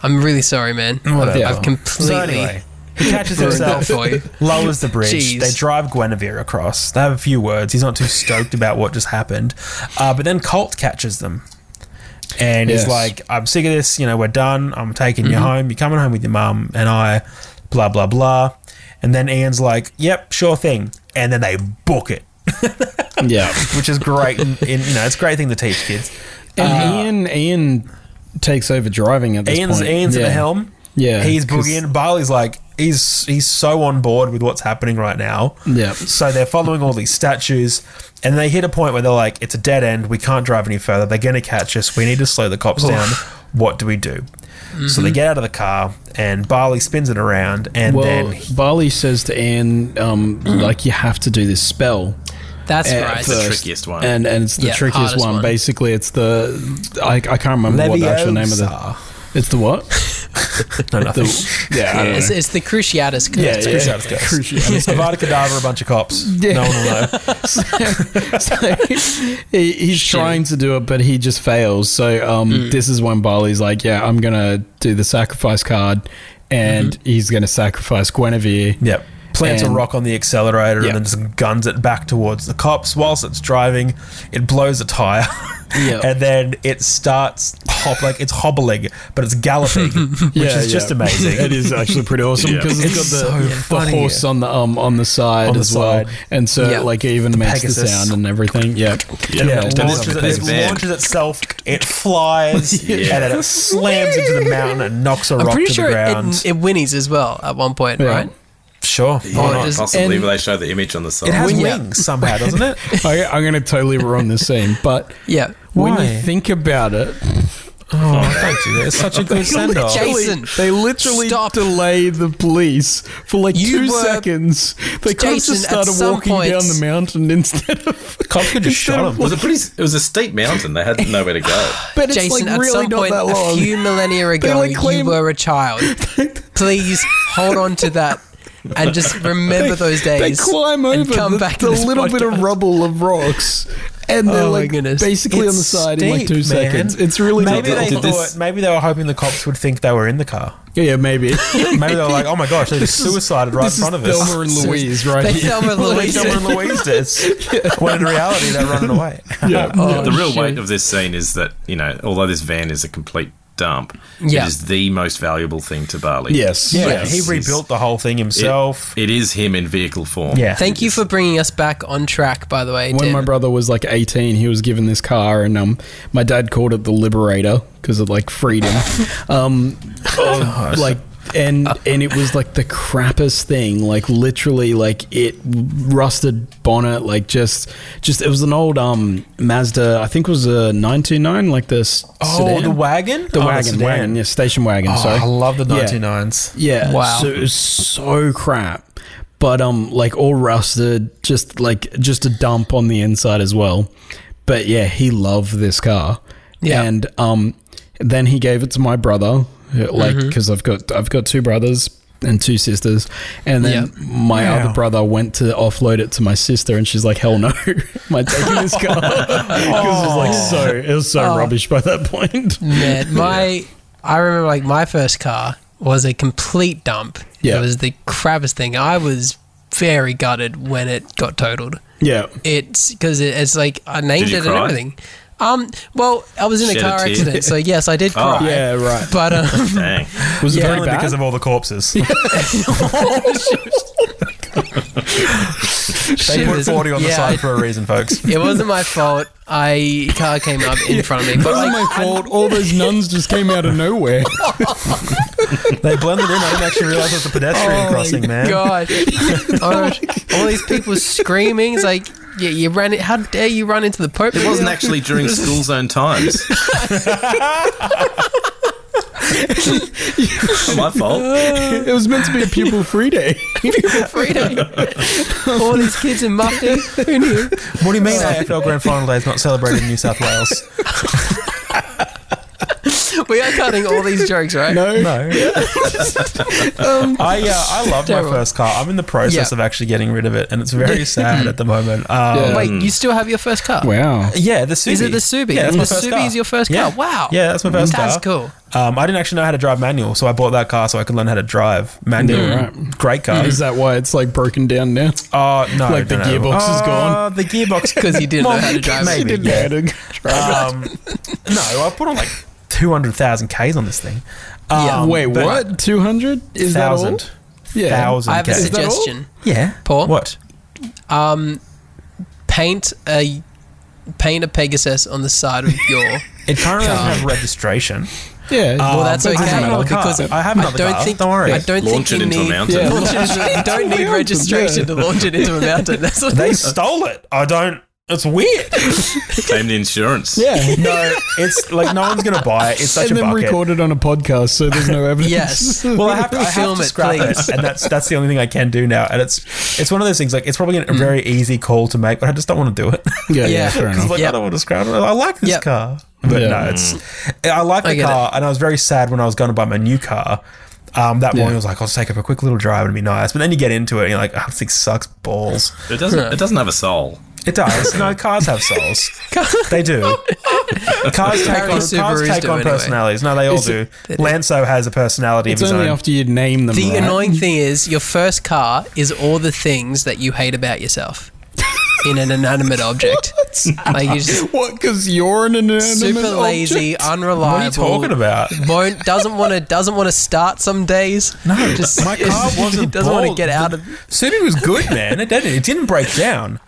S1: I'm really sorry, man. I've,
S6: Whatever.
S1: I've completely
S6: So anyway, he catches
S1: ruined that
S6: himself,
S1: for you.
S6: lowers the bridge.
S1: Jeez.
S6: They drive Guinevere across. They have a few words. He's not too stoked about what just happened, uh, but then Colt catches them. And he's
S5: Yes.
S6: like, "I'm sick of this. You know, we're done. I'm taking
S1: Mm-hmm.
S6: you home. You're coming home with your mum and I." Blah blah blah. And then Ian's like, "Yep, sure thing." And then they book it,
S5: Yeah.
S6: which is great. in, in, you know, it's a great thing to teach kids.
S5: And Ian Ian takes over driving at this
S6: Ian's
S5: point.
S6: Ian's
S5: yeah.
S6: at the helm.
S5: Yeah,
S6: he's
S5: 'cause-
S6: boogieing. Barley's like he's he's so on board with what's happening right now.
S5: Yeah.
S6: So they're following all these statues, and they hit a point where they're like, "It's a dead end. We can't drive any further. They're going to catch us. We need to slow the cops down. What do we do?" So they get out of the car, and Barley spins it around,
S5: Mm-hmm.
S6: and
S5: Well,
S6: then
S5: Barley says to Ian, um, like you have to do this spell.
S1: That's
S5: at
S1: right.
S4: the
S5: first.
S4: trickiest one.
S5: and and it's the
S1: Yeah,
S5: trickiest
S1: hardest
S5: one.
S1: one.
S5: Basically, it's the I, I can't remember what the actual name of the.
S6: Leviosa.
S5: It's the what?
S6: no, nothing.
S5: The- yeah, I don't
S1: It's,
S5: know.
S1: it's the Cruciatus. Yeah,
S5: yeah,
S6: Cruciatus curse. Avada Kedavra, a bunch of cops. No one will know.
S5: so he, he's trying to do it, but he just fails. So um,
S6: Mm.
S5: this is when Barley's like, "Yeah, I'm gonna do the sacrifice card, and
S6: Mm-hmm.
S5: he's gonna sacrifice Guinevere."
S6: Yep. Plants
S5: And-
S6: a rock on the accelerator
S5: Yep.
S6: and then just guns it back towards the cops. Whilst it's driving, it blows a tire.
S5: Yep.
S6: and then it starts hop like it's hobbling, but it's galloping, which
S5: Yeah,
S6: is just
S5: yeah.
S6: amazing.
S5: it is actually pretty awesome because it's got the,
S6: so
S5: the
S6: funny.
S5: horse on the um on the side
S6: On the
S5: as well,
S6: side.
S5: and so
S1: Yeah.
S5: it, like it even makes the
S6: Pegasus.
S5: sound and everything. Yeah,
S6: Yeah, it
S5: It
S4: this was
S6: launches, it,
S4: a
S6: it
S4: big van.
S6: launches itself, it flies, and then it slams into the mountain and knocks a
S1: I'm
S6: rock
S1: pretty
S6: to
S1: sure
S6: the
S1: it,
S6: ground.
S1: it, it whinnies as well at one point,
S5: Yeah.
S1: right?
S6: Sure.
S1: Or
S6: Why not?
S1: just-
S4: Possibly
S5: and-
S4: where they show the image on the side.
S6: It has
S5: Wing-
S6: wings somehow, doesn't it?
S5: I, I'm going to totally ruin this scene, but
S1: yeah.
S5: when
S6: Why?
S5: you think about it,
S6: Oh, don't do that. It's such a good send off.
S1: Jason,
S5: they literally
S1: stop.
S5: delay the police for like
S1: You
S5: two
S1: were-
S5: seconds. They could have
S1: Jason,
S5: just
S1: at
S5: started
S1: some
S5: walking
S1: point-
S5: down the mountain instead of.
S6: Cops could just
S5: Instead
S6: shot
S5: of
S6: him.
S4: It was a pretty. It was a steep mountain. They had nowhere to go.
S5: But it's
S1: Jason,
S5: like
S1: at
S5: really
S1: some
S5: not
S1: point
S5: that long.
S1: a few millennia ago,
S5: like,
S1: you
S5: claim-
S1: were a child. Please hold on to that and just remember those days.
S5: They climb
S1: and
S5: over
S1: come
S5: the,
S1: back to
S5: the
S1: this
S5: little bit of
S1: podcast.
S5: rubble of rocks, and they're
S1: Oh my
S5: like
S1: goodness.
S5: basically on the
S6: It's
S5: side in like
S6: steep,
S5: two
S6: man.
S5: seconds. It's really
S6: Maybe
S5: not
S6: they
S5: that
S4: did
S6: thought.
S4: this-
S6: Maybe they were hoping the cops would think they were in the car.
S5: long. Yeah, maybe.
S6: Maybe they were like, "Oh my gosh, they just
S5: This is-
S6: suicided right in
S5: this is
S6: front of us."
S5: Thelma and Louise right
S1: They
S5: here.
S1: Thelma and
S6: Like
S1: Louise.
S6: Thelma and Louise did. When in reality, they're running away.
S5: yeah.
S1: Oh,
S4: the real
S1: shit.
S4: weight of this scene is that you know, although this van is a complete dump,
S1: Yeah.
S4: it is the most valuable thing to Barley.
S5: Yes.
S6: Yeah,
S5: Yes.
S6: he rebuilt the whole thing
S4: It-
S6: himself.
S4: it is him in vehicle form.
S6: yeah,
S1: Thank you for bringing us back on track, by the way.
S5: When
S1: Tim.
S5: my brother was like 18, he was given this car, and um, my dad called it the Liberator because it like freed him. um,
S6: Oh,
S5: like, and and it was like the crappest thing. Like literally, like it rusted bonnet. Like just, just it was an old um Mazda. I think it was a 929, like this.
S6: Oh,
S5: sedan.
S6: the wagon?
S5: the
S6: Oh, the
S5: wagon,
S6: sedan.
S5: wagon, yeah, station wagon.
S6: Oh,
S5: sorry,
S6: I love the
S5: Yeah.
S6: 99s.
S5: Yeah.
S1: Wow.
S5: So it was so crap. But um like all rusted, just like just a dump on the inside as well. But yeah, he loved this car.
S1: Yeah.
S5: And um then he gave it to my brother uh, like
S1: Mm-hmm.
S5: because I've got I've got two brothers and two sisters and then
S1: Yeah.
S5: my
S6: Wow.
S5: other brother went to offload it to my sister and she's like hell no am I taking this car because it was like so it was so
S1: Oh.
S5: rubbish by that point
S1: Man, my I remember like my first car was a complete dump.
S5: Yeah.
S1: It was the crappiest thing. I was very gutted when it got totaled.
S5: yeah
S1: It's because it, it's like I named
S4: you
S1: it
S4: cry?
S1: and everything. Um, well, I was in a
S4: Shed a
S1: car
S4: tear.
S1: accident, so yes, I did cry.
S4: Oh.
S5: yeah right
S1: But um,
S4: Dang.
S5: was it
S1: Yeah.
S5: very
S6: Only
S5: bad
S6: because of all the corpses. they put
S1: shivers.
S6: 40 on the
S1: Yeah,
S6: side
S1: it-
S6: for a reason, folks.
S1: It wasn't my fault. I car came up in front of me, but like,
S5: my fault. All those nuns just came out of nowhere.
S6: They blended in. I didn't actually realize it was a pedestrian crossing, man.
S1: God, Oh, all these people screaming. It's like, yeah, you ran it. How dare you run into the Pope?
S4: It wasn't actually during school zone times. Not my fault.
S6: Uh,
S5: it was meant to be a pupil free day.
S1: freedom. all these kids in Mufti. Who knew?
S6: What do you mean AFL Grand Final Day is not celebrated in New South Wales?
S1: We are cutting all these jokes, right? Um,
S5: No,
S6: No. I uh, I loved my
S1: Terrible.
S6: first car. I'm in the process
S1: Yeah.
S6: of actually getting rid of it, and it's very sad at the moment. Um,
S5: Yeah.
S1: Wait, you still have your first car?
S5: Wow.
S6: Yeah, the Subi.
S1: Is it the Subi?
S6: Yeah, that's
S1: the
S6: my first
S1: Subi
S6: car.
S1: is your first
S6: Yeah.
S1: car. Wow.
S6: Yeah, that's my first car.
S1: That's cool.
S6: Um, I didn't actually know how to drive manual, so I bought that car so I could learn how to drive manual.
S1: Mm.
S5: Yeah, right.
S6: Great car.
S5: Is that why it's like broken down now?
S6: Oh no!
S5: Like the
S6: no, no.
S5: gearbox is
S6: Oh,
S5: gone?
S6: The gearbox.
S1: Because you didn't know how to drive.
S6: Maybe.
S5: Didn't
S6: yeah.
S5: matter.
S6: um, no, I put on like two hundred thousand k's on this thing. Um,
S1: Yeah.
S5: Wait,
S6: but-
S5: what? Two hundred? Is that all?
S6: Thousand.
S5: Yeah.
S6: Thousand
S1: I have a
S6: k's.
S5: that all?
S1: suggestion.
S6: Yeah.
S1: Paul?
S6: What?
S1: Um, paint a paint a Pegasus on the side of your.
S6: It currently
S1: Uh.
S6: doesn't have registration.
S5: Yeah.
S1: Well, that's
S6: Um, I
S1: okay
S6: have another car.
S1: because
S6: I have another
S1: don't
S6: car.
S1: think.
S6: Don't worry.
S1: I don't
S4: Launch
S1: think you
S4: it into a
S1: need.
S4: mountain.
S5: Yeah.
S1: Launch it into- you don't need
S5: Mountain,
S1: registration to launch it into a mountain. That's what
S6: They stole it. I don't. It's weird.
S4: Claimed insurance.
S5: yeah.
S6: No, it's like no one's gonna buy it. It's such
S5: and
S6: a
S5: then
S6: bucket.
S5: recorded on a podcast, so there's no evidence.
S1: Yes.
S6: Well, I have to, I have
S1: Film
S6: to
S1: it,
S6: scrap
S1: please.
S6: it, and that's that's the only thing I can do now. And it's it's one of those things. Like it's probably a very easy call to make, but I just don't want to do it
S5: Yeah.
S1: Yeah.
S5: Yeah. Fair
S6: because
S5: enough.
S6: like
S1: Yep.
S6: I don't want to scrap it. I like this
S1: Yep.
S6: car, but
S5: Yeah.
S6: no, it's I like
S1: I
S6: the
S1: get
S6: car, and I was very sad when I was going to buy my new car. Um, that morning, I was like, I'll just take up a quick little drive and be nice. But then you get into it, and you're like, oh, this thing sucks balls.
S4: It doesn't. It doesn't have a soul.
S6: It does. No, cars have souls. they do. Cars take
S1: Apparently
S6: on, cars
S1: Subarus
S6: take
S1: do
S6: on
S1: anyway.
S6: personalities. No, they all
S5: It's-
S6: do.
S1: They do.
S6: Lanso has a personality
S5: It's
S6: of his
S5: only
S6: own.
S5: after you name them.
S1: The
S5: right?
S1: annoying thing is, your first car is all the things that you hate about yourself in an inanimate object. Like you're just
S5: What? Because you're an inanimate
S1: super lazy,
S5: object?
S1: unreliable.
S6: what are you talking about?
S1: Won't doesn't want to doesn't want to start some days. No, just
S6: my car wasn't
S1: doesn't want to
S6: bald.
S1: get out of.
S6: Subi was good, man. It didn't. It didn't break down.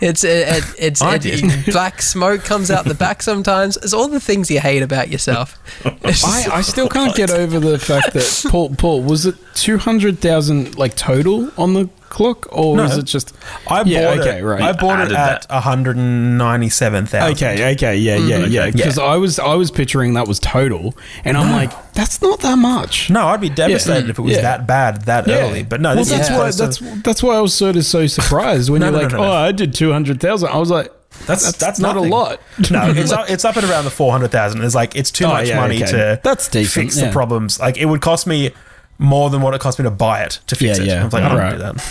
S1: It's it, it, it's
S4: I
S1: it-
S4: did.
S1: black smoke comes out the back sometimes. It's all the things you hate about yourself. It's
S5: I,
S1: just-
S5: I still can't get over the fact that Paul Paul was it two hundred thousand like total on the clock or
S6: No.
S5: is it just
S6: I
S5: Yeah,
S6: bought
S5: okay,
S6: it.
S5: right.
S6: I bought it
S4: Added
S6: at one hundred and ninety-seven thousand.
S5: Okay, okay, yeah,
S6: Mm-hmm.
S5: yeah, yeah.
S4: Okay.
S5: Because I was I was picturing that was total, and I'm like, that's not that much.
S6: No, I'd be devastated
S5: Yeah.
S6: if it was
S5: Yeah.
S6: that bad that early. But no,
S5: well,
S6: this
S5: that's
S6: is
S5: why
S6: close to-
S5: that's that's why I was sort of so surprised when
S6: No,
S5: you're
S6: no, no,
S5: like,
S6: no, no.
S5: oh, I did two hundred thousand. I was like, that's that's, not
S6: nothing.
S5: a lot.
S6: No, it's up, it's up and around the four hundred thousand. It's like it's too
S5: Oh,
S6: much
S5: yeah,
S6: money
S5: okay.
S6: to
S5: That's decent,
S6: fix
S5: yeah.
S6: the problems. Like it would cost me more than what it cost me to buy it to fix
S5: Yeah,
S6: it.
S5: yeah.
S6: I was like, I don't
S5: Right.
S6: want to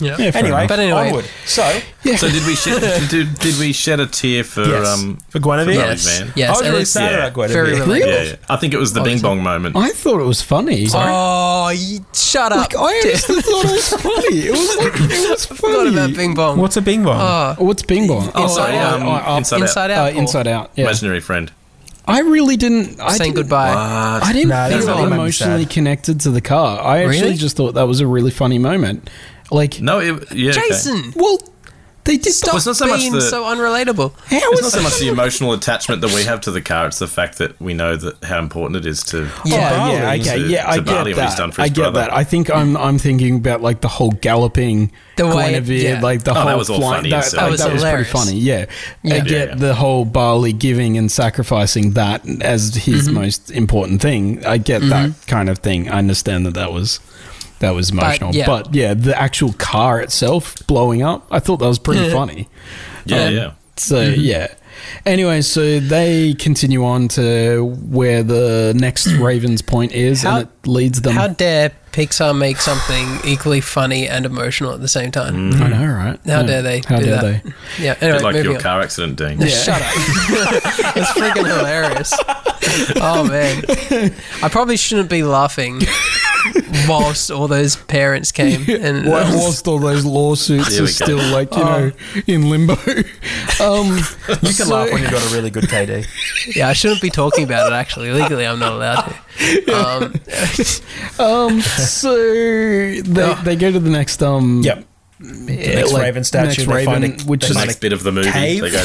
S6: do that.
S1: yeah.
S5: fair
S6: Anyway,
S5: enough.
S1: But anyway.
S6: onward. So
S4: So did we shed, did, did we shed a tear for
S6: yes,
S4: um
S6: for Guinevere.
S4: Sorry,
S1: yes,
S4: man.
S1: yes,
S6: I was
S1: and
S6: really
S1: it's-
S6: sad
S4: Yeah.
S6: about
S1: Very
S6: Guinevere.
S1: relatable.
S4: yeah, yeah. I think it was the bing bong moment.
S5: I thought it was funny.
S1: Oh, you, shut up!
S5: Like, I
S6: Uh,
S5: honestly thought it was funny. It was like it was
S1: Forgot about
S5: funny.
S1: Bing Bong.
S6: What's a bing bong?
S1: Oh,
S5: What's Bing Bong? Oh,
S1: Inside
S5: oh,
S1: Out.
S6: um,
S5: oh, oh,
S4: um, Inside Out.
S1: Inside Out.
S5: uh,
S1: Paul.
S5: Inside Out. Yeah.
S4: Imaginary friend.
S5: I really didn't. I
S1: Saying
S5: didn't-
S1: goodbye.
S5: I didn't
S6: Nah, that's
S5: feel
S6: not what made me
S5: emotionally
S6: sad.
S5: connected to the car. I actually
S1: Really?
S5: just thought that was a really funny moment. Like,
S4: No, it, yeah. okay.
S1: Jason,
S5: well, they did.
S1: stop
S4: Well, it's not so much
S1: being
S4: the-
S1: so unrelatable.
S5: How
S4: It's
S5: was
S4: not so much the emotional attachment that we have to the car; it's the fact that we know that how important it is to.
S1: Yeah.
S5: Yeah, yeah,
S4: Barley.
S5: okay,
S4: To-
S5: yeah,
S4: to
S5: I get
S4: Barley, what
S5: that.
S4: he's done for
S5: I
S4: his
S5: get
S4: brother.
S5: that. I think I'm I'm thinking about like the whole galloping
S1: The way-
S5: Guinevere,
S1: yeah.
S5: like the
S4: Oh, that
S5: whole
S4: was all
S5: flying-
S4: funny and
S5: That,
S4: silly.
S5: like,
S1: That
S5: that
S1: was
S5: was pretty
S1: hilarious.
S5: funny. Yeah,
S1: Yeah.
S5: I get
S4: Yeah.
S5: the whole Barley giving and sacrificing that as his
S1: Mm-hmm.
S5: most important thing. I get that kind of thing. I understand that that was that was emotional, but
S1: yeah.
S5: yeah, the actual car itself blowing up, I thought that was pretty funny.
S4: Yeah,
S5: Um,
S4: yeah.
S5: So yeah. Anyway, so they continue on to where the next Ravens point is,
S1: How-
S5: and it leads them.
S1: How dare Pixar make something equally funny and emotional at the same time?
S5: I know, right?
S1: Hmm. How
S5: Yeah.
S1: dare they
S5: How
S1: do
S5: dare
S1: that?
S5: they?
S1: Yeah, anyway,
S4: Mm. Bit like
S1: moving
S4: your
S1: on.
S4: car accident, Dean.
S1: Shut up. it's freaking hilarious. Oh man. I probably shouldn't be laughing whilst all those parents came and
S5: Why whilst all those lawsuits
S4: There
S5: are
S4: we go.
S5: still like you know in limbo. Um,
S6: you can laugh when you've got a really good KD.
S1: uh, yeah, I shouldn't be talking about it actually. Legally I'm not allowed to. Um,
S5: um, so they they go to the next um
S6: yep.
S5: yeah,
S6: next Raven statue,
S5: next
S6: they
S5: Raven,
S6: find a-
S5: which
S6: they
S5: is
S4: The
S6: find
S4: next bit of the movie,
S6: Cave?
S4: they go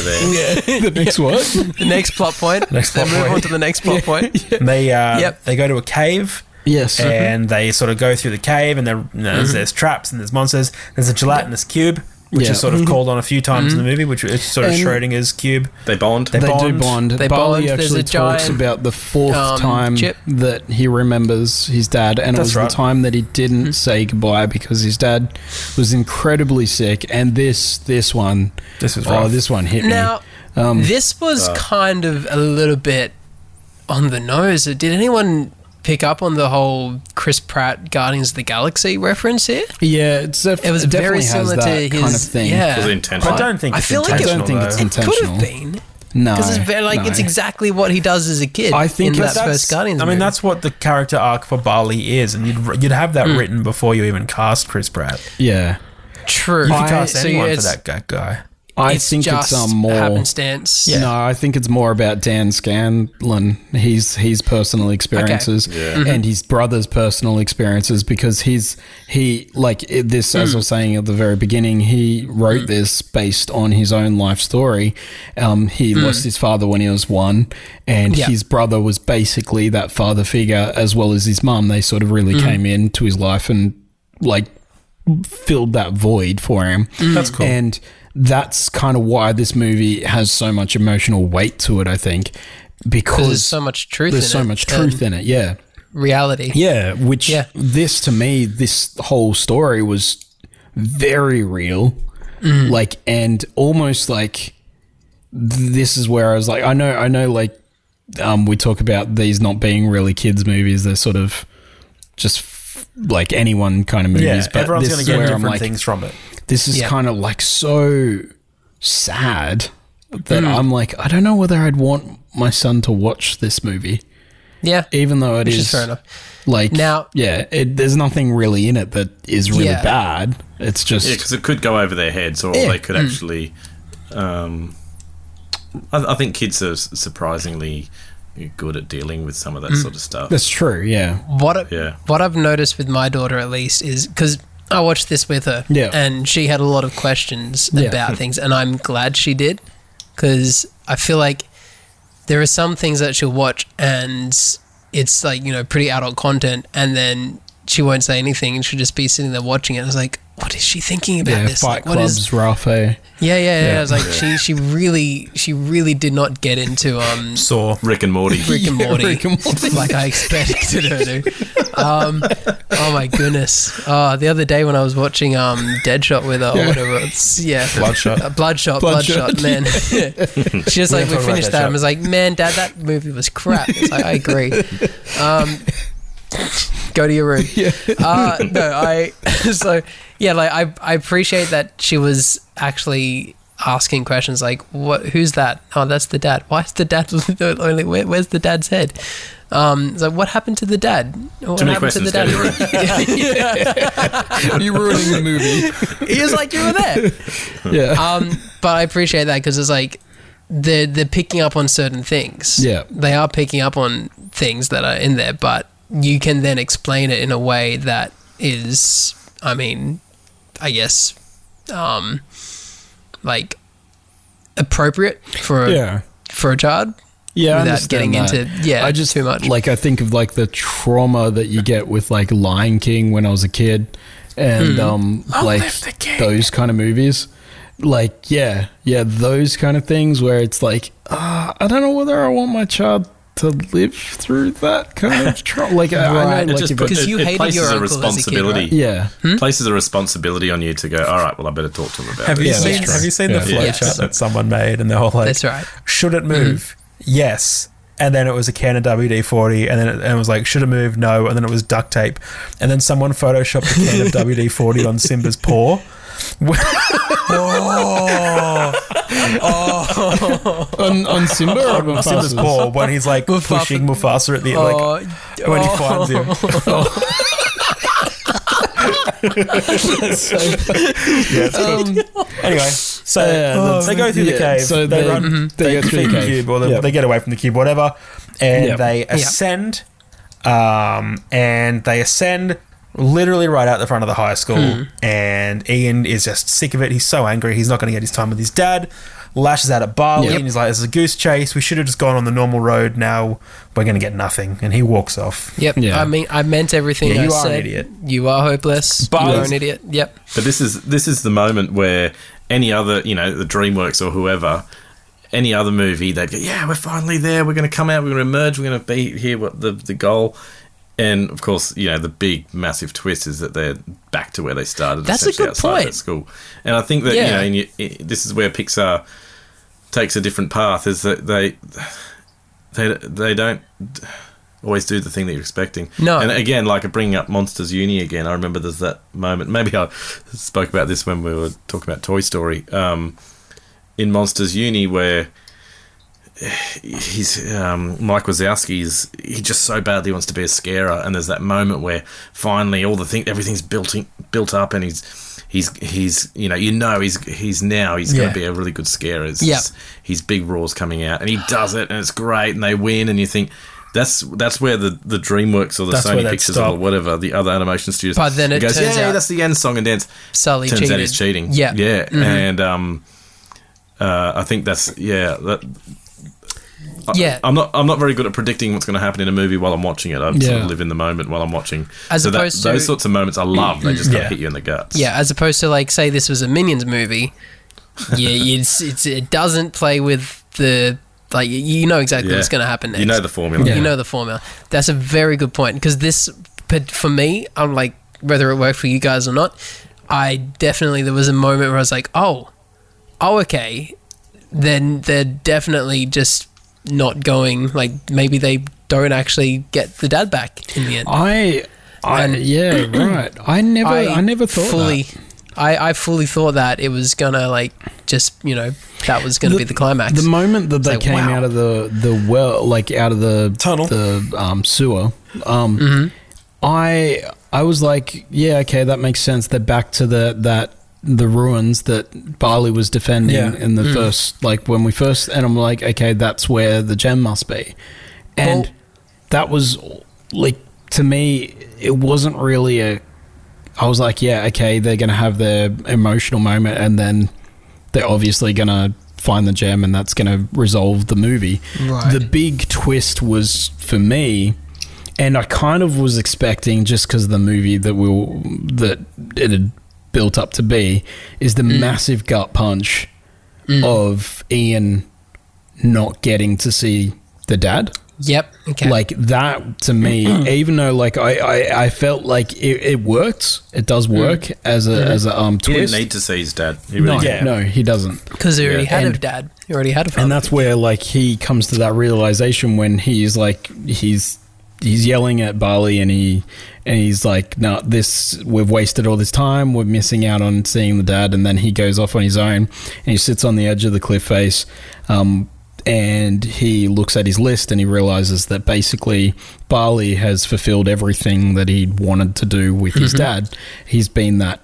S4: there.
S5: the next what?
S1: the next plot point.
S6: Next
S1: then
S6: plot
S1: move
S6: point.
S1: on to the next plot point.
S6: And they uh,
S1: Yep.
S6: they go to a cave
S5: Yes,
S6: and they sort of go through the cave and there, you know, there's, there's traps and there's monsters. There's a gelatinous cube, which
S5: Mm-hmm. Yeah. Mm-hmm.
S6: is sort of called on a few times in the movie, which is sort of
S5: And-
S6: Schrodinger's cube.
S4: They bond.
S6: They-
S5: They
S6: bond.
S5: do bond.
S1: They
S5: Barley
S1: bond. There's
S5: actually
S1: a
S5: talks
S1: giant,
S5: about the fourth
S1: um,
S5: time
S1: chip.
S5: that he remembers his dad, and
S6: That's
S5: it was
S6: right.
S5: the time that he didn't
S1: Hmm.
S5: say goodbye because his dad was incredibly sick. And this, this one,
S6: This was
S5: oh,
S6: rough.
S5: this one hit
S1: Now
S5: me. Um,
S1: this was kind of a little bit on the nose. Did anyone pick up on the whole Chris Pratt Guardians of the Galaxy reference here?
S5: yeah, it's def-
S1: It was
S5: definitely
S1: very similar
S5: has
S1: to
S5: that
S1: his
S5: kind of thing.
S1: Yeah.
S4: Was it intentional?
S6: I don't think
S1: I
S6: it's
S1: feel like it-
S5: I
S6: intentional.
S5: don't think
S6: though.
S5: it's
S1: It could have
S5: intentional.
S1: been
S5: No,
S1: because it's very like
S5: no.
S1: it's exactly what he does as a kid.
S5: I think
S1: in
S5: it's-
S1: that first Guardians.
S6: I mean,
S1: movie.
S6: that's what the character arc for Barley is, and you'd you'd have that written before you even cast Chris Pratt.
S5: yeah.
S1: true.
S6: You
S5: I-
S6: could cast
S1: so
S6: anyone for
S1: it's-
S6: that guy. guy.
S5: I
S1: it's
S5: think
S1: just
S5: it's um, more
S1: happenstance.
S5: No, I think it's more about Dan Scanlon. He's his personal experiences and his brother's personal experiences because he's he like i- this as I was saying at the very beginning. He wrote this based on his own life story. Um, he lost his father when he was one, and
S1: Yeah.
S5: his brother was basically that father figure as well as his mum. They sort of really came into his life and like filled that void for him. That's cool. And that's kind of why this movie has so much emotional weight to it, I think, because
S1: There's so much truth.
S5: there's
S1: in
S5: so
S1: it Um,
S5: much truth
S1: and
S5: in it. Yeah.
S1: reality.
S5: Yeah. Which
S1: Yeah.
S5: this to me, this whole story was very real. Like, and almost like this is where I was like, I know, I know, like, um, we talk about these not being really kids' movies. They're sort of just f- like anyone kind of movies.
S6: Yeah,
S5: but
S6: everyone's
S5: this
S6: going to
S5: is
S6: get
S5: where I'm
S6: different
S5: like,
S6: things from it.
S5: this is
S1: Yeah.
S5: kind of like so sad that I'm like, I don't know whether I'd want my son to watch this movie,
S1: Yeah,
S5: even though it is
S1: which is fair enough.
S5: like
S1: Now-
S5: yeah, it, there's nothing really in it that is really
S1: Yeah.
S5: bad. It's just
S4: Yeah, because it could go over their heads, or
S5: Yeah.
S4: they could actually. Um, I, I think kids are s- surprisingly good at dealing with some of that sort of stuff.
S5: that's true. Yeah,
S1: What I,
S4: Yeah.
S1: what I've noticed with my daughter at least is because I watched this with her,
S5: Yeah.
S1: and she had a lot of questions
S5: Yeah.
S1: about things, and I'm glad she did because I feel like there are some things that she'll watch, and it's like you know pretty adult content, and then she won't say anything, and she'll just be sitting there watching it. I was like, what is she thinking about
S5: Yeah,
S1: this? like,
S5: Fight
S1: what is-
S5: Club's rough, eh?
S1: yeah, yeah, yeah,
S5: Yeah.
S1: I was like, she she really she really did not get into um
S6: Saw.
S4: Rick and Morty.
S1: Rick and
S5: Yeah,
S1: Morty,
S5: Rick and Morty.
S1: like I expected her to. Um, oh my goodness! Oh, the other day when I was watching um, Deadshot with her or
S5: Yeah.
S1: whatever, it's, yeah,
S4: Bloodshot.
S1: Uh, Bloodshot,
S5: Bloodshot,
S1: Bloodshot, man. she was like, we
S6: We're not talking about
S1: finished that, and
S6: Deadshot.
S1: was like, man, Dad, that movie was crap. It's like, I agree. Um, go to your room. Uh, no, I so yeah, like I I appreciate that she was actually asking questions like what who's that oh that's the dad why is the dad only where, where's the dad's head um it's like what happened to the dad what
S4: Too many
S1: happened
S4: questions. Dad.
S5: You're ruining the movie.
S1: he was like you were there
S5: Yeah.
S1: um, but I appreciate that because it's like they're they're picking up on certain things.
S5: Yeah.
S1: they are picking up on things that are in there, but you can then explain it in a way that is, I mean, I guess, um, like appropriate for a,
S5: yeah.
S1: for a child.
S5: Yeah, I
S1: without getting
S5: understand that.
S1: into- yeah,
S5: I just
S1: too much.
S5: Like I think of like the trauma that you get with like Lion King when I was a kid,
S1: Hmm.
S5: and um
S1: Oh,
S5: like those kind of movies. Like yeah, yeah, those kind of things where it's like uh, I don't know whether I want my child to live through that kind of trauma. Like I, I
S1: Right.
S5: know,
S4: It
S5: like
S4: just
S5: if
S4: put-
S5: it-
S1: Because
S4: it-
S1: you
S4: it
S1: hated
S4: places
S1: your
S4: a
S1: uncle as a kid, right? Hmm?
S4: responsibility.
S5: yeah,
S4: Places a responsibility on you to go. All right, well, I better talk to him about
S6: Have you
S5: Yeah,
S4: this.
S6: seen
S5: that's
S6: Have
S5: true.
S6: you seen the
S4: Yeah.
S6: flow
S1: Yes.
S6: chart that someone made and the whole like?
S1: That's right.
S6: Should it move? Yes. And then it was a can of WD forty, and then it, and it was like, should it move? No. And then it was duct tape, and then someone photoshopped a can of WD forty on Simba's paw.
S5: on, on Simba or on
S6: Simba's
S5: Mufasa?
S6: paw when he's like
S1: Mufasa.
S6: pushing Mufasa at the like
S1: oh,
S6: when he
S1: oh.
S6: finds him. yeah, it's good.
S5: Um,
S6: Anyway, so
S5: Yeah,
S6: they go through
S5: yeah,
S6: the cave.
S5: so
S6: they,
S5: they-
S6: run.
S5: mhm.
S6: They,
S5: they
S6: go through the cave. or they,
S5: Yeah.
S6: they get away from the cube, whatever, and
S5: Yeah.
S6: they ascend. Um, and they ascend literally right out the front of the high school. And Ian is just sick of it. He's so angry. He's not going to get his time with his dad. Lashes out at Barley
S5: Yep.
S6: and he's like, "This is a goose chase. We should have just gone on the normal road. Now we're going to get nothing." And he walks off.
S1: Yep.
S5: Yeah.
S1: I mean, I meant everything.
S6: Yeah,
S1: I
S6: you are an
S1: said.
S6: idiot.
S1: You are hopeless.
S4: But-
S1: you are an idiot. Yep.
S4: But this is this is the moment where any other, you know, the DreamWorks or whoever, any other movie, they'd go, "Yeah, we're finally there. We're going to come out. We're going to emerge. We're going to be here. What the the goal." And of course, you know the big massive twist is that they're back to where they started.
S1: That's a
S4: essentially,
S1: good
S4: outside
S1: point.
S4: their School, and I think that
S1: Yeah.
S4: you know, and you, this is where Pixar takes a different path. Is that they they they don't always do the thing that you're expecting.
S1: No.
S4: And again, like bringing up Monsters Uni again, I remember there's that moment. Maybe I spoke about this when we were talking about Toy Story. Um, in Monsters Uni, where he's um, Mike Wazowski's, he just so badly wants to be a scarer, and there's that moment where finally all the thing, everything's built in, built up, and he's he's he's you know you know he's he's now he's going
S6: Yeah.
S4: to be a really good scarer. It's
S1: Yeah.
S4: just- his big roars coming out, and he does it, and it's great, and they win, and you think. That's that's where the, the DreamWorks or the
S6: That's where
S4: Sony
S6: they'd
S4: Pictures
S6: stop.
S4: or whatever the other animation studios.
S1: But then it
S4: goes,
S1: turns
S4: yeah,
S1: out-
S4: that's the end song and dance.
S1: Sully
S4: turns
S1: cheated.
S4: out he's cheating.
S1: Yeah. Mm-hmm.
S4: yeah, and um, uh, I think that's yeah. That, I-
S1: Yeah.
S4: I'm not. I'm not very good at predicting what's going to happen in a movie while I'm watching it. I sort
S5: Yeah.
S4: of live in the moment while I'm watching.
S1: As
S4: so that-
S1: opposed to-
S4: those sorts of moments, I love. They just kind
S6: Yeah.
S4: of hit you in the guts.
S1: Yeah, as opposed to like say this was a Minions movie. Yeah, it's, it's it doesn't play with the like you know exactly
S4: Yeah.
S1: what's going to happen next.
S4: You know the formula.
S5: Yeah.
S1: You know the formula. That's a very good point because this, but for me, I'm like whether it worked for you guys or not. I definitely there was a moment where I was like, oh, oh okay, then they're definitely just not going. Like maybe they don't actually get the dad back in the end.
S5: I, I
S1: And-
S5: yeah, right. I never, I, never thought
S1: fully.
S5: that.
S1: I, I fully thought that it was gonna like just you know that was gonna be the climax.
S5: The moment that they
S1: like,
S5: came
S1: wow.
S5: out of the the well, like out of the
S6: Tunnel.
S5: the um, sewer, um,
S1: Mm-hmm.
S5: I I was like, yeah, okay, that makes sense. They're back to the that the ruins that Barley was defending
S6: Yeah.
S5: in the first, like when we first, and I'm like, okay, that's where the gem must be, and
S1: Well-
S5: that was like to me, it wasn't really a I was like, yeah, okay, they're gonna have their emotional moment, and then they're obviously gonna find the gem, and that's gonna resolve the movie.
S1: Right.
S5: The big twist was for me, and I kind of was expecting just because the movie that we will that it had built up to be is the massive gut punch of Ian not getting to see the dad
S1: Yep. Okay.
S5: like that to me even though like i i, I felt like it, it worked it does work as a as a um
S4: He didn't
S5: twist
S4: need to see his dad. He really
S5: no,
S4: didn't.
S5: no he doesn't
S1: because he already
S4: Yeah.
S1: had
S5: And-
S1: a dad. He already had a father.
S5: and that's where like he comes to that realization when he's like he's he's yelling at Bali and he and he's like no this we've wasted all this time we're missing out on seeing the dad and then he goes off on his own and he sits on the edge of the cliff face um and he looks at his list and he realizes that basically Bali has fulfilled everything that he wanted to do with his dad. He's been that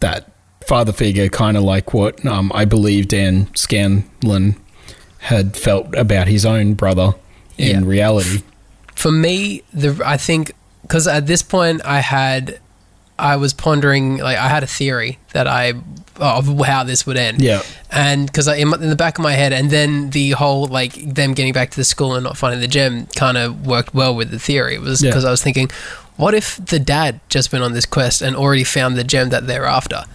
S5: that father figure, kind of like what um, I believe Dan Scanlon had felt about his own brother in
S1: Yeah.
S5: reality.
S1: for me, the I think because at this point I had, I was pondering like I had a theory that I of how this would end.
S5: Yeah.
S1: And because in, my- in the back of my head, and then the whole like them getting back to the school and not finding the gem kind of worked well with the theory. It was
S5: Yeah.
S1: because I was thinking, what if the dad just went on this quest and already found the gem that they're after,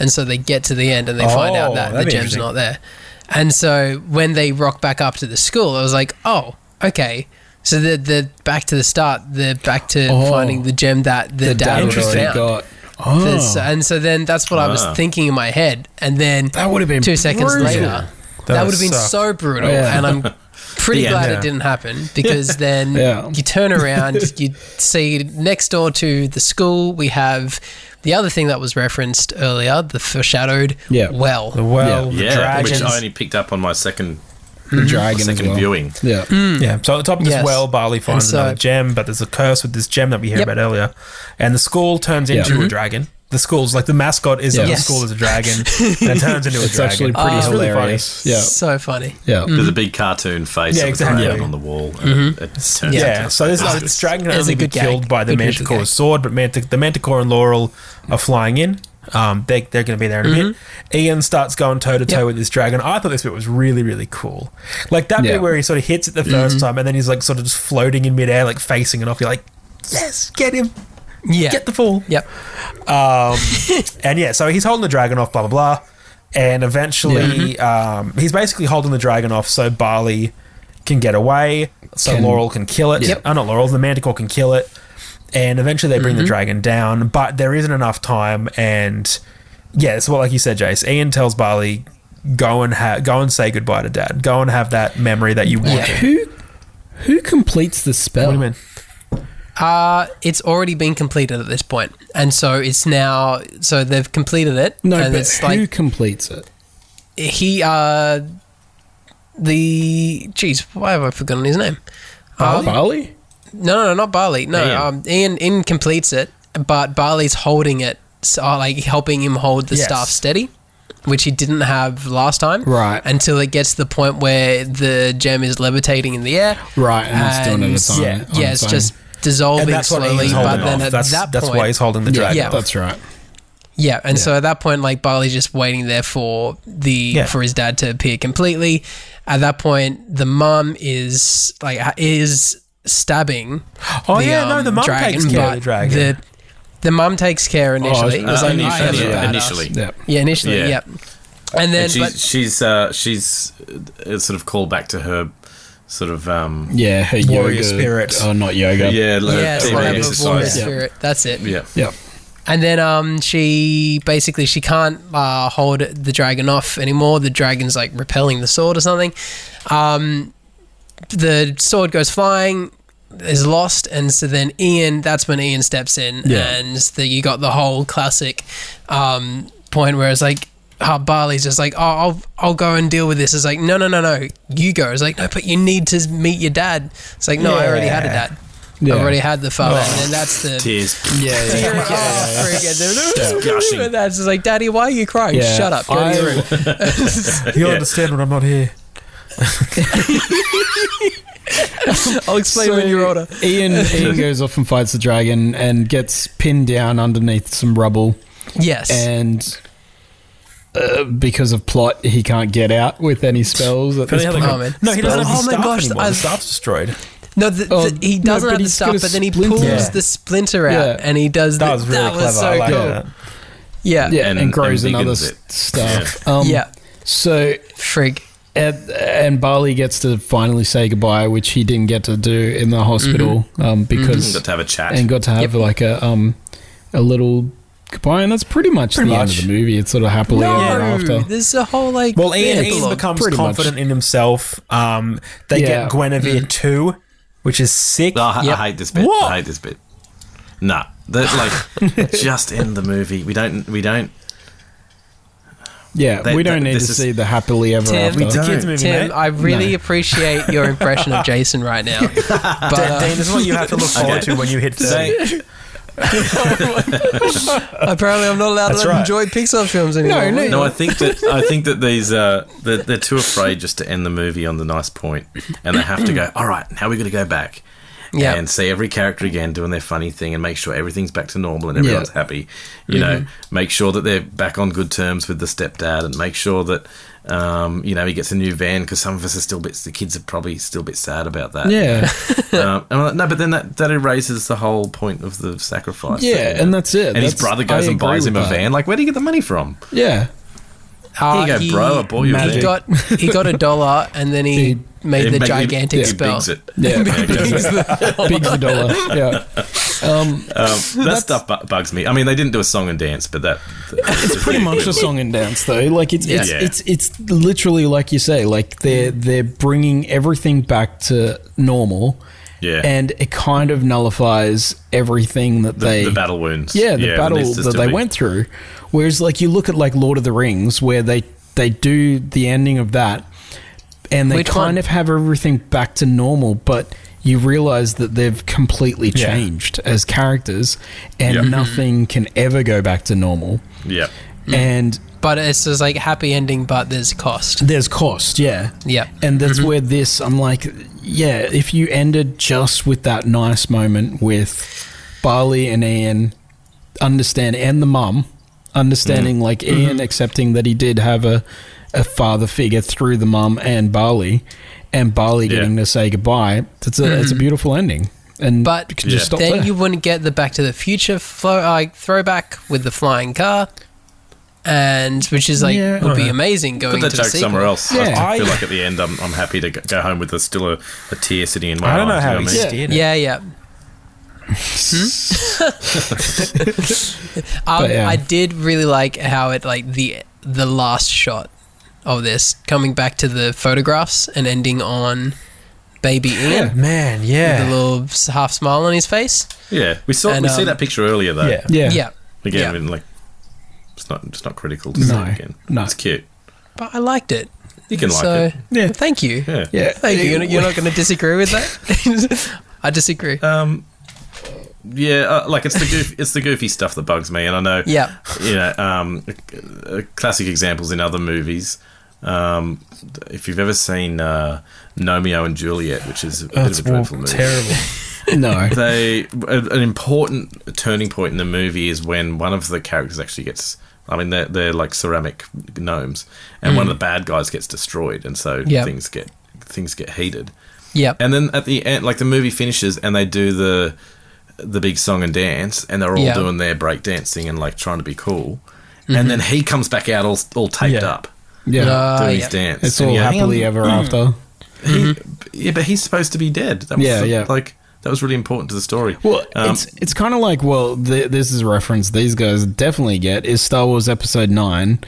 S1: and so they get to the end and they find out
S6: Oh,
S1: that the
S6: that'd be
S1: gem's
S6: interesting.
S1: not there. And so when they rock back up to the school, I was like, oh, okay. So they're, they're back to the start. They're back to
S5: Oh.
S1: finding the gem that the,
S5: The
S1: dad,
S5: dad had
S1: already
S5: already
S1: found.
S5: got.
S1: There's- uh,
S5: Oh,
S1: And so then that's what I was
S4: Ah.
S1: thinking in my head. And then
S5: that would have been
S1: two seconds
S5: brutal.
S1: later, that,
S6: would've
S1: would have been
S6: sucked.
S1: so brutal.
S5: Yeah.
S1: And I'm pretty
S4: The end,
S1: glad
S6: yeah.
S1: it didn't happen because then
S5: Yeah.
S1: you turn around, you see next door to the school, we have the other thing that was referenced earlier, the foreshadowed
S5: Yeah.
S1: well.
S6: The well, the
S4: Yeah,
S6: dragons.
S4: which I only picked up on my second
S5: The
S4: my
S5: dragon as
S4: second
S5: well.
S4: viewing.
S5: Yeah.
S6: Yeah, so at the top of
S1: Hmm. Yes.
S6: this well, Barley finds
S1: so-
S6: another gem, but there's a curse with this gem that we heard
S1: Yep. Mm-hmm.
S6: about earlier. And the school turns
S5: Yeah.
S6: into a dragon. The school's like the mascot is
S5: Yeah.
S6: the
S1: Yes.
S6: school is a dragon, and it turns into a
S5: It's
S6: dragon.
S5: actually pretty
S1: Oh. It's
S6: really
S5: hilarious. yeah.
S1: So funny.
S5: Yeah.
S4: There's
S1: Mm-hmm.
S4: a big cartoon face
S6: Yeah,
S4: of a
S6: exactly.
S4: dragon on the wall. and It, it turns
S6: yeah,
S4: into a
S6: so this,
S4: dragon.
S6: uh, this dragon can
S1: It's
S6: only
S1: a
S6: be
S1: good gag.
S6: killed by the
S1: Good visual
S6: manticore's
S1: gag.
S6: sword, but Mantic- the manticore and Laurel are flying in. Um, they, they're going to be there in a bit. Ian starts going toe to
S1: Mm-hmm. Yep.
S6: toe with this dragon. I thought this bit was really, really cool. Like that
S5: Yeah.
S6: bit where he sort of hits it the 1st
S1: Mm-hmm.
S6: time and then he's like sort of just floating in midair, like facing it off. You're like, yes, get him,
S1: Yeah.
S6: get the fool.
S1: Yep.
S6: Um, and yeah, so he's holding the dragon off, blah blah blah, and eventually, um, he's basically holding the dragon off so Barley can get away, so
S5: Can-
S6: Laurel can kill it.
S1: Yep.
S6: Oh, not Laurel, the Manticore can kill it, and eventually they bring
S1: Mm-hmm.
S6: the dragon down, but there isn't enough time, and yeah, it's what like you said, Jace. Ian tells Barley. Go and ha- go and say goodbye to Dad. Go and have that memory that you wanted.
S5: Who who completes the spell?
S6: What do you mean?
S1: Uh, it's already been completed at this point, and so it's now. So they've completed it.
S5: No,
S1: and
S5: but
S1: it's
S5: who
S1: like
S5: completes it?
S1: he. Uh, the geez, why have I forgotten his name? Uh,
S5: Barley?
S1: No, no, no, not Barley. No,
S4: Ian.
S1: um, Ian. Ian completes it, but Barley's holding it, so, uh, like helping him hold the
S6: Yes.
S1: staff steady, which he didn't have last time.
S5: Right.
S1: Until it gets to the point where the gem is levitating in the air.
S5: Right, and it's doing it at a time.
S1: Yeah,
S5: on
S1: yeah, it's
S5: own.
S1: just dissolving
S6: And that's what
S1: slowly.
S6: Ian's
S1: But
S6: holding
S1: then
S6: off.
S1: at
S6: That's,
S1: that
S6: that's
S1: point,
S6: why he's holding the dragon.
S1: yeah.
S6: off.
S5: That's right.
S1: yeah, and so at that point, like Barley's just waiting there for the for his dad to appear completely. At that point, the mum is like ha- is stabbing.
S6: Oh yeah, no,
S1: um,
S6: the mum takes care of
S1: but
S6: the dragon.
S1: The, the mum takes care initially.
S5: it's-
S1: It was
S4: Uh,
S1: like,
S4: initially,
S1: I am a
S4: yeah.
S1: badass.
S4: Initially.
S5: Yeah.
S1: yeah, initially, yeah.
S4: Yeah.
S1: And then,
S4: And she's
S1: but
S4: she's uh, she's uh, sort of call back to her sort of um
S5: Yeah, her
S6: Warrior
S5: yoga.
S6: spirit.
S5: Oh, not yoga.
S4: yeah, like
S1: yeah, it's
S4: TV
S1: like a warrior
S4: exercise.
S5: Yeah.
S1: spirit. That's it.
S4: Yeah.
S5: Yeah.
S1: And then um, she basically she can't uh, hold the dragon off anymore. The dragon's like repelling the sword or something. Um, the sword goes flying, is lost, and so then Ian. That's when Ian steps in,
S5: Yeah.
S1: and the, you got the whole classic um, point where it's like. Uh, Barley's just like, oh, I'll, I'll go and deal with this. It's like, no, no, no, no. You go. It's like, no, but you need to meet your dad. It's like, no, I already had a dad.
S5: Yeah.
S1: I already had the father. And then that's the
S4: Tears.
S5: Yeah, yeah.
S1: yeah, Oh, yeah,
S4: Gushing.
S1: That's just like, Daddy, why are you crying?
S5: Yeah.
S1: Shut up. Go to your room.
S6: You'll understand when I'm not here.
S1: I'll explain when you're older.
S5: Ian, Ian goes off and fights the dragon and gets pinned down underneath some rubble.
S1: Yes.
S5: And uh, because of plot, he can't get out with any spells at this
S6: They have
S5: point.
S6: like
S1: Oh,
S6: a-
S1: man.
S6: No, he doesn't have
S1: Oh,
S6: his
S1: my
S6: staff
S1: gosh,
S6: anymore.
S1: I've-
S6: The staff's destroyed.
S1: um, no, the,
S5: Oh,
S1: the, he
S5: no,
S1: doesn't
S5: but
S1: have the
S5: he's
S1: stuff,
S5: got a
S1: but then he
S5: splinter.
S1: pulls
S6: Yeah.
S1: the splinter out
S5: Yeah.
S1: and he does
S6: That
S1: the-
S6: was really
S1: that
S6: clever.
S1: was so
S6: I like
S1: cool.
S6: that.
S1: Yeah.
S5: Yeah,
S4: And-
S5: and, grows
S4: and
S5: another
S4: deacons
S5: s-
S4: it.
S5: stuff. Um,
S1: Yeah.
S5: So
S1: Frig.
S5: and, and Barley gets to finally say goodbye, which he didn't get to do in the hospital
S1: Mm-hmm.
S5: um, because
S4: Got Mm-hmm. to have a chat.
S5: and got to have like a um a little goodbye, and that's pretty much
S6: Pretty
S5: the
S6: much.
S5: end of the movie. It's sort of happily ever
S1: No,
S5: after.
S1: there's a whole like.
S6: Well, Ian,
S1: epilogue.
S6: Ian becomes
S5: pretty much.
S6: confident in himself. Um, they
S5: Yeah.
S6: get Guinevere too, which is sick.
S4: Oh, I, I
S1: Yep.
S4: hate this bit.
S6: What?
S4: I hate this bit. Nah, that, like just end the movie. We don't. We don't.
S5: Yeah,
S4: They-
S5: we don't
S4: they-
S5: need to
S4: this is-
S5: see the happily ever
S1: Tim,
S5: after.
S1: we
S6: It's a kids' movie,
S1: Tim,
S6: mate.
S1: I really appreciate your impression of Jason right now. But, uh,
S6: Dean, this is what you have to look forward
S4: Okay.
S6: to when you hit
S4: Say,
S6: 30.
S1: apparently, I'm not allowed
S6: That's
S1: to
S6: right.
S1: enjoy Pixar films anymore.
S5: no,
S4: no, I think that I think that these uh, they're, they're too afraid just to end the movie on the nice point, and they have to go. All right, now we're going to go back.
S1: Yeah.
S4: and see every character again doing their funny thing and make sure everything's back to normal and
S5: Yeah. Mm-hmm.
S4: everyone's happy. You know, make sure that they're back on good terms with the stepdad and make sure that, um, you know, he gets a new van because some of us are still bits, the kids are probably still a bit sad about that.
S5: yeah,
S4: Um, and I'm like, no, but then that, that erases the whole point of the sacrifice.
S5: yeah, and that's it.
S4: And his
S5: That's-
S4: brother
S5: I
S4: goes and
S5: agree
S4: buys him
S5: with
S4: a
S5: that.
S4: van. Like, where do you get the money from?
S5: Yeah,
S1: Uh,
S4: Here you go,
S1: he-
S4: bro. I bought you a
S1: He
S4: van.
S1: got he got a dollar, and then he
S5: He-
S1: made
S4: It
S1: the
S4: make- it-
S1: gigantic
S4: it
S1: spell.
S4: bigs it.
S5: yeah, big,
S1: Bigs the-
S5: dollar. Yeah, um,
S4: Um, that stuff bu- bugs me. I mean, they didn't do a song and dance, but that.
S5: it's pretty much a song and dance though. Like it's it's,
S4: Yeah.
S5: it's it's literally like you say. Like they're they're bringing everything back to normal.
S4: Yeah.
S5: and it kind of nullifies everything that
S4: The,
S5: they
S4: the battle wounds.
S5: yeah the
S4: it
S5: battle
S4: needs to
S5: that
S4: still
S5: they
S4: be-
S5: went through whereas like you look at like lord of the rings where they they do the ending of that and they
S1: Which
S5: kind
S1: one?
S5: of have everything back to normal but you realize that they've completely
S6: Yeah.
S5: changed as characters and
S4: Yeah.
S5: nothing can ever go back to normal
S4: Yeah.
S1: Mm.
S5: and
S1: but it's just like happy ending, but there's cost.
S5: there's cost yeah
S1: Yeah.
S5: and that's where this i'm like yeah if you ended just with that nice moment with barley and ian understand and the mum understanding like ian accepting that he did have a, a father figure through the mum and barley and barley
S4: Yeah.
S5: getting to say goodbye it's a it's a beautiful ending and
S1: But
S5: you can just stop
S1: then
S5: there.
S1: you wouldn't get the Back to the Future flow, uh, throwback with the flying car, and which is like
S5: Yeah.
S1: would be amazing going
S4: Put that
S1: to the
S4: joke
S1: sequel.
S4: somewhere else.
S5: Yeah.
S4: I, I feel like at the end, I'm, I'm happy to go go home with a, still a, a tear sitting in my eye.
S6: I don't know
S4: you
S6: how
S4: what
S6: he
S4: I mean?
S6: steered it.
S1: Yeah, yeah. Hmm? um,
S5: But, yeah.
S1: I did really like how it like the the last shot of this coming back to the photographs and ending on baby Ian
S6: Man,
S1: with a
S6: yeah.
S1: little s- half smile on his face.
S4: Yeah, we saw
S1: And,
S4: we see
S1: um,
S4: that picture earlier though.
S6: Yeah.
S5: yeah
S1: Yeah.
S4: Again,
S1: Yeah.
S4: I mean, like it's not it's not critical to see
S5: No,
S4: it again.
S5: no.
S4: it's cute.
S1: but I liked it.
S4: You can
S1: so
S4: like it.
S5: Yeah.
S1: thank you.
S4: Yeah.
S5: yeah
S1: Thank you. You're, you're not going to disagree with that. I disagree.
S4: Um, yeah, uh, like it's the goof, it's the goofy stuff that bugs me, and I know.
S1: Yeah.
S4: You know, um, uh, classic examples in other movies. Um, if you've ever seen uh, Nomeo and Juliet, which is a bit
S6: That's
S4: of a dreadful movie,
S6: terrible.
S5: no
S4: they a- an important turning point in the movie is when one of the characters actually gets. I mean, they're, they're like ceramic gnomes, and one of the bad guys gets destroyed, and so
S1: Hmm. Yeah.
S4: things get things get heated.
S1: Yep.
S4: And then at the end, like the movie finishes, and they do the the big song and dance, and they're all
S1: Yeah. Mm-hmm.
S4: doing their break dancing and like trying to be cool. And then he comes back out all all taped
S6: Yeah.
S4: up
S5: yeah
S1: Uh,
S4: doing
S1: yeah.
S4: his dance.
S5: it's
S4: And
S5: all
S4: you go, "Hang on,
S5: happily ever after
S4: he- yeah, but he's supposed to be dead. That was
S5: Yeah,
S4: the-
S5: yeah.
S4: Like that was really important to the story.
S5: Well,
S4: Um,
S5: it's it's kind of like well, th- this is a reference these guys definitely get is Star Wars Episode Nine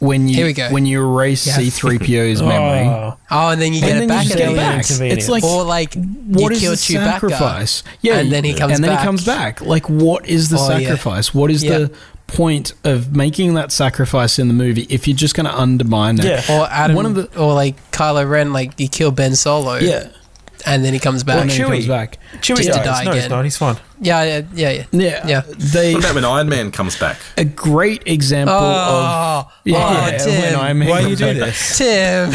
S5: when you
S1: Here we go.
S5: when you erase
S1: Yeah.
S5: C three PO's memory.
S6: Oh,
S1: Oh, and then you get
S5: And
S1: it
S5: then you
S1: back
S5: just
S1: at
S5: get
S1: the
S5: it
S1: end.
S5: back. It's like
S1: or like you
S5: what is
S1: kill
S5: the
S1: Chewbacca,
S5: sacrifice? Yeah,
S1: and then he comes
S5: and then
S1: back.
S5: he comes back. Like, what is the
S1: Oh, yeah.
S5: sacrifice? What is
S1: Yeah.
S5: the point of making that sacrifice in the movie if you're just going to undermine it?
S6: Yeah.
S1: Or Adam,
S5: One of the-
S1: or like Kylo Ren, like you kill Ben Solo,
S5: yeah.
S1: and then he comes
S5: And
S1: back.
S5: then he
S6: Chewie.
S5: comes back.
S6: Chewie's
S1: Just to
S6: dies.
S1: die
S6: No, he's
S1: again.
S6: not. He's fine.
S1: Yeah, yeah, yeah, yeah.
S5: Yeah,
S1: Yeah.
S5: They
S4: What about when Iron Man comes back?
S5: a great example of
S1: Oh, oh,
S5: when
S1: Tim.
S5: I mean,
S6: Why do you do this?
S1: Tim.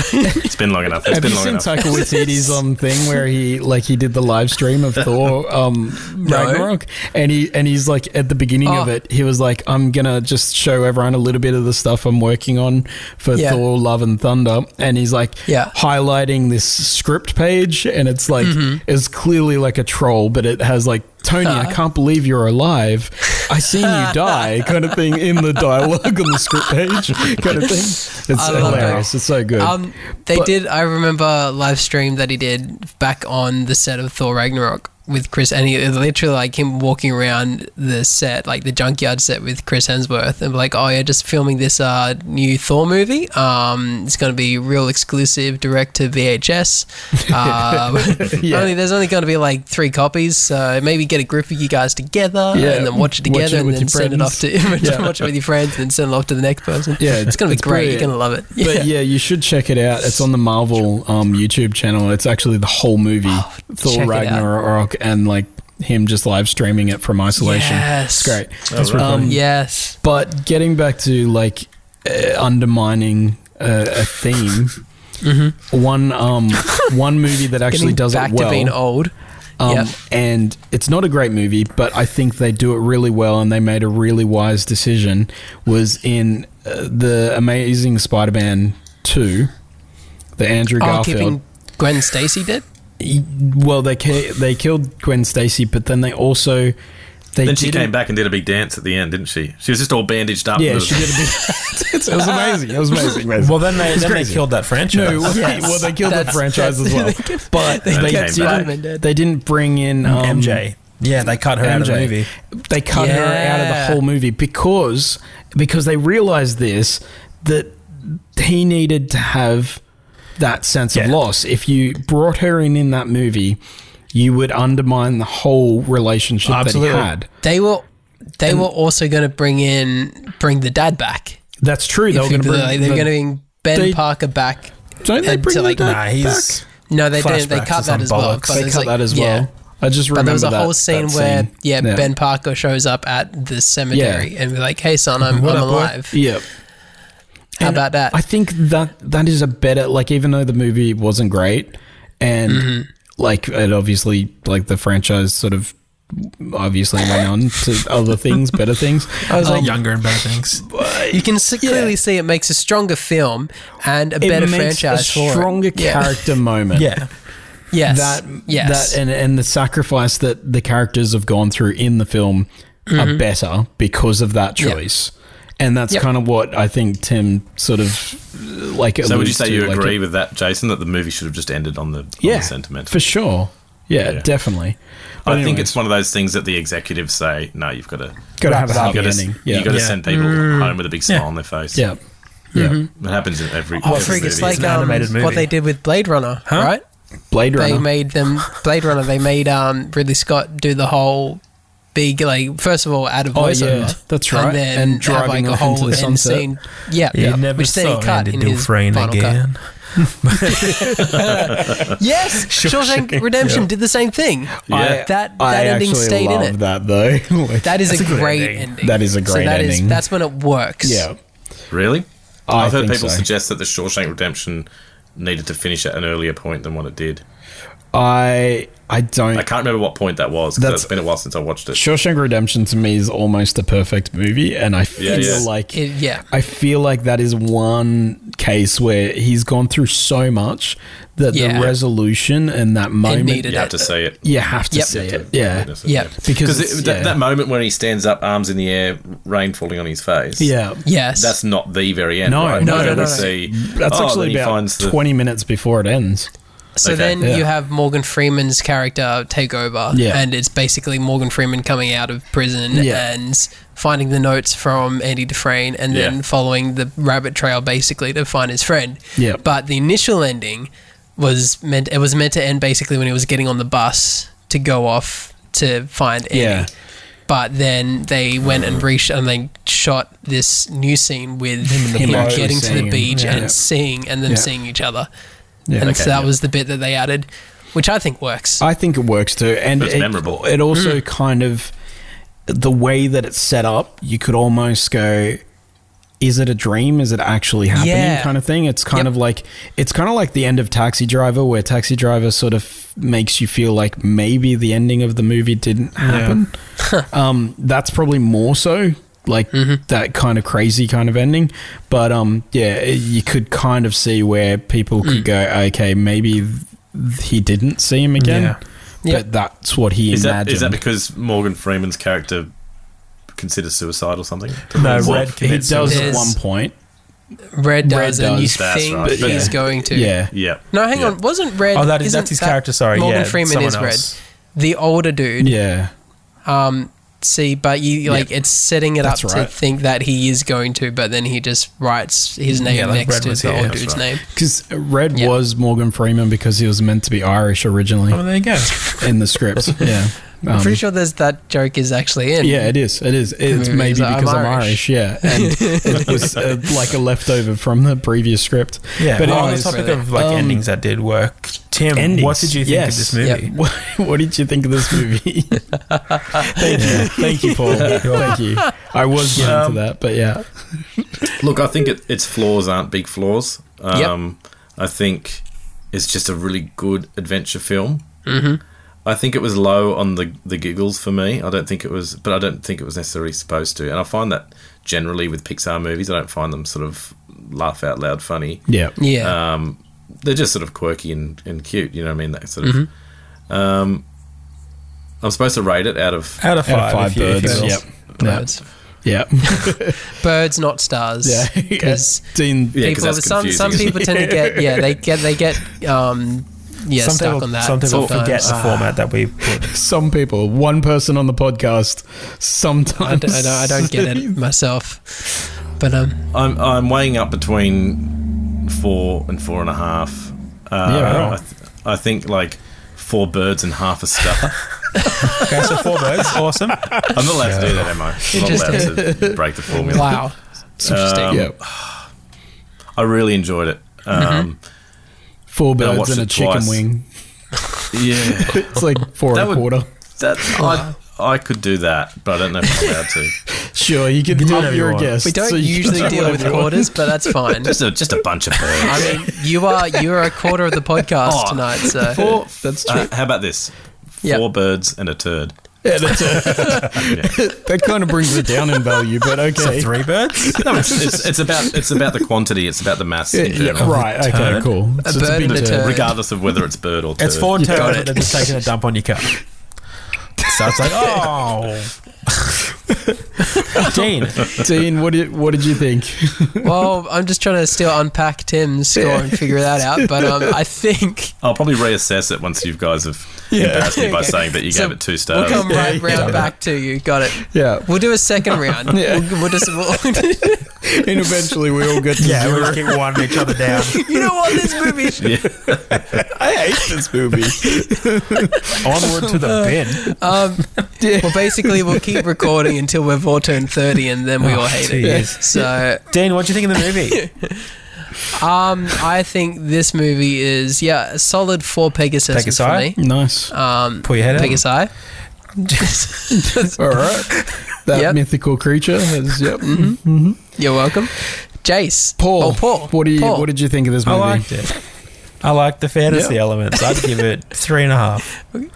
S4: It's been long enough. It's
S5: Have
S4: been
S5: you
S4: long
S5: seen
S4: enough.
S5: Taika Waititi's um thing where he like he did the live stream of Thor um Ragnarok and he and he's like at the beginning of
S1: Oh.
S5: it he was like I'm gonna just show everyone a little bit of the stuff I'm working on for
S1: Yeah.
S5: Thor Love and Thunder and he's like
S1: Yeah.
S5: highlighting this script page and it's like
S1: Mm-hmm.
S5: it's clearly like a troll but it has like Tony I can't believe you're alive I seen you die kind of thing in the dialogue on the script page kind of thing it's
S1: I love that.
S5: hilarious it's so good
S1: Um, they
S5: But-
S1: did. I remember live stream that he did back on the set of Thor Ragnarok with Chris, and he it was literally like him walking around the set, like the junkyard set with Chris Hemsworth, and be like, oh yeah, just filming this uh new Thor movie. Um, it's gonna be real exclusive, direct to VHS. Um,
S5: Yeah.
S1: only there's only gonna be like three copies, so maybe get a group of you guys together
S5: Yeah,
S1: and then watch it
S5: watch
S1: together,
S5: it
S1: and
S5: with
S1: then
S5: your
S1: send it off to
S5: Yeah.
S1: watch it with your friends, and then send it off to the next person.
S5: Yeah,
S1: it's gonna be
S5: it's
S1: great. You're
S5: brilliant.
S1: gonna love it.
S5: But yeah, you should check it out. It's on the Marvel um, YouTube channel. It's actually the whole movie,
S1: Oh, check
S5: Thor
S1: it out.
S5: Ragnarok, and like him just live streaming it from isolation.
S1: Yes.
S5: It's great.
S3: That's pretty
S5: Um,
S3: funny.
S1: Yes.
S5: But getting back to like uh, undermining uh, a theme, one um, one movie that
S1: Mm-hmm.
S5: actually
S1: Getting
S5: does
S1: back
S5: it well.
S1: to being old.
S5: Um,
S1: Yep.
S5: And it's not a great movie, but I think they do it really well, and they made a really wise decision. Was in uh, the Amazing Spider-Man two, the Andrew
S1: Oh,
S5: Garfield.
S1: keeping Gwen Stacy dead.
S5: He- well, they ki- they killed Gwen Stacy, but then they also they
S4: Then she
S5: didn't-
S4: came back and did a big dance at the end, didn't she? She was just all bandaged up.
S5: Yeah,
S4: and-
S5: she did a big. it was amazing. It was amazing.
S6: Well, then they, then they
S5: crazy.
S6: killed that franchise.
S5: No, well, they killed the
S1: That's-
S5: franchise as well,
S1: they kept-
S5: but they,
S4: they kept
S1: Spider-Man dead.
S5: didn't. They didn't bring in um,
S6: MJ. Yeah, they cut her out of the
S5: MJ.
S6: movie.
S5: They cut her out of the
S1: Yeah.
S5: whole movie because because they realized this that he needed to have that sense of
S6: Yeah.
S5: loss. If you brought her in in that movie, you would undermine the whole relationship
S6: Absolutely.
S5: that he had.
S1: They were they were also going to bring in bring the dad back.
S5: That's true. They were
S1: If you-
S5: going to bring.
S1: like, they were
S5: the-
S1: going to bring Ben
S5: they-
S1: Parker back.
S5: don't they
S1: and
S5: bring
S1: to,
S5: the
S1: like-
S5: dad
S6: Nah, he's.
S5: back?
S1: No, they didn't. They
S6: Flashbacks
S1: cut
S6: or
S1: that
S6: some
S1: as well.
S6: bollocks.
S1: but
S5: They
S1: it's
S5: cut
S1: like-
S5: that as
S1: yeah.
S5: well. I just remember
S1: But there was a
S5: that-
S1: whole scene
S5: that
S1: where
S5: scene.
S1: yeah, Ben Parker shows up at the cemetery and be like, "Hey son, I'm,
S6: What
S1: I'm
S6: up, boy?"
S1: alive."
S5: Yeah.
S1: How about that?
S5: I think that that is a better like even though the movie wasn't great and
S1: Mm-hmm.
S5: like it obviously like the franchise sort of obviously went on to other things, better things. um,
S1: I was like,
S6: Younger and better things.
S1: you can s clearly see it makes a stronger film and a
S5: It
S1: better
S5: makes
S1: franchise
S5: a
S1: for it.
S5: stronger
S1: Yeah.
S5: character moment.
S6: Yeah.
S1: Yes.
S5: That
S1: yes.
S5: that and, and the sacrifice that the characters have gone through in the film are better because of that
S1: Yep.
S5: choice. And that's
S1: Mm-hmm. Yep.
S5: kind of what I think Tim sort of like.
S4: So would you
S5: alludes
S4: say
S5: to,
S4: you
S5: like,
S4: agree
S5: it-
S4: with that, Jason? That the movie should have just ended on the, on
S5: yeah,
S4: the sentiment.
S5: for sure. Yeah,
S4: Yeah.
S5: definitely.
S4: But I think
S5: Anyways.
S4: it's one of those things that the executives say, "No, you've got to,
S5: Gotta have
S6: Wraps
S5: a
S6: it up.
S5: happy
S4: got
S5: ending.
S4: to, you got to send people home with a big smile on their face."
S5: yeah.
S4: it happens in every.
S1: Oh,
S4: every
S1: frig, it's
S4: movie,
S1: like
S4: isn't it?
S1: um,
S6: animated
S1: what
S6: movie.
S1: they did with Blade Runner, right?
S5: Blade Runner.
S1: They made them Blade Runner. They made um, Ridley Scott do the whole big like first of all add a
S5: Oh,
S1: voiceover,
S5: yeah, that's right.
S1: and then
S5: And
S1: have,
S5: driving
S1: like a
S5: off
S1: whole
S5: into the
S1: end
S5: sunset.
S1: scene. Yeah,
S6: You
S1: yeah.
S6: never
S1: which then
S6: saw
S1: he cut
S6: Andy
S1: in his
S6: Dufresne
S1: final cut.
S6: again.
S1: Yes, Shawshank Redemption did the same thing.
S4: Yeah.
S1: that that ending
S5: actually
S1: stayed in
S5: love
S1: it.
S5: That though. Like,
S1: That is a
S6: good
S1: great ending.
S6: ending.
S5: That is a
S1: so
S5: great
S1: that is-
S5: ending.
S1: that's when it works.
S5: yeah.
S4: Really?
S5: I
S4: have heard
S5: think
S4: people
S5: so.
S4: suggest that the Shawshank Redemption needed to finish at an earlier point than what it did.
S5: I I don't.
S4: I can't remember what point that was because
S5: That's-
S4: it's been a while since I watched it.
S5: Shawshank Redemption to me is almost a perfect movie, and I feel
S4: yeah.
S5: like
S1: It- yeah.
S5: I feel like that is one case where he's gone through so much that
S1: Yeah.
S5: the resolution and that moment
S1: needed
S4: You have to see it.
S5: you have to
S1: Yep.
S5: see it.
S4: Yeah.
S5: Yeah,
S1: Yeah.
S5: because
S4: Because
S5: it's,
S4: it- that,
S5: yeah.
S4: that moment when he stands up, arms in the air, rain falling on his face.
S5: yeah.
S1: Yes.
S4: That's not the very end.
S5: No,
S4: right?
S5: no,
S4: We
S5: no, no,
S4: only
S5: no.
S4: See,
S5: That's
S4: oh, then
S5: actually
S4: he
S5: about
S4: finds the-
S5: twenty minutes before it ends.
S1: So
S4: Okay.
S1: then
S5: Yeah.
S1: you have Morgan Freeman's character take over,
S5: Yeah.
S1: and it's basically Morgan Freeman coming out of prison
S5: Yeah.
S1: and finding the notes from Andy Dufresne, and
S4: Yeah.
S1: then following the rabbit trail basically to find his friend.
S5: Yeah.
S1: But the initial ending was meant it was meant to end basically when he was getting on the bus to go off to find Andy.
S5: Yeah. Mm.
S1: But then they went and reached and they shot this new scene with him,
S5: boat.
S1: getting to
S5: Seeing
S1: the
S5: him.
S1: beach
S5: Yeah.
S1: and seeing and them
S5: Yeah.
S1: seeing each other
S5: Yeah.
S1: and
S5: Okay,
S1: so that
S4: yeah.
S1: was the bit that they added. which I think works.
S5: I think it works too, and
S4: But it's
S5: it,
S4: memorable.
S5: It
S1: Hmm.
S5: also kind of the way that it's set up. You could almost go, "Is it a dream? Is it actually happening?"
S1: Yeah.
S5: Kind of thing. It's kind
S1: Yep.
S5: of like it's kind of like the end of Taxi Driver, where Taxi Driver sort of makes you feel like maybe the ending of the movie didn't happen. um, that's probably more so like
S1: Mm-hmm.
S5: that kind of crazy kind of ending. But um, yeah, it- you could kind of see where people
S1: Mm.
S5: could go, okay, maybe th- he didn't see him again.
S6: Yeah.
S5: But
S1: Yeah.
S5: that's what he
S4: Is
S5: imagined.
S4: that, is that because Morgan Freeman's character considers suicide or something?
S6: No,
S4: Well,
S6: Red
S5: he
S6: commits.
S5: does at
S1: There's-
S5: one point.
S1: Red does,
S5: Red
S1: and you
S5: does,
S4: that's
S1: think
S4: right, but
S1: he's
S4: yeah.
S1: going to.
S5: Yeah.
S4: Yeah.
S1: No, hang
S4: Yeah.
S1: on. Wasn't Red?
S6: Oh, that is
S1: isn't
S6: that's his
S1: that
S6: character. Sorry,
S1: Morgan
S6: yeah,
S1: Freeman
S6: someone
S1: is
S6: else.
S1: Red, the older dude.
S5: Yeah.
S1: Um, see, but you like it's setting it
S5: That's
S1: up
S5: right.
S1: to think that he is going to, but then he just writes his name
S6: like
S1: next
S6: Red
S1: to
S6: was
S1: the
S6: here,
S1: old
S6: that's
S1: dude's
S6: right.
S1: name.
S5: Because Red
S1: Yeah.
S5: was Morgan Freeman because he was meant to be Irish originally
S6: Oh, there you go.
S5: in the script. yeah.
S1: I'm
S5: Um,
S1: pretty sure there's that joke is actually in.
S5: Yeah, it is. It is. It's
S1: Maybe
S5: maybe
S1: because I'm
S5: because I'm
S1: Irish.
S5: Irish. Yeah, and it was uh, like a leftover from the previous script.
S6: Yeah,
S5: but
S6: but on the
S5: anyways,
S6: topic
S1: really-
S6: of like
S5: Um,
S6: endings that did work, Tim, what
S5: endings,
S6: did you think
S5: yes.
S6: of this movie?
S1: Yep.
S5: what, what did you think of this movie? Thank you, thank you, Paul. Thank you. I was getting
S6: Um,
S5: to that, but yeah,
S4: Look, I think it, its flaws aren't big flaws.
S1: Yep.
S4: Um, I think it's just a really good adventure film. Mm-hmm. I think it was low on the the giggles for me. I don't think it was, but I don't think it was necessarily supposed to. And I find that generally with Pixar movies, I don't find them sort of laugh out loud funny.
S5: yeah,
S1: Yeah.
S4: Um, they're just sort of quirky and, and cute. You know what I mean? That sort of.
S5: Mm-hmm.
S4: Um, I'm supposed to rate it out of
S6: Out of five,
S5: Out of five
S6: if you- if you
S5: birds.
S6: will.
S5: Yep.
S1: birds.
S5: Yeah,
S1: Birds, not stars.
S5: yeah,
S1: Because
S5: Dean-
S4: Yeah, 'cause
S1: people,
S4: that's
S1: some
S4: confusing,
S1: some
S4: isn't
S1: people tend to get yeah they get they get um yeah
S6: some
S1: stuck
S6: people,
S1: on that.
S6: some people
S1: sometimes.
S6: forget the format that we put.
S5: some people, one person on the podcast,
S1: Ah, I
S5: sometimes.
S1: don't, I, don't, I don't get it myself. But um,
S4: I'm I'm weighing up between four and four and a half. Uh,
S5: Yeah, right.
S4: I, th- I think like four birds and half a star.
S6: Okay, so four birds, awesome.
S4: I'm not allowed to do that, am I? I'm not allowed to break the formula.
S1: wow, it's interesting.
S4: Um,
S5: Yeah,
S4: I really enjoyed it.
S5: Mm-hmm.
S4: Um,
S5: four
S4: I
S5: birds
S4: watched
S5: and a
S4: it
S5: chicken
S4: twice.
S5: wing.
S4: Yeah,
S5: It's like four
S4: That
S5: and a
S4: would-
S5: quarter.
S4: that I, I could do that, but I don't know if I'm allowed to.
S5: Sure, you can
S6: do
S5: do
S6: whatever you
S5: your
S6: want.
S5: guess.
S1: We don't usually deal with quarters, but that's fine.
S4: Just a just a bunch of birds.
S1: I mean, you are you are a quarter of the podcast
S4: Oh.
S1: tonight, so
S4: Four,
S5: That's true.
S4: uh, how about this? Four
S1: Yep.
S4: birds and a turd.
S5: Yeah, that's that kind of brings it down in value, but okay.
S6: Three birds.
S4: No, it's, it's, it's about it's about the quantity. It's about the mass in
S5: Yeah,
S4: general,
S5: right, okay, cool.
S1: A
S5: So it's
S1: bird
S5: big
S1: and a turd.
S4: regardless of whether it's bird or turd.
S6: It's four
S1: got
S6: turds
S1: it.
S6: that just taking a dump on your cup. So it's like, oh, Dean.
S5: Dean, what did, what did you think?
S1: Well, I'm just trying to still unpack Tim's score and figure that out. But um, I think
S4: I'll probably reassess it once you guys have embarrassed me by saying that you
S1: So
S4: gave it two
S1: we'll
S4: stars.
S1: come
S5: yeah,
S1: right round back to you. Got it.
S5: Yeah,
S1: We'll do a second round.
S5: Yeah.
S1: We'll, we'll just, we'll,
S5: and eventually we all get to
S6: Yeah, we
S5: zero.
S6: just keep winding each other down.
S1: you know what? This movie
S5: I hate this movie.
S6: Onward to the bin.
S1: Um, Well, basically, we'll keep recording until we've all turned 30 and then we all hate it.
S6: Oh, Jeez.
S1: So,
S6: Dean, what do you think of the movie?
S1: um, I think this movie is, yeah, a solid four Pegasus for
S6: Pegasi?
S1: me.
S5: Nice.
S1: Um,
S6: Pull your head out.
S1: Pegasi.
S5: all right. That
S1: Yep. Mm-hmm.
S5: mythical creature has, yep. mm-hmm.
S1: You're welcome. Jace.
S5: Paul,
S1: Oh, Paul.
S5: What, do you,
S1: Paul.
S5: what did you think of this
S6: I
S5: movie?
S6: liked it. I liked the fantasy
S5: Yeah.
S6: elements. I'd give it three and a half. Yeah.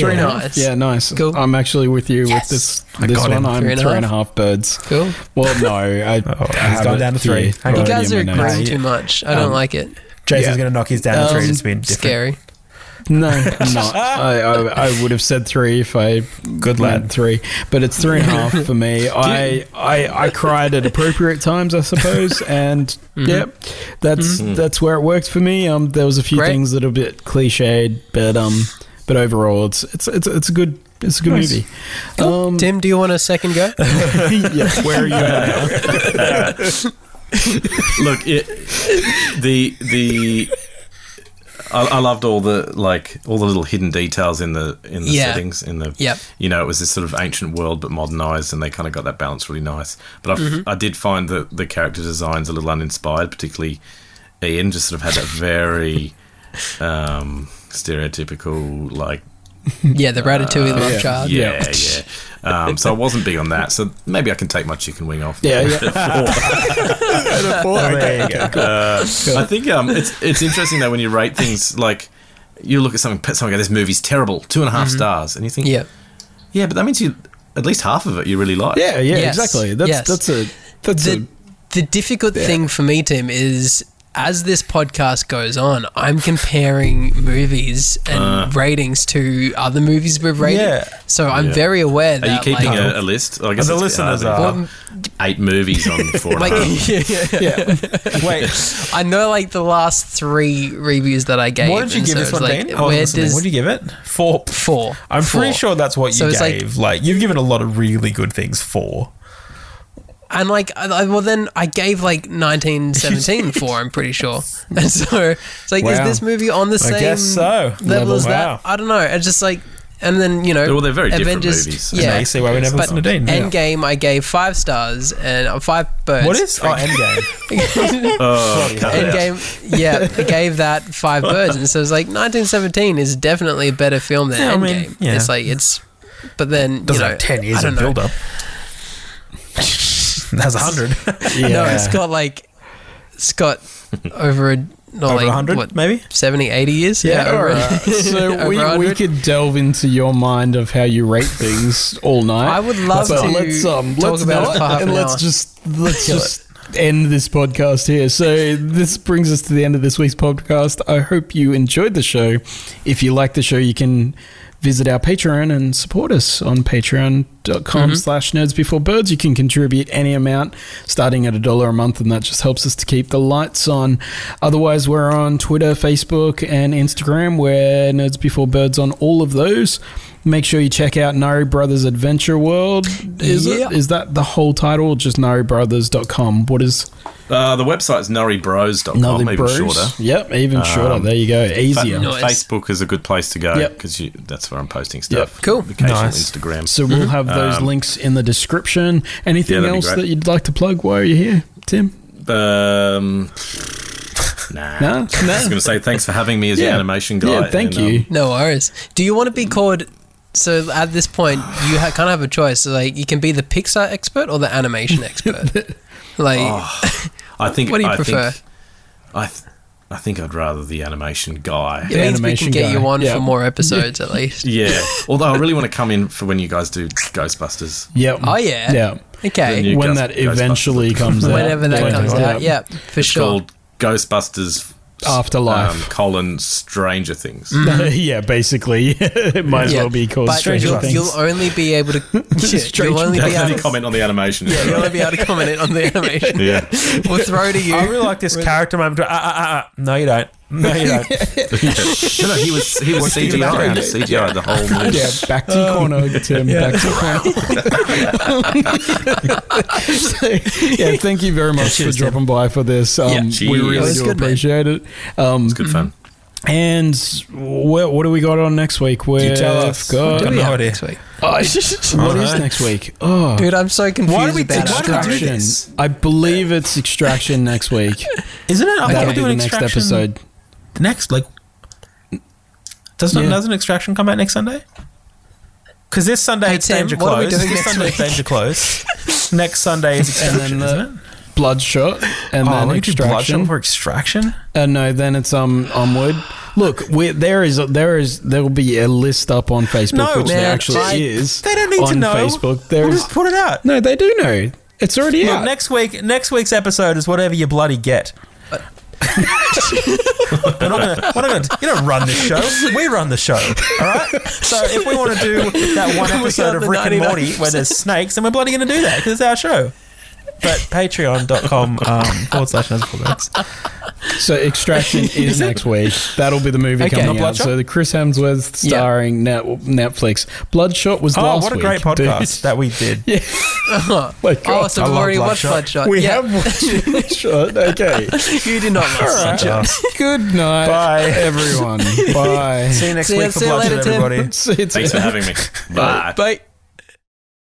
S1: Three and a half.
S5: Yeah, nice.
S1: Cool.
S5: I'm actually with you
S1: Yes.
S5: with this this
S6: got
S5: one.
S6: him.
S5: I'm
S1: Three and a
S5: three
S1: half.
S5: and a half birds.
S1: Cool.
S5: Well, no, I,
S6: Oh,
S5: I
S6: he's
S5: have
S6: gone
S5: it
S6: down to three.
S5: here.
S6: Hang on.
S1: You
S5: Already
S1: guys
S5: in
S1: are
S5: my
S1: agreeing
S5: notes.
S1: too much. I don't
S5: Um,
S1: like it.
S5: Yeah.
S6: Jason's going to knock his down to three.
S5: Um,
S6: It's been different.
S1: Scary.
S5: No, I'm not. I, I, I would have said three if I
S6: Good
S5: went
S6: lad.
S5: three, but it's three and a half for me. I, I I cried at appropriate times, I suppose, and
S1: Mm-hmm.
S5: yep, that's that's where it worked for me. Um, there was a few
S1: Great.
S5: things that are a bit cliched, but um, but overall, it's it's it's, it's a good it's a good movie. Um,
S1: Tim, do you want a second go?
S5: yeah,
S6: Where are you at?
S4: Look, it, the the I, I loved all the like all the little hidden details in the in the
S1: Yeah.
S4: settings in the
S1: Yep.
S4: you know it was this sort of ancient world but modernized and they kind of got that balance really nice. But I, f-
S1: Mm-hmm.
S4: I did find the the character designs a little uninspired, particularly Ian just sort of had that very um, stereotypical like
S1: Yeah, the Ratatouille love child.
S4: yeah
S5: Uh, Yeah.
S4: yeah. Um, so I wasn't big on that. So maybe I can take my chicken wing off.
S5: Yeah, yeah.
S6: Oh, there you go.
S4: I think um, it's it's interesting though when you rate things like you look at something put something go this movie's terrible two and a
S5: Mm-hmm.
S4: half stars and you think
S1: Yeah.
S4: yeah but that means you at least half of it you really like
S5: Yeah, yeah,
S1: Yes,
S5: exactly. That's
S1: yes.
S5: that's a that's
S1: The, the difficult thing for me, Tim, is as this podcast goes on, I'm comparing movies and ratings to other movies we've rated.
S6: Uh. Yeah.
S1: So I'm
S4: Yeah.
S1: very aware
S4: Are
S1: that
S4: you keeping
S1: like,
S4: a, a list? I guess
S6: The
S4: it's,
S6: listeners
S4: uh,
S6: are.
S1: um,
S4: eight movies on four. and a
S1: like
S4: half.
S1: yeah, yeah, yeah.
S6: Wait,
S1: I know like the last three reviews that I gave.
S6: what did you
S1: and
S6: give
S1: so
S6: this
S1: it's
S6: one,
S1: like,
S6: Dan? I wasn't
S1: Where
S6: listening.
S1: does
S6: What did you give it? Four.
S1: four?
S6: I'm pretty
S1: Four.
S6: sure that's what you
S1: So it's like-
S6: gave. Like, you've given a lot of really good things four.
S1: And like, I, I- well, then I gave like 1917 four. I'm pretty sure. And so it's like, is
S5: Wow.
S1: this movie on the same
S6: guess so.
S1: level, as
S6: Wow.
S1: that? I don't know. It's just like, and then you know,
S4: Well, they're very different
S1: Avengers,
S4: movies.
S1: Yeah,
S6: Now you see why we never
S1: But
S6: listen to Dean. Yeah.
S1: Endgame, I gave five stars and uh, five birds.
S6: What is? Oh, Endgame.
S4: Oh, cut it out.
S1: Endgame, yeah, I gave that five birds, and so it's like 1917 is definitely a better film than
S6: Yeah, I
S1: Endgame.
S6: mean, yeah.
S1: It's like it's, but then
S6: doesn't
S1: you know,
S6: have 10 years
S1: I don't
S6: of
S1: know.
S6: build up. has 100.
S5: a yeah.
S1: No, it's got like it's got over a not
S6: Over
S1: like
S6: 100,
S1: what
S6: maybe?
S1: 70, 80 years.
S5: yeah, all
S1: over-
S5: right. So
S1: over
S5: we, we
S1: 100.
S5: could delve into your mind of how you rate things all night.
S1: I would love
S5: But
S1: to talk about
S5: let's
S1: it
S5: not,
S1: for half
S5: and
S1: an
S5: let's
S1: hour.
S5: just let's just end this podcast here. So this brings us to the end of this week's podcast. I hope you enjoyed the show. If you like the show, you can visit our Patreon and support us on patreon.com slash nerds before birds. You can contribute any amount starting at a dollar a month and that just helps us to keep the lights on. Otherwise we're on Twitter, Facebook and Instagram. We're nerds before birds on all of those. Make sure you check out Nari Brothers Adventure World. Is
S1: Yeah.
S5: it? Is that the whole title? Or just naribrothers.com? What is
S4: Uh, the website's nurrybros.com,
S5: Nari
S4: even
S5: Bros?
S4: Oh, shorter. Um,
S5: Yep, even shorter. There you go. Easier.
S1: Nice.
S4: Facebook is a good place to go
S5: Yep.
S4: because that's where I'm posting stuff.
S1: Cool.
S4: Occasional
S6: Nice.
S4: Instagram.
S5: So we'll have those links in the description. Anything
S4: Mm-hmm. Um, that'd be
S5: else
S4: great.
S5: that you'd like to plug while you're here, Tim?
S4: Um, nah.
S5: No?
S4: I was going to say thanks for having me as your animation guy.
S5: Yeah, thank
S4: and, um,
S5: you.
S1: No worries. Do you want to be called? So at this point, you ha- kind of have a choice. So like, you can be the Pixar expert or the animation
S5: Oh,
S1: expert. like,
S4: I think.
S1: What do you
S4: I think-
S1: prefer?
S4: I, th- I think I'd rather the animation guy.
S1: it means we
S5: animation
S1: can get
S5: guy.
S1: you on
S5: Yeah.
S1: for more episodes at least.
S4: Yeah. Although I really want to come in for when you guys do Ghostbusters.
S5: Yep.
S1: Oh yeah.
S5: Yeah.
S1: Okay.
S4: The new
S5: when
S4: Ghost-
S5: that
S4: Ghostbusters.
S5: eventually comes out.
S1: Whenever that
S5: Yeah.
S1: comes out, yeah, for
S4: It's
S1: sure.
S4: called Ghostbusters
S5: Afterlife.
S4: colon Stranger Things.
S1: Mm.
S5: yeah, basically. it might
S1: Yeah.
S5: as well be called
S1: But
S5: Stranger
S1: you'll,
S5: Things.
S1: you'll only be able to. you'll
S5: Stranger
S1: only be
S4: Definitely
S1: able.
S4: comment on the animation.
S1: Yeah, you'll only be able to comment on the animation.
S4: Yeah.
S1: We'll throw to you.
S6: I really like this character moment. Uh, uh, uh, uh. No, you don't. No, you don't.
S4: No, no, he was he was CGI CGI the whole movie.
S5: yeah, back to your corner, Tim. Back to your corner. so, yeah, thank you very much for dropping by for this. Um,
S1: Yeah,
S5: we
S4: cheers. It
S5: really
S1: was
S5: do
S1: good, man.
S5: appreciate it. Um,
S4: It's good fun.
S5: and what, what do we got on next week? We've
S6: tell us.
S5: got-
S6: Got
S1: We
S6: no
S1: have
S6: idea.
S1: next week.
S5: Oh, it's- what is next week? Oh,
S1: Dude, I'm so confused.
S6: Why do we
S1: about
S6: take-
S1: it.
S6: why do we do
S5: extraction.
S6: this?
S5: I believe it's extraction next week.
S6: Isn't it?
S5: That'll
S6: I think we're
S5: be
S6: doing
S5: the next
S6: extraction.
S5: episode.
S6: Next, like, doesn't
S5: Yeah.
S6: doesn't extraction come out next Sunday? Because this Sunday it's
S1: Tim,
S6: danger
S1: what are we
S6: close.
S1: doing
S6: This
S1: next
S6: Sunday it's
S1: week?
S6: danger close. next Sunday is extraction,
S5: then the-
S6: isn't it?
S5: Bloodshot and
S6: Oh,
S5: then
S6: we do bloodshot
S5: extraction.
S6: for extraction.
S5: Uh, no, then it's um onward. Look, we there is there is there will be a list up on Facebook,
S6: No,
S5: which there
S1: man,
S5: actually
S1: I-
S5: is.
S6: They don't need
S5: on
S6: to know.
S5: Facebook.
S6: We'll
S5: There's
S6: just put it out.
S5: no, they do know. It's already
S6: Look,
S5: out.
S6: next week, next week's episode is whatever you bloody get. we're not gonna, we're not gonna, you don't run this show. We run the show, all right? So if we want to do that one episode
S1: got
S6: of
S1: the
S6: Rick and
S1: 99%.
S6: Morty where there's snakes, then we're bloody gonna do that because it's our show. But patreon.com um, forward slash nerds for nerds.
S5: So extraction is next week. That'll be the movie
S1: Okay.
S5: coming
S1: Not
S5: out.
S6: Bloodshot?
S5: So the Chris Hemsworth
S1: Yeah.
S5: starring Net- Netflix. Bloodshot was
S6: Oh,
S5: last
S6: what a
S5: week,
S6: great
S5: dude.
S6: podcast that we did.
S5: My God.
S1: Oh, so
S6: I
S1: we've
S6: love
S1: already watched
S6: Bloodshot.
S1: Bloodshot.
S5: we
S1: yeah.
S5: have watched Bloodshot. Okay.
S1: You did not watch Bloodshot.
S5: Good night,
S6: Bye.
S5: everyone. Bye.
S6: See you next
S1: See ya-
S6: week for
S1: see you
S6: Bloodshot,
S1: later, Tim.
S6: everybody.
S5: See you
S4: Thanks for having me. Bye.
S5: Bye.